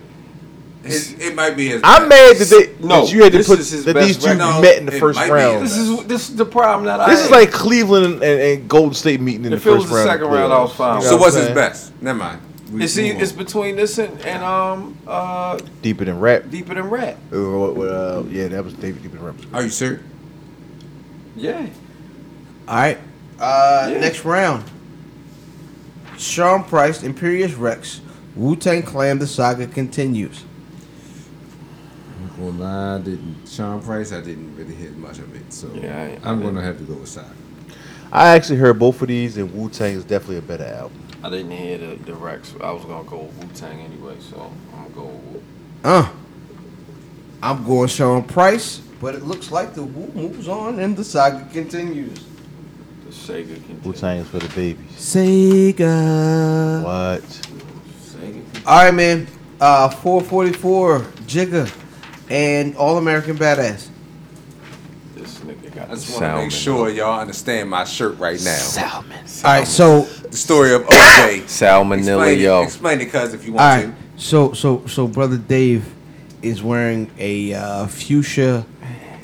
Speaker 1: It, it might be his.
Speaker 2: I'm mad that they
Speaker 3: No,
Speaker 2: that you had to
Speaker 3: this
Speaker 2: put
Speaker 3: is his
Speaker 2: that
Speaker 3: best
Speaker 2: these two
Speaker 3: record.
Speaker 1: No,
Speaker 2: met in the
Speaker 1: it
Speaker 2: first
Speaker 1: might be
Speaker 2: round.
Speaker 1: his
Speaker 3: This
Speaker 2: This
Speaker 3: is this is the problem that I.
Speaker 2: is
Speaker 3: had.
Speaker 2: like Cleveland and, and Golden State meeting in
Speaker 3: If
Speaker 2: the
Speaker 3: it
Speaker 2: first
Speaker 3: was the
Speaker 2: round.
Speaker 3: second round, I was fine.
Speaker 2: You know
Speaker 1: So
Speaker 2: what
Speaker 1: what's
Speaker 2: I'm
Speaker 1: his
Speaker 2: saying?
Speaker 1: best? Never mind. We-
Speaker 3: It's, see,
Speaker 1: move on.
Speaker 3: it's between this and, and um uh
Speaker 2: Deeper than rap.
Speaker 3: deeper than rat.
Speaker 2: Uh, what- what, uh, yeah, that was David Deeper than rap.
Speaker 1: Are you serious?
Speaker 3: Yeah.
Speaker 6: All right. Uh,
Speaker 3: Yeah.
Speaker 6: Next round. Sean Price, Imperious Rex, Wu Tang Clan. The saga continues.
Speaker 1: Well, nah, I didn't. Sean Price, I didn't really hear much of it, so
Speaker 3: Yeah, I-
Speaker 1: I'm gonna have to go with Saga.
Speaker 2: I actually heard both of these, and Wu Tang is definitely a better album.
Speaker 3: I didn't hear the, the Rex. I was gonna go Wu Tang anyway, so I'm gonna go. Wu.
Speaker 6: Uh, I'm going Sean Price, but it looks like the Wu moves on and the saga continues.
Speaker 3: The Sega can.
Speaker 2: Wu Tang is for the babies.
Speaker 6: Sega.
Speaker 2: What?
Speaker 3: Sega can.
Speaker 6: All right, man. Uh, 444 Jigga and All American Badass.
Speaker 3: This nigga
Speaker 1: I just
Speaker 3: got the
Speaker 1: want to
Speaker 3: sound.
Speaker 1: make sure y'all understand my shirt right now.
Speaker 6: All right, so
Speaker 1: The story of OJ.
Speaker 3: Salmonella,
Speaker 1: explain,
Speaker 3: yo.
Speaker 1: it, explain it, cuz, if you
Speaker 6: all
Speaker 1: want
Speaker 6: right, so so so brother Dave is wearing a uh, fuchsia.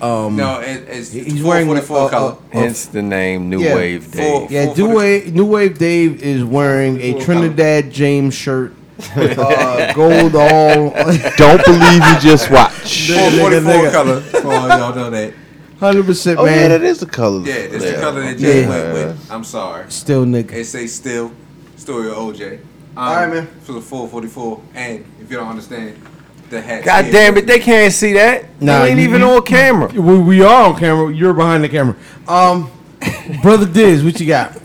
Speaker 6: Um,
Speaker 1: to. No, it, it's
Speaker 6: He's
Speaker 1: he's
Speaker 6: wearing uh,
Speaker 1: wearing
Speaker 6: a- a-
Speaker 1: 444
Speaker 6: a-
Speaker 1: color.
Speaker 3: Hence the name New
Speaker 6: Yeah,
Speaker 3: Wave
Speaker 1: for-
Speaker 3: Dave.
Speaker 6: yeah,
Speaker 1: 444.
Speaker 6: New Wave New Wave Dave is wearing a Trinidad James shirt, <laughs> uh, gold <laughs> all.
Speaker 2: Don't believe you just watch.
Speaker 6: <laughs> Nigga,
Speaker 1: 444
Speaker 6: nigga, nigga.
Speaker 1: color. For all y'all know that.
Speaker 6: Hundred percent,
Speaker 2: Oh yeah,
Speaker 6: man.
Speaker 2: that is the color.
Speaker 1: Yeah, that's the
Speaker 3: Yeah.
Speaker 1: color that Jay
Speaker 6: Yeah.
Speaker 1: went with. I'm sorry.
Speaker 6: Still nigga.
Speaker 1: It say still story of OJ. Um,
Speaker 6: All right, man.
Speaker 1: For the 444, and if you don't understand, the hat.
Speaker 3: God damn it, they can't see that.
Speaker 6: Nah,
Speaker 3: they ain't
Speaker 6: you-
Speaker 3: even
Speaker 6: you-
Speaker 3: on camera.
Speaker 6: We, we are on camera. You're behind the camera. <laughs> Um, brother Diz, what you got?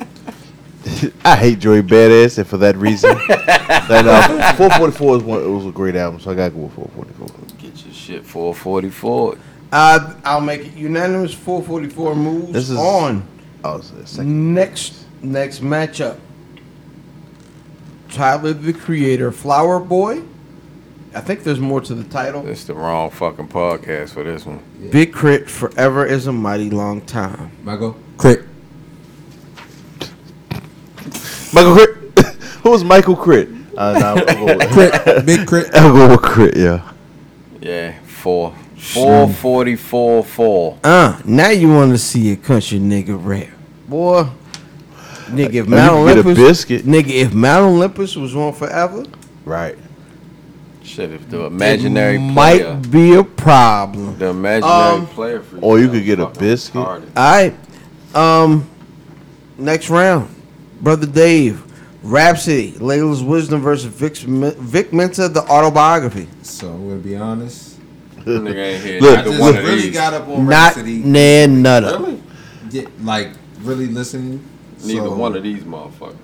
Speaker 2: I hate Joey Badass, and for that
Speaker 6: <laughs>
Speaker 2: reason, that uh, 444 is one. It was a great album, so I gotta go with 444.
Speaker 3: Get your shit 444.
Speaker 6: Uh, I'll make it unanimous. Four forty four moves
Speaker 2: This is-
Speaker 6: on.
Speaker 2: Oh, it's the second.
Speaker 6: Next next matchup. Tyler the Creator, Flower Boy. I think there's more to the title.
Speaker 3: That's the wrong fucking podcast for this one.
Speaker 6: Big Crit Forever is a mighty long time.
Speaker 1: Michael? Click.
Speaker 2: Michael <laughs> Crit. Who's Michael Crit? Uh, nah, I'll, go
Speaker 6: <laughs>
Speaker 2: with,
Speaker 1: Big crit.
Speaker 2: I'll go with Crit. Yeah.
Speaker 3: Yeah, four. 444 4.
Speaker 6: Uh, now you want to see a country nigga rap. Boy. Nigga, if
Speaker 2: can get
Speaker 6: Mount
Speaker 2: a
Speaker 6: Olympus,
Speaker 2: biscuit.
Speaker 6: nigga, if Mount Olympus was on forever,
Speaker 2: Right.
Speaker 3: Shit, if the imaginary
Speaker 6: it
Speaker 3: player.
Speaker 6: might be a problem.
Speaker 3: The imaginary
Speaker 6: Um,
Speaker 3: player for
Speaker 2: or you
Speaker 3: that
Speaker 2: could get a
Speaker 3: fucking
Speaker 2: biscuit.
Speaker 3: retarded.
Speaker 6: All right. Um, next round, brother Dave, Rhapsody, Layla's Wisdom versus Vic, Vic Mensa, the autobiography.
Speaker 1: So I'm gonna be honest.
Speaker 3: Nigga ain't here.
Speaker 2: Look,
Speaker 1: I
Speaker 3: Not
Speaker 1: just
Speaker 3: one of
Speaker 1: really
Speaker 3: these.
Speaker 1: got up on
Speaker 6: Not
Speaker 1: Oh, Rhapsody.
Speaker 6: Nan Nutter.
Speaker 1: Yeah, like really listening.
Speaker 3: Neither
Speaker 1: So-
Speaker 3: one of these motherfuckers.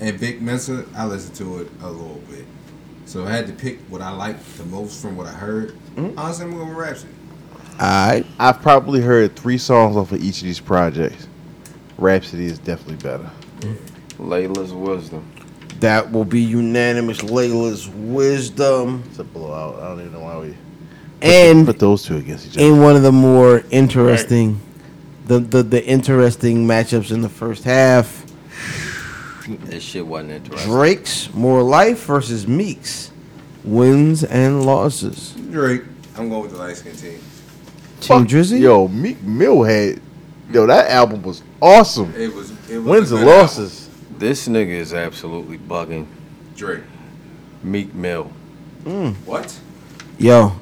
Speaker 1: And Vic Mensa, I listened to it a little bit. So I had to pick what I liked the most from what I heard. Honestly, I'm gonna go with Rhapsody.
Speaker 6: All right.
Speaker 2: I've probably heard three songs off of each of these projects. Rhapsody is definitely better.
Speaker 3: Layla's wisdom.
Speaker 6: That will be unanimous. Layla's Wisdom.
Speaker 2: It's a blowout. I don't even know why we
Speaker 6: And
Speaker 2: put those two against each other.
Speaker 6: in one of the more interesting, the, the, the interesting matchups in the first half,
Speaker 3: This shit wasn't interesting.
Speaker 6: Drake's More Life versus Meeks, wins and losses.
Speaker 1: Drake. I'm going with the light skin team.
Speaker 6: Team
Speaker 2: Fuck,
Speaker 6: Drizzy?
Speaker 2: Yo, Meek Mill had. Yo, that album was awesome.
Speaker 1: It was. It was
Speaker 2: Wins
Speaker 1: a
Speaker 2: and
Speaker 1: good album.
Speaker 2: losses.
Speaker 3: This nigga is absolutely bugging.
Speaker 1: Drake.
Speaker 3: Meek Mill.
Speaker 1: What?
Speaker 6: Yo,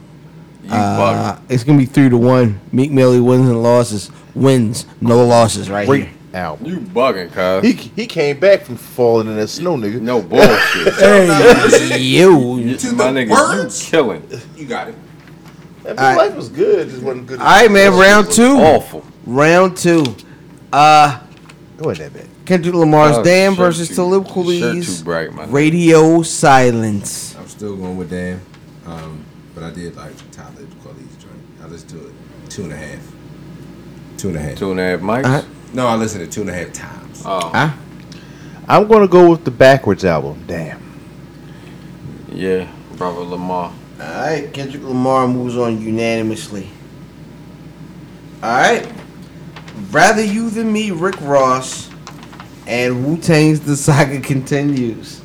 Speaker 3: You
Speaker 6: Uh, it's gonna be three to one. Meek Millie wins and losses. Wins, no losses, right
Speaker 2: Great
Speaker 6: here.
Speaker 2: album.
Speaker 3: bugging. You bugging,
Speaker 2: He
Speaker 3: cuz.
Speaker 2: he came back from falling in that snow, nigga.
Speaker 3: No bullshit.
Speaker 6: <laughs> You.
Speaker 3: You-
Speaker 1: To
Speaker 3: my
Speaker 1: the
Speaker 3: nigga,
Speaker 1: words?
Speaker 3: you killing.
Speaker 1: You got it.
Speaker 2: That
Speaker 6: All right.
Speaker 2: life was good. Just wasn't good.
Speaker 6: All right, man. Round two.
Speaker 3: Awful.
Speaker 6: Round two. Uh,
Speaker 2: Go ahead, that bad.
Speaker 6: Kendrick Lamar's
Speaker 3: Oh,
Speaker 6: "Damn"
Speaker 3: shirt
Speaker 6: versus
Speaker 3: too-
Speaker 6: Talib
Speaker 3: shirt
Speaker 6: Kweli's
Speaker 3: too bright, my nigga.
Speaker 6: "Radio Silence."
Speaker 1: I'm still going with Dan. Um, but I did like Tyler Colley's joint. I listened to it two and a half. Two and a half.
Speaker 3: Two and a half mics.
Speaker 6: Uh-huh.
Speaker 1: No, I listened to two and a half times.
Speaker 3: Oh,
Speaker 6: Huh?
Speaker 2: I'm gonna go with the backwards album. Damn.
Speaker 3: yeah. Brother Lamar.
Speaker 6: All right, Kendrick Lamar moves on unanimously. All right, "Rather You Than Me" Rick Ross, and Wu Tang's "The Saga Continues."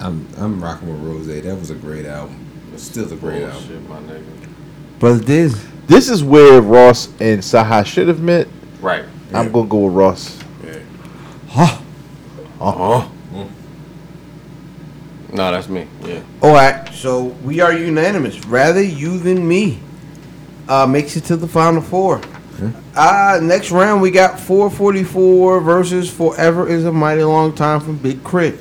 Speaker 1: I'm I'm rocking with Rose. That was a great album. It's still a great album.
Speaker 3: Bullshit, my nigga.
Speaker 6: Brother Diz.
Speaker 2: This is where Ross and Saha should have met.
Speaker 3: Right.
Speaker 2: I'm gonna go with Ross.
Speaker 1: Yeah.
Speaker 6: Huh.
Speaker 3: Uh-huh.
Speaker 1: Mm.
Speaker 3: No, that's me. Yeah.
Speaker 6: All right, so we are unanimous. Rather you than me uh, makes it to the final four. Uh, next round we got 444 versus Forever is a Mighty Long Time from Big Crit.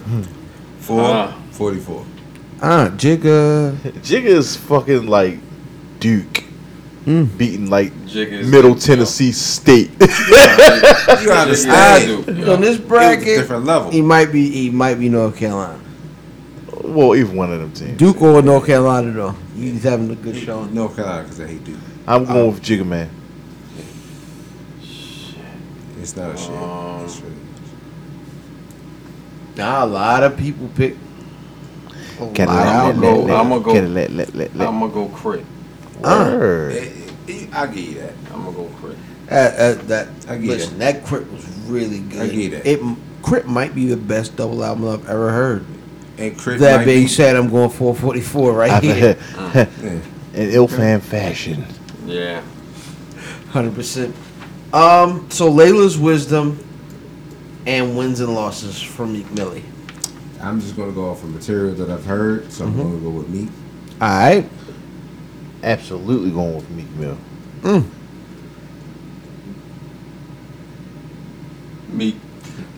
Speaker 1: Four
Speaker 3: Uh.
Speaker 1: <laughs> forty-four.
Speaker 6: Hmm. Ah, Jigga.
Speaker 2: Jigga is fucking like Duke.
Speaker 6: Hmm.
Speaker 2: Beating like
Speaker 3: Jigga is-
Speaker 2: Middle Tennessee State. <laughs>
Speaker 1: You understand?
Speaker 6: So in this
Speaker 1: It was a
Speaker 6: bracket,
Speaker 1: different level.
Speaker 6: he might be he might be North Carolina.
Speaker 2: well, even one of them teams.
Speaker 6: Duke or North Carolina though. He's having a good show.
Speaker 1: North Carolina, because I hate Duke.
Speaker 2: I'm going with Jigga Man.
Speaker 1: It's not a shit. It's really-
Speaker 6: Nah, a lot of people pick.
Speaker 2: Can
Speaker 6: I'll
Speaker 3: go- I'ma go-
Speaker 2: let let let
Speaker 3: I'm gonna go crit.
Speaker 2: <laughs> Word.
Speaker 1: It- it- I give you that.
Speaker 3: I'm gonna go crit.
Speaker 6: That, that, that
Speaker 1: I get
Speaker 6: listen, that crit was really good.
Speaker 1: I get it.
Speaker 6: It crit might be the best double album I've ever heard.
Speaker 1: And Chris
Speaker 6: That
Speaker 1: might
Speaker 6: being
Speaker 1: be-
Speaker 6: said, I'm going 444 right
Speaker 2: I've- <laughs>
Speaker 6: here,
Speaker 1: Yeah.
Speaker 2: In ill fan fashion.
Speaker 3: Yeah.
Speaker 6: 100. percent Um, so Layla's wisdom and wins and losses from Meek Millie.
Speaker 1: I'm just gonna go off of material that I've heard, so I'm
Speaker 6: Mm-hmm.
Speaker 1: gonna go with me.
Speaker 6: All right,
Speaker 2: Absolutely going with Meek Mill.
Speaker 3: Meek.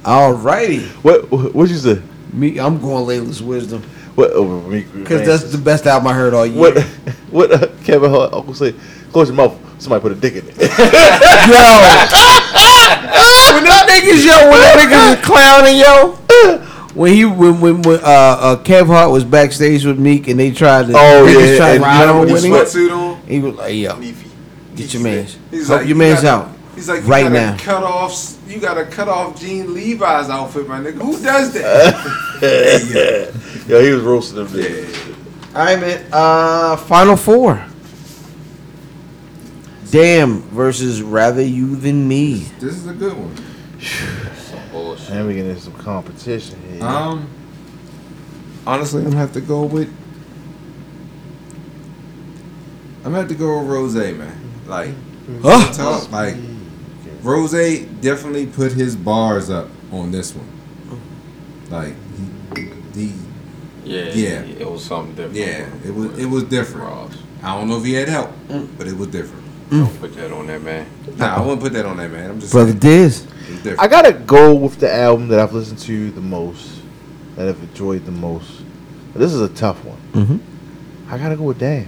Speaker 6: all righty.
Speaker 2: What what what you say?
Speaker 6: Me, I'm going Layla's wisdom
Speaker 2: What over Meek?
Speaker 6: because that's the best album I heard all year.
Speaker 2: what <laughs> what uh, Kevin Hart uncle say. Close your mouth. Somebody put a dick in it. <laughs>
Speaker 6: when them niggas yo, when them niggas was clowning yo. When he when when, when uh, uh Kev Hart was backstage with Meek and they tried to
Speaker 2: Oh,
Speaker 6: niggas
Speaker 2: yeah,
Speaker 6: tried to
Speaker 2: and
Speaker 6: ride on with him,
Speaker 1: Sweatsuit on.
Speaker 6: he was like yo,
Speaker 1: Beefy.
Speaker 6: get
Speaker 1: He's
Speaker 6: your
Speaker 1: like-
Speaker 6: man's,
Speaker 1: He's
Speaker 6: help
Speaker 1: like,
Speaker 6: your
Speaker 1: you
Speaker 6: man's
Speaker 1: gotta-
Speaker 6: out.
Speaker 1: He's like, you
Speaker 6: Right
Speaker 1: gotta
Speaker 6: now.
Speaker 1: cut off. You gotta cut off Gene Levi's outfit, my nigga. Who does
Speaker 6: <laughs>
Speaker 1: that?
Speaker 2: Yo, he was roasting them.
Speaker 1: yeah.
Speaker 2: niggas.
Speaker 6: All right, man. Uh, final four. Damn versus rather you than me.
Speaker 1: This is a good one.
Speaker 3: Bullshit.
Speaker 2: And we getting into some competition here.
Speaker 1: Um, honestly, I'm gonna have to go with. I'm gonna have to go with Rose, man. Like,
Speaker 6: Huh?
Speaker 1: tough, like Rose definitely put his bars up on this one.
Speaker 2: Mm.
Speaker 1: Like, he, he,
Speaker 3: Yeah,
Speaker 1: Yeah.
Speaker 3: It was something different.
Speaker 1: yeah, it was it was different.
Speaker 3: Ross,
Speaker 1: I don't know if he had help,
Speaker 2: Mm.
Speaker 1: but it was different.
Speaker 3: don't put that on that man.
Speaker 1: Nah, I wouldn't put that on that man. I'm just
Speaker 6: Brother
Speaker 1: saying,
Speaker 6: Diz.
Speaker 1: it was different.
Speaker 2: I gotta go with the album that I've listened to the most, that I've enjoyed the most. This is a tough one.
Speaker 6: Mhm.
Speaker 2: I gotta go with Damn.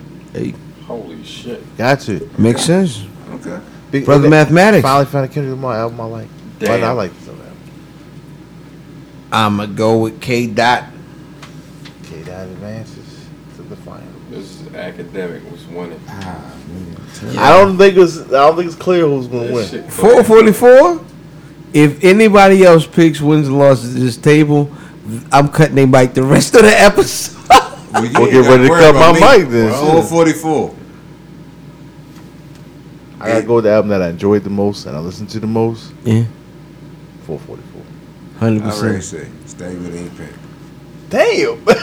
Speaker 3: Holy shit.
Speaker 2: Got to.
Speaker 6: Makes sense.
Speaker 1: okay.
Speaker 2: Big,
Speaker 6: Brother
Speaker 2: and that-
Speaker 6: Mathematics.
Speaker 2: Finally found a Kendrick Lamar album I like. Why
Speaker 3: Damn.
Speaker 2: not? I like this album.
Speaker 6: I'ma go with K Dot.
Speaker 2: Okay, that advances to the final.
Speaker 3: This is academic was winning.
Speaker 1: Ah, man.
Speaker 2: I don't think it's. I don't think it's clear who's gonna
Speaker 3: This
Speaker 2: win.
Speaker 3: shit
Speaker 6: Four
Speaker 3: clear.
Speaker 6: forty four. If anybody else picks wins and losses at this table, I'm cutting their mic the rest of the episode. <laughs>
Speaker 1: Well, you
Speaker 2: Well,
Speaker 1: ain't
Speaker 2: get
Speaker 1: gotta
Speaker 2: ready to
Speaker 1: worry
Speaker 2: cut
Speaker 1: about
Speaker 2: my
Speaker 1: me.
Speaker 2: mic then, shit.
Speaker 1: 444.
Speaker 2: I gotta go with the album that I enjoyed the most and I listened to the most.
Speaker 6: Yeah,
Speaker 2: 444.
Speaker 6: hundred
Speaker 1: I already
Speaker 6: percent.
Speaker 1: said, stay with ink pen.
Speaker 2: Damn.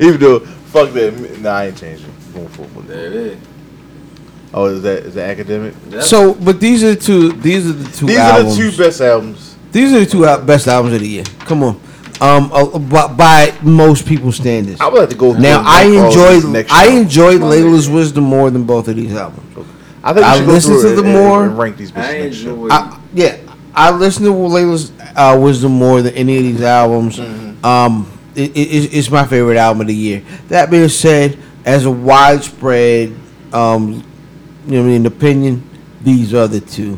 Speaker 2: <laughs> Even though, fuck that. Nah, I ain't changing. I'm going 444.
Speaker 3: There it is.
Speaker 2: Oh, is that is that academic?
Speaker 3: That's
Speaker 6: So, but these are two. These are the two.
Speaker 2: These
Speaker 6: albums.
Speaker 2: are the two best albums.
Speaker 6: These are the two al- best albums of the year. Come on, um, uh, by, by most people's standards.
Speaker 2: I would like to go. through
Speaker 6: Now
Speaker 2: and
Speaker 6: I
Speaker 2: rank all of these
Speaker 6: enjoyed
Speaker 2: next
Speaker 6: I
Speaker 2: album.
Speaker 6: enjoyed
Speaker 3: My
Speaker 6: Layla's
Speaker 3: nigga.
Speaker 6: Wisdom more than both of these albums.
Speaker 2: I think
Speaker 6: I
Speaker 2: we should go
Speaker 6: listened
Speaker 2: through
Speaker 6: to
Speaker 2: and-
Speaker 6: them
Speaker 2: and-
Speaker 6: more.
Speaker 2: and rank these
Speaker 3: I
Speaker 2: bitches next. year.
Speaker 3: enjoy
Speaker 6: I, yeah, I listened to Layla's uh, Wisdom more than any of these albums.
Speaker 3: Mm-hmm.
Speaker 6: Um, it, it, it's- it's my favorite album of the year. That being said, as a widespread, um, you know, what I mean, opinion, these are the two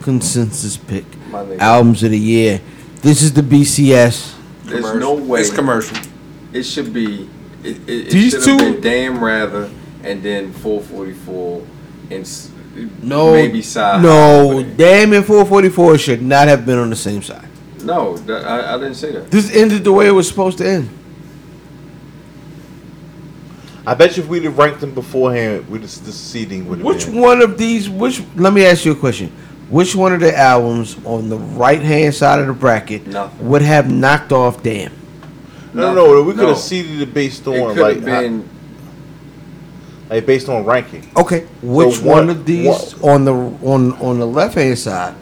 Speaker 6: consensus pick
Speaker 3: My nigga.
Speaker 6: albums of the year. This is the BCS.
Speaker 3: There's no way.
Speaker 1: It's commercial.
Speaker 3: It should be. It, it, it
Speaker 6: These
Speaker 3: should
Speaker 6: two-
Speaker 3: have been damn rather, and then 444, and s-
Speaker 6: No,
Speaker 3: maybe side.
Speaker 6: No, damn it, 444 should not have been on the same side.
Speaker 3: no, that, I, I didn't say that.
Speaker 6: This ended the way it was supposed to end.
Speaker 2: I bet you if we'd have ranked them beforehand, we just the seeding would have
Speaker 6: Which
Speaker 2: been.
Speaker 6: one of these? Which? Let me ask you a question. Which one of the albums on the right hand side of the bracket
Speaker 3: Nothing.
Speaker 6: would have knocked off Damn?
Speaker 2: No, no, no. We could
Speaker 3: No.
Speaker 2: have seeded it based
Speaker 3: It
Speaker 2: on
Speaker 3: could
Speaker 2: like
Speaker 3: have been.
Speaker 2: I- like based on ranking.
Speaker 6: Okay, which
Speaker 2: what-
Speaker 6: one of these
Speaker 2: what-
Speaker 6: on the on on the left hand side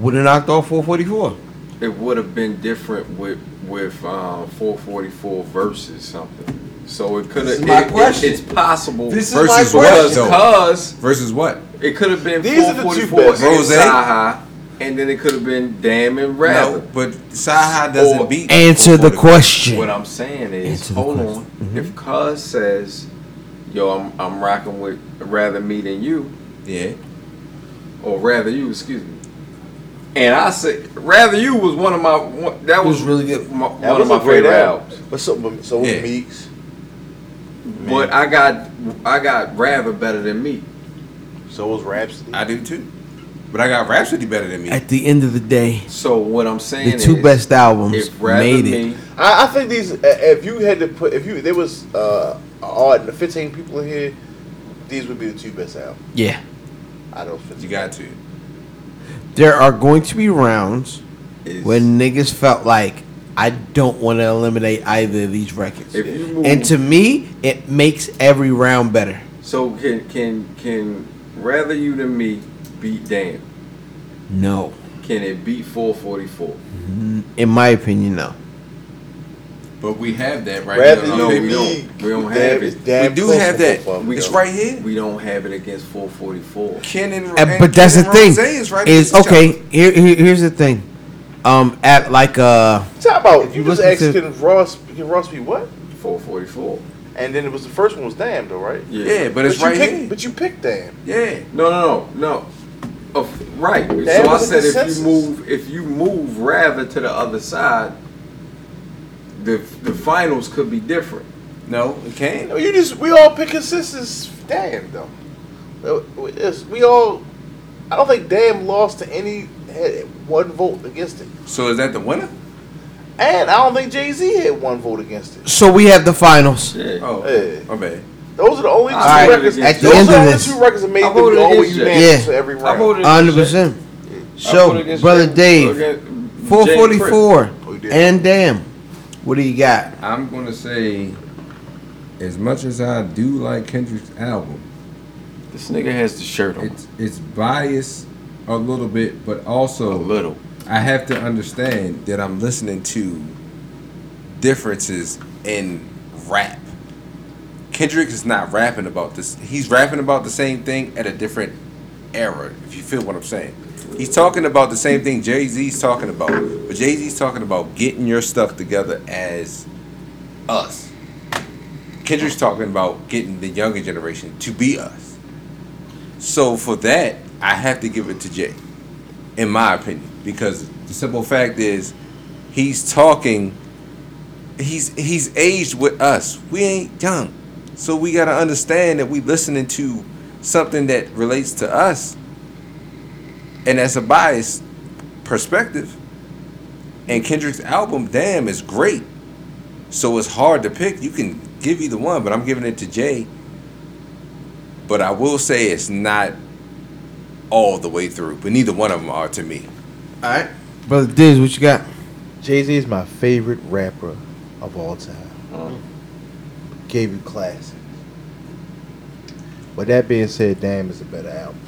Speaker 6: would have knocked off 444?
Speaker 3: it would have been different with with um, 444 versus something. So it could
Speaker 6: This
Speaker 3: have.
Speaker 6: is my
Speaker 3: it, it-
Speaker 6: question.
Speaker 3: it's possible.
Speaker 6: This is
Speaker 1: Versus
Speaker 6: my
Speaker 1: what,
Speaker 6: question.
Speaker 1: though?
Speaker 3: because
Speaker 1: Versus what?
Speaker 3: It could have been
Speaker 2: These are the two
Speaker 3: 444
Speaker 2: best.
Speaker 3: and
Speaker 1: Rose.
Speaker 3: Saha, and then it could have been Damn and Rather.
Speaker 1: No, but Saha doesn't
Speaker 3: Or
Speaker 1: beat.
Speaker 6: Answer the
Speaker 1: Porter.
Speaker 6: question.
Speaker 3: What I'm saying is,
Speaker 6: Answer the
Speaker 3: hold
Speaker 6: question.
Speaker 3: on. If Cuz says, "Yo, I'm I'm rocking with rather me than you,"
Speaker 1: Yeah.
Speaker 3: or rather you, excuse me. And I say, rather you was one of my one, that was,
Speaker 1: was really good.
Speaker 3: My, one
Speaker 2: That was
Speaker 3: of my
Speaker 2: a great
Speaker 3: favorite
Speaker 2: album.
Speaker 3: albums.
Speaker 2: But so, so was
Speaker 1: Yeah.
Speaker 2: Meeks.
Speaker 3: But I got I got rather better than me.
Speaker 2: So was Rhapsody.
Speaker 1: I do too. But I got Rhapsody better than me.
Speaker 6: At the end of the day,
Speaker 3: So what I'm saying
Speaker 6: the two
Speaker 3: is,
Speaker 6: best albums
Speaker 3: if rather
Speaker 6: made
Speaker 3: me,
Speaker 6: it.
Speaker 2: I, I think these. uh, If you had to put, if you there was uh, odd fifteen people in here, these would be the two best albums.
Speaker 6: Yeah.
Speaker 2: I don't.
Speaker 1: You got to.
Speaker 6: There are going to be rounds
Speaker 3: is-
Speaker 6: where niggas felt like I don't want to eliminate either of these records.
Speaker 3: if you move,
Speaker 6: And to me, it makes every round better.
Speaker 3: so can can can rather you than me beat damn?
Speaker 6: No.
Speaker 3: Can it beat 444?
Speaker 6: In my opinion, no.
Speaker 1: But we have that right
Speaker 2: Rather
Speaker 1: now.
Speaker 2: you
Speaker 3: No,
Speaker 1: Okay,
Speaker 3: we
Speaker 1: we
Speaker 3: don't.
Speaker 2: Meek,
Speaker 3: We don't
Speaker 2: damn,
Speaker 3: have
Speaker 2: it's
Speaker 3: it.
Speaker 2: damn
Speaker 1: We do
Speaker 2: close
Speaker 1: have
Speaker 2: to
Speaker 1: that.
Speaker 2: football.
Speaker 3: We
Speaker 1: it's
Speaker 3: don't.
Speaker 1: right here.
Speaker 3: We don't have it against 444.
Speaker 1: Ken and,
Speaker 6: And-
Speaker 1: and
Speaker 6: but that's the
Speaker 1: Ken and
Speaker 6: thing.
Speaker 1: Rose Is, right
Speaker 6: is
Speaker 1: next to each
Speaker 6: okay. Here, here, here's the thing. Um, at like uh,
Speaker 2: Talk about
Speaker 6: If
Speaker 2: you
Speaker 6: you
Speaker 2: just asked
Speaker 6: listen to-
Speaker 2: can Ross can Ross be what?
Speaker 3: 444.
Speaker 2: And then it was the first one was Damn though, right?
Speaker 1: other. Yeah, but it's
Speaker 2: you
Speaker 1: right
Speaker 2: picked,
Speaker 1: here.
Speaker 2: But you picked Damn.
Speaker 1: yeah.
Speaker 3: No, no, no, no. Of, right.
Speaker 2: That
Speaker 3: so I
Speaker 2: was the
Speaker 3: said if
Speaker 2: consensus.
Speaker 3: you move, if you move rather to the other side, the the finals could be different.
Speaker 1: No, it
Speaker 2: You,
Speaker 1: can't.
Speaker 2: know, you just we all pick consistence Damn though. Uh, it's- we all. I don't think Damn lost to any had one vote against it,
Speaker 1: So is that the winner?
Speaker 2: and I don't think Jay Z had one vote against it.
Speaker 6: so we have the finals.
Speaker 3: Yeah.
Speaker 1: Oh,
Speaker 2: Yeah.
Speaker 1: my bad.
Speaker 2: Those are the only two
Speaker 3: I voted
Speaker 2: records.
Speaker 3: against
Speaker 2: those
Speaker 6: Jay.
Speaker 2: are
Speaker 6: At the
Speaker 2: the
Speaker 6: end
Speaker 2: only
Speaker 6: of this-
Speaker 2: two records that made
Speaker 3: I
Speaker 2: them
Speaker 3: voted
Speaker 2: always
Speaker 3: against Jay.
Speaker 2: unanimous
Speaker 6: Yeah.
Speaker 2: for every
Speaker 3: I
Speaker 2: round.
Speaker 3: voted
Speaker 6: Hundred
Speaker 3: against Jay.
Speaker 6: percent.
Speaker 3: I
Speaker 6: So,
Speaker 3: voted against
Speaker 6: brother
Speaker 3: Jay.
Speaker 6: Dave,
Speaker 3: Against
Speaker 6: Four
Speaker 3: Jay
Speaker 6: forty four
Speaker 2: Oh, yeah.
Speaker 6: and damn, what do you got?
Speaker 1: Crick. I'm gonna say, as much as I do like Kendrick's album,
Speaker 3: Prince. This nigga has the shirt on.
Speaker 1: it's it's biased a little bit, but also
Speaker 3: a little.
Speaker 1: I have to understand that I'm listening to differences in rap. Kendrick is not rapping about this. He's rapping about the same thing at a different era, if you feel what I'm saying. He's talking about the same thing Jay Z's talking about, but Jay Z's talking about getting your stuff together as us. Kendrick's talking about getting the younger generation to be us. So for that, I have to give it to Jay in my opinion, because the simple fact is he's talking. He's he's aged with us. We ain't young, so we gotta understand that we listening to something that relates to us, and that's a biased perspective. And Kendrick's album, damn, is great. So it's hard to pick. You can give either one, but I'm giving it to Jay. But I will say it's not all the way through, but neither one of them are to me.
Speaker 6: All right, brother Diz, what you got?
Speaker 2: Jay Z is my favorite rapper of all time. Gave you classics. But that being said, Damn is a better album.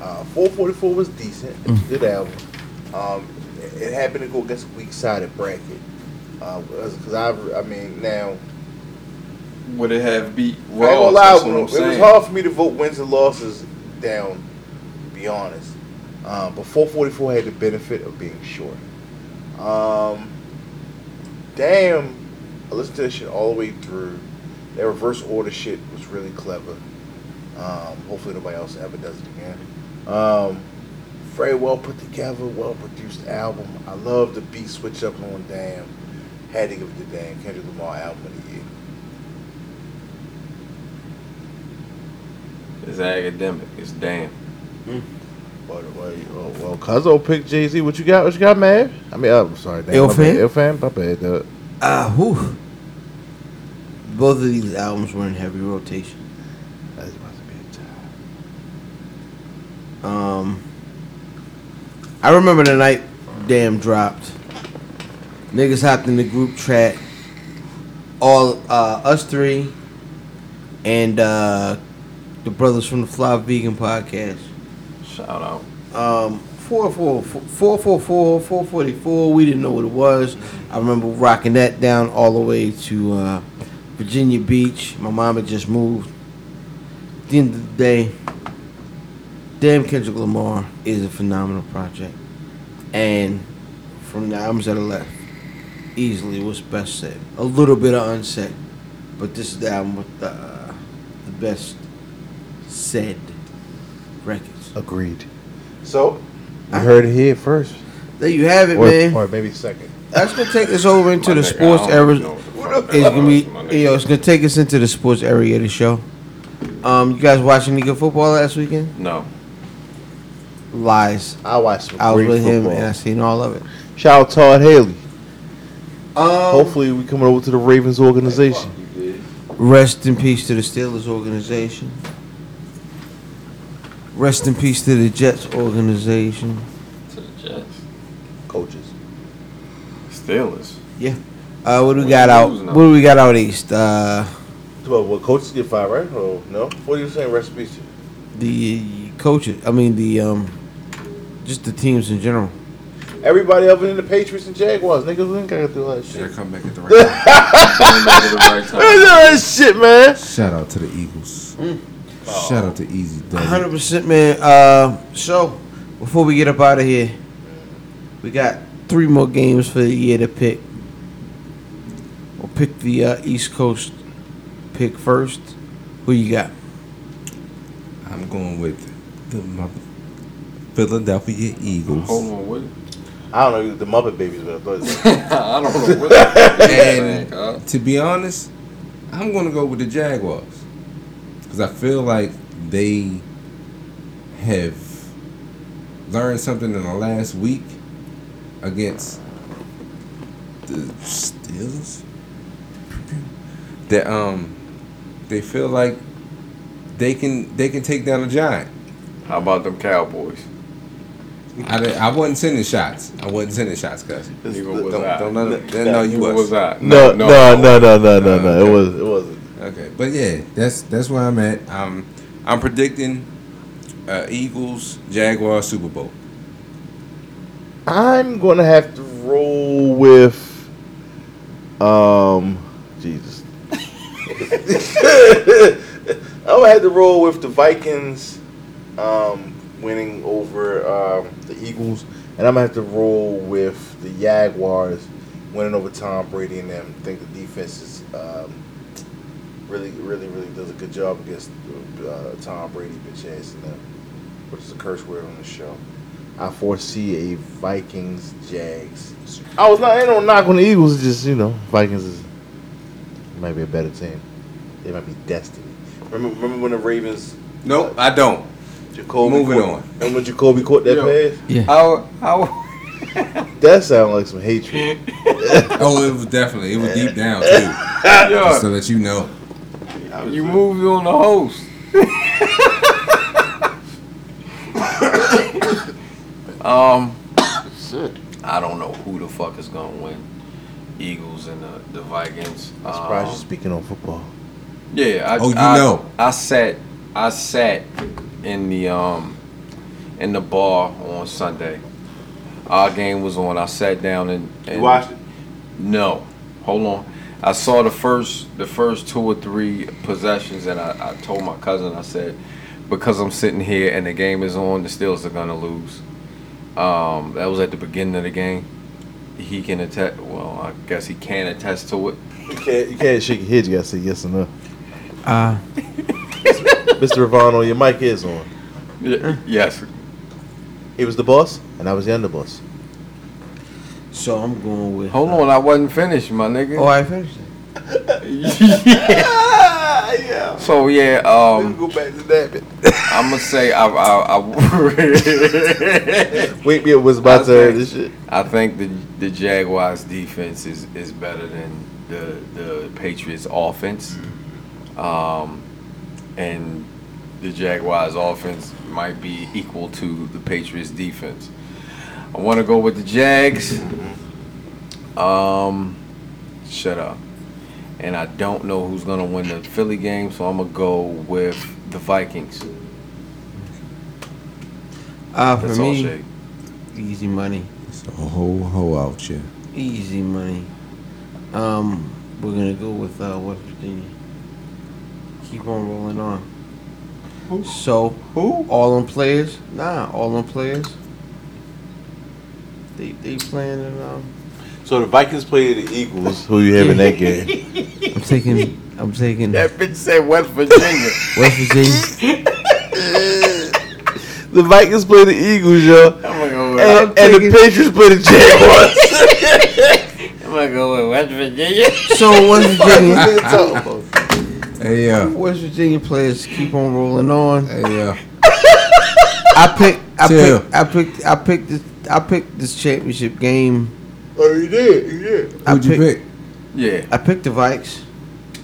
Speaker 2: Uh, 444 was decent. It
Speaker 6: Mm.
Speaker 2: was a good album. Um, it, it happened to go against a weak sided bracket. Uh, Because I, I mean, now,
Speaker 3: Would it have beat
Speaker 2: I ain't
Speaker 3: Raw?
Speaker 2: gonna lie,
Speaker 3: That's what
Speaker 2: it
Speaker 3: I'm
Speaker 2: was
Speaker 3: saying.
Speaker 2: hard for me to vote wins and losses down, to be honest. Um, but 444 had the benefit of being short. Um, damn, I listened to this shit all the way through. That reverse order shit was really clever. Um, hopefully nobody else ever does it again. Um, very well put together, well produced album. I love the beat switch up on Damn. Had to give it to Damn Kendrick Lamar album of the year.
Speaker 3: It's academic. It's damn.
Speaker 2: Well, well, well, well Cuzzo picked Jay Z. What you got? What you got, man? I mean, I'm sorry, damn, my bad.
Speaker 6: Ilfan?
Speaker 2: Ilfan, my bad. Duh.
Speaker 6: Ah, whew. Both of these albums were in heavy rotation.
Speaker 2: That's about to be a tie.
Speaker 6: Um, I remember the night damn dropped. Niggas hopped in the group chat. All uh, us three and uh, the brothers from the Fly Vegan podcast.
Speaker 3: Shout out.
Speaker 6: um 444 444 444 we didn't know what it was i remember rocking that down all the way to uh, virginia beach my mom had just moved at the end of the day Damn Kendrick Lamar is a phenomenal project. And from the albums that are left, easily what's best said. A little bit of unsaid, but this is the album with the, uh, the best said records.
Speaker 2: Agreed. So, I heard it here first,
Speaker 6: There you have it,
Speaker 2: or,
Speaker 6: man.
Speaker 2: or maybe second.
Speaker 6: That's gonna take us over into the
Speaker 1: nigga,
Speaker 6: sports
Speaker 1: I
Speaker 6: era.
Speaker 1: don't know what the
Speaker 6: It's
Speaker 1: fuck
Speaker 6: gonna be,
Speaker 1: my nigga.
Speaker 6: you know, it's gonna take us into the sports area of the show. Um, you guys watching any good football last weekend?
Speaker 3: No.
Speaker 6: Lies.
Speaker 2: I watched some
Speaker 6: I was
Speaker 2: great
Speaker 6: with him
Speaker 2: football.
Speaker 6: and I seen all of it.
Speaker 2: Shout out Todd Haley.
Speaker 6: Um,
Speaker 2: Hopefully, we coming over to the Ravens organization.
Speaker 6: rest in peace to the Steelers organization. Rest in peace to the Jets organization.
Speaker 3: To the Jets.
Speaker 2: Coaches.
Speaker 3: Steelers.
Speaker 6: Yeah. Uh, what do we got out? What do we got out east? Uh,
Speaker 2: Well, well, coaches get fired, right? Or no? What are you saying? Recipes.
Speaker 6: the coaches. I mean the um, just the teams in general.
Speaker 2: Everybody other than the Patriots and Jaguars, niggas, we ain't gotta do all that
Speaker 1: Should
Speaker 2: shit.
Speaker 1: have come back at the right time.
Speaker 2: <laughs> that shit, man.
Speaker 1: Shout out to the Eagles. Shout out to Easy
Speaker 6: A hundred percent, man. Uh, so before we get up out of here, we got three more games for the year to pick. We'll pick the uh, East Coast pick first. Who you got?
Speaker 1: I'm going with the my Philadelphia Eagles
Speaker 3: on, what? <laughs>
Speaker 2: I don't know the Muppet Babies, but I thought it was-
Speaker 3: I don't know
Speaker 2: <laughs>
Speaker 3: what.
Speaker 1: and to be honest, I'm going to go with the Jaguars because I feel like they have learned something in the last week against the Steelers. That um, they feel like they can they can take down a giant.
Speaker 3: How about them Cowboys?
Speaker 1: I, didn't- I wasn't sending shots. I wasn't sending shots, cuz.
Speaker 3: Neither
Speaker 2: Don't-
Speaker 3: was
Speaker 2: don't-
Speaker 3: I.
Speaker 1: Don't let him. No, you
Speaker 3: Neither
Speaker 1: was.
Speaker 3: was I.
Speaker 2: <laughs> no, no, no, no, no, no, no. It
Speaker 1: Okay.
Speaker 2: was, it wasn't.
Speaker 1: Okay, but yeah, that's that's where I'm at. Um, I'm predicting uh, Eagles Jaguars Super Bowl.
Speaker 2: I'm gonna have to roll with, um, Jesus. <laughs> I'm gonna have to roll with the Vikings, um, winning over um, the Eagles, and I'm gonna have to roll with the Jaguars winning over Tom Brady and them. I think the defense is um, really, really, really does a good job against uh, Tom Brady, bitch ass, and them, which is a curse word on the show. I foresee a Vikings Jags. I was not ain't no knock on the Eagles. It's just you know Vikings is might be a better team. They might be destined. Remember, remember when the Ravens
Speaker 1: Nope, I don't.
Speaker 2: Jacoby
Speaker 1: Moving
Speaker 2: caught,
Speaker 1: on.
Speaker 2: Remember when Jacoby caught that
Speaker 3: Yo.
Speaker 2: pass?
Speaker 6: Yeah.
Speaker 1: How,
Speaker 2: <laughs>
Speaker 1: how?
Speaker 2: That sounded like some hatred.
Speaker 1: <laughs> Oh, it was definitely it was deep <laughs> down too. Just so that you know,
Speaker 3: you moved on the host. <laughs> um, I don't know who the fuck is gonna win. Eagles and the, the Vikings.
Speaker 2: I'm surprised
Speaker 3: Um,
Speaker 2: you're speaking on football.
Speaker 3: Yeah, I,
Speaker 1: Oh, you
Speaker 3: I,
Speaker 1: know.
Speaker 3: I sat, I sat in the um, in the bar on Sunday. Our game was on. I sat down and, and
Speaker 2: watched it?
Speaker 3: No, hold on. I saw the first, the first two or three possessions, and I, I told my cousin. I said, because I'm sitting here and the game is on, the Steelers are gonna lose. Um, that was at the beginning of the game. He can attest. Well, I guess he can attest to it.
Speaker 2: You can't, you can't shake your head. You gotta say yes or <laughs> no.
Speaker 6: Uh,
Speaker 2: Mr. Ravano, your mic is on.
Speaker 3: Y- yes,
Speaker 2: He was the boss, and I was the underboss.
Speaker 6: so I'm going with.
Speaker 3: Hold on, I wasn't finished, my
Speaker 6: Oh,
Speaker 3: nigga.
Speaker 6: I finished it.
Speaker 2: Ah, yeah.
Speaker 3: So yeah,
Speaker 2: We can
Speaker 3: um,
Speaker 2: go back to that. Bit.
Speaker 3: I'm gonna say I I, I, <laughs>
Speaker 2: Wait, it was about to
Speaker 3: Okay.
Speaker 2: this shit.
Speaker 3: I think the the Jaguars defense is, is better than the the Patriots offense, um, and the Jaguars offense might be equal to the Patriots defense. I want to go with the Jags. Um, shut up. And I don't know who's gonna win the Philly game, so I'm gonna go with the Vikings.
Speaker 6: Uh, for
Speaker 3: That's all,
Speaker 6: me,
Speaker 3: Shay.
Speaker 6: easy money.
Speaker 1: it's a whole hoe out here.
Speaker 6: Easy money. Um, we're gonna go with uh, West Virginia. Keep on rolling on. So
Speaker 3: Who?
Speaker 6: all them players? Nah, all them players. They they playing in <laughs> um.
Speaker 2: So the Vikings play the Eagles, who you have <laughs> in that game.
Speaker 6: I'm taking. I'm taking
Speaker 3: That bitch said West Virginia.
Speaker 6: <laughs> West Virginia.
Speaker 2: The Vikings play the Eagles, yo.
Speaker 3: I'm gonna
Speaker 2: oh,
Speaker 3: go
Speaker 2: And,
Speaker 3: with,
Speaker 2: and the Patriots play the Jaguars.
Speaker 3: I'm gonna go with West Virginia.
Speaker 6: So West Virginia,
Speaker 1: Hey yo,
Speaker 6: West Virginia players keep on rolling on.
Speaker 1: hey uh, yo.
Speaker 6: I picked. I
Speaker 1: Chill.
Speaker 6: picked. I picked. I picked this. I picked this championship game.
Speaker 2: <laughs> oh, you did, you did.
Speaker 6: I
Speaker 1: Who'd you pick?
Speaker 3: Yeah,
Speaker 6: I picked the Vikes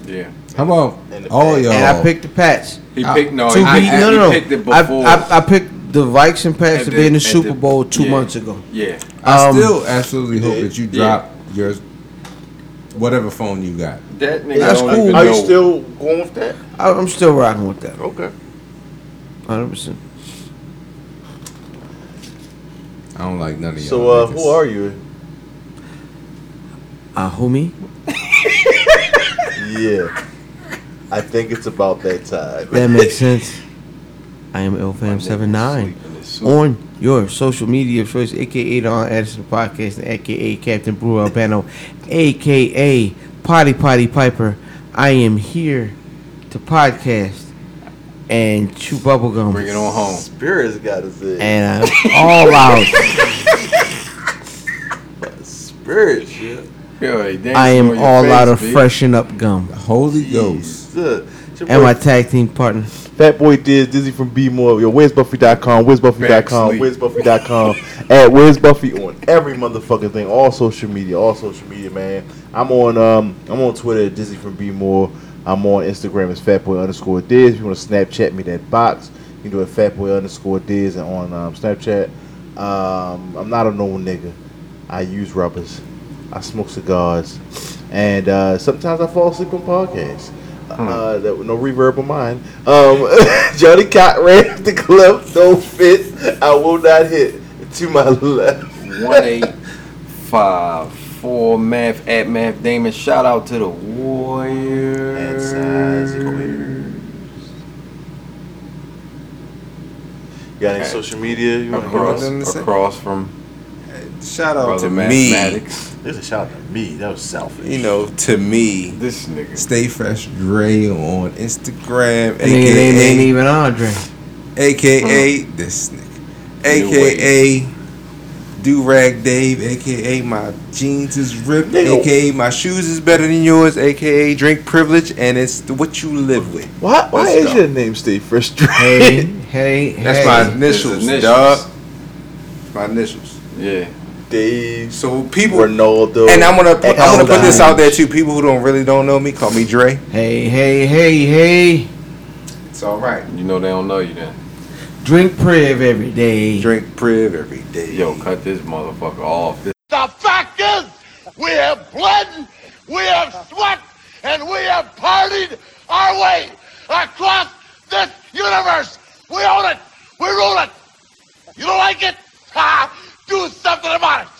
Speaker 3: yeah.
Speaker 1: How about all y'all?
Speaker 6: and I picked the Pats.
Speaker 3: He
Speaker 1: Uh,
Speaker 3: picked no.
Speaker 1: two
Speaker 3: He,
Speaker 1: I-
Speaker 3: Oh,
Speaker 1: weeks-
Speaker 3: picked,
Speaker 6: Ah, no, no,
Speaker 3: he
Speaker 6: no.
Speaker 3: picked it
Speaker 6: I,
Speaker 3: before.
Speaker 6: I, I picked the Vikes and Pats
Speaker 3: And
Speaker 6: to be in the
Speaker 3: and
Speaker 6: Super Bowl two
Speaker 3: yeah.
Speaker 6: months ago.
Speaker 3: Yeah,
Speaker 1: I
Speaker 6: um,
Speaker 1: still absolutely hope that you
Speaker 3: Yeah.
Speaker 1: drop your whatever phone you got.
Speaker 3: that nigga
Speaker 6: That's
Speaker 3: don't
Speaker 6: cool.
Speaker 3: even
Speaker 6: Are
Speaker 3: know.
Speaker 2: still going with that?
Speaker 6: I, I'm still rocking with that.
Speaker 2: Okay.
Speaker 6: Hundred percent.
Speaker 1: I don't like none of y'all.
Speaker 2: So, uh, who are you?
Speaker 6: Uh, who me?
Speaker 2: Yeah. I think it's about that time.
Speaker 6: That makes sense. I am LFAM79 on your social media of choice, aka the On Addison Podcast, and aka Captain Brew Albano, aka Potty Potty Piper. I am here to podcast and chew bubblegum.
Speaker 3: Bring it on home.
Speaker 2: Spirits got us in.
Speaker 6: And I'm all out.
Speaker 2: Spirits, yeah.
Speaker 3: Yo, they dancing
Speaker 6: I
Speaker 3: on
Speaker 6: am
Speaker 3: your
Speaker 6: all
Speaker 3: face,
Speaker 6: out of
Speaker 3: bitch.
Speaker 6: freshen up gum.
Speaker 1: Holy Ghost.
Speaker 6: And my tag team partner.
Speaker 2: Fat Boy Diz, Dizzy from B More, yo, where'sbuffy.com, where'sbuffy.com,
Speaker 3: Facts,
Speaker 2: where'sbuffy.com, <laughs> at where'sbuffy on every motherfucking thing, all social media, all social media, man. I'm on um I'm on Twitter at Dizzy from B More. I'm on Instagram as Fatboy underscore Diz. If you want to Snapchat me that box, you can do it Fatboy underscore Diz and on um, Snapchat. Um, I'm not a normal nigga. I use rubbers. I smoke cigars. And uh, sometimes I fall asleep on podcasts.
Speaker 1: Hmm.
Speaker 2: Uh, that, no reverb on mine. Um, <laughs> Johnny Cott ran <laughs> up the cliff. No fit. I will not hit. To my left.
Speaker 3: one eight five four math at math Damon. Shout out to the
Speaker 2: And
Speaker 3: Warriors.
Speaker 2: size equator. Got any social media you want to give
Speaker 3: Across,
Speaker 2: us?
Speaker 1: them to say?
Speaker 3: across from
Speaker 1: Shout out
Speaker 3: brother
Speaker 1: to me.
Speaker 3: mathematics.
Speaker 2: There's a shout out to me. That was selfish.
Speaker 1: You know, to me.
Speaker 3: This nigga.
Speaker 1: Stay Fresh Gray on Instagram,
Speaker 6: Nigga, they Uh-huh. ain't
Speaker 1: aka,
Speaker 6: even Andre.
Speaker 1: aka this nigga,
Speaker 3: New
Speaker 1: aka Do Rag Dave, aka my jeans is ripped, aka my shoes is better than yours, aka drink privilege, and it's the- what you live with.
Speaker 2: Why, why
Speaker 1: Let's
Speaker 2: is
Speaker 1: go.
Speaker 2: your name Steve Frustrated?
Speaker 6: Hey,
Speaker 3: <laughs>
Speaker 6: hey,
Speaker 1: That's
Speaker 6: hey.
Speaker 1: my initials,
Speaker 3: initials.
Speaker 1: dog. My initials.
Speaker 3: Yeah.
Speaker 2: <laughs> Dave
Speaker 1: So people,
Speaker 2: Ronaldo.
Speaker 1: and I'm gonna put, I'm gonna put this
Speaker 2: Ronaldo.
Speaker 1: out there too. People who don't really don't know me call me Dre.
Speaker 6: Hey, hey, hey, hey.
Speaker 1: It's all right.
Speaker 3: You know they don't know you then.
Speaker 6: Drink Priv every day.
Speaker 1: Drink priv every day.
Speaker 3: Yo, cut this motherfucker off. This
Speaker 8: The fact is, we have bled, we have sweat, and we have partied our way across this universe. We own it. We rule it. You don't like it? Ha! Do something about it.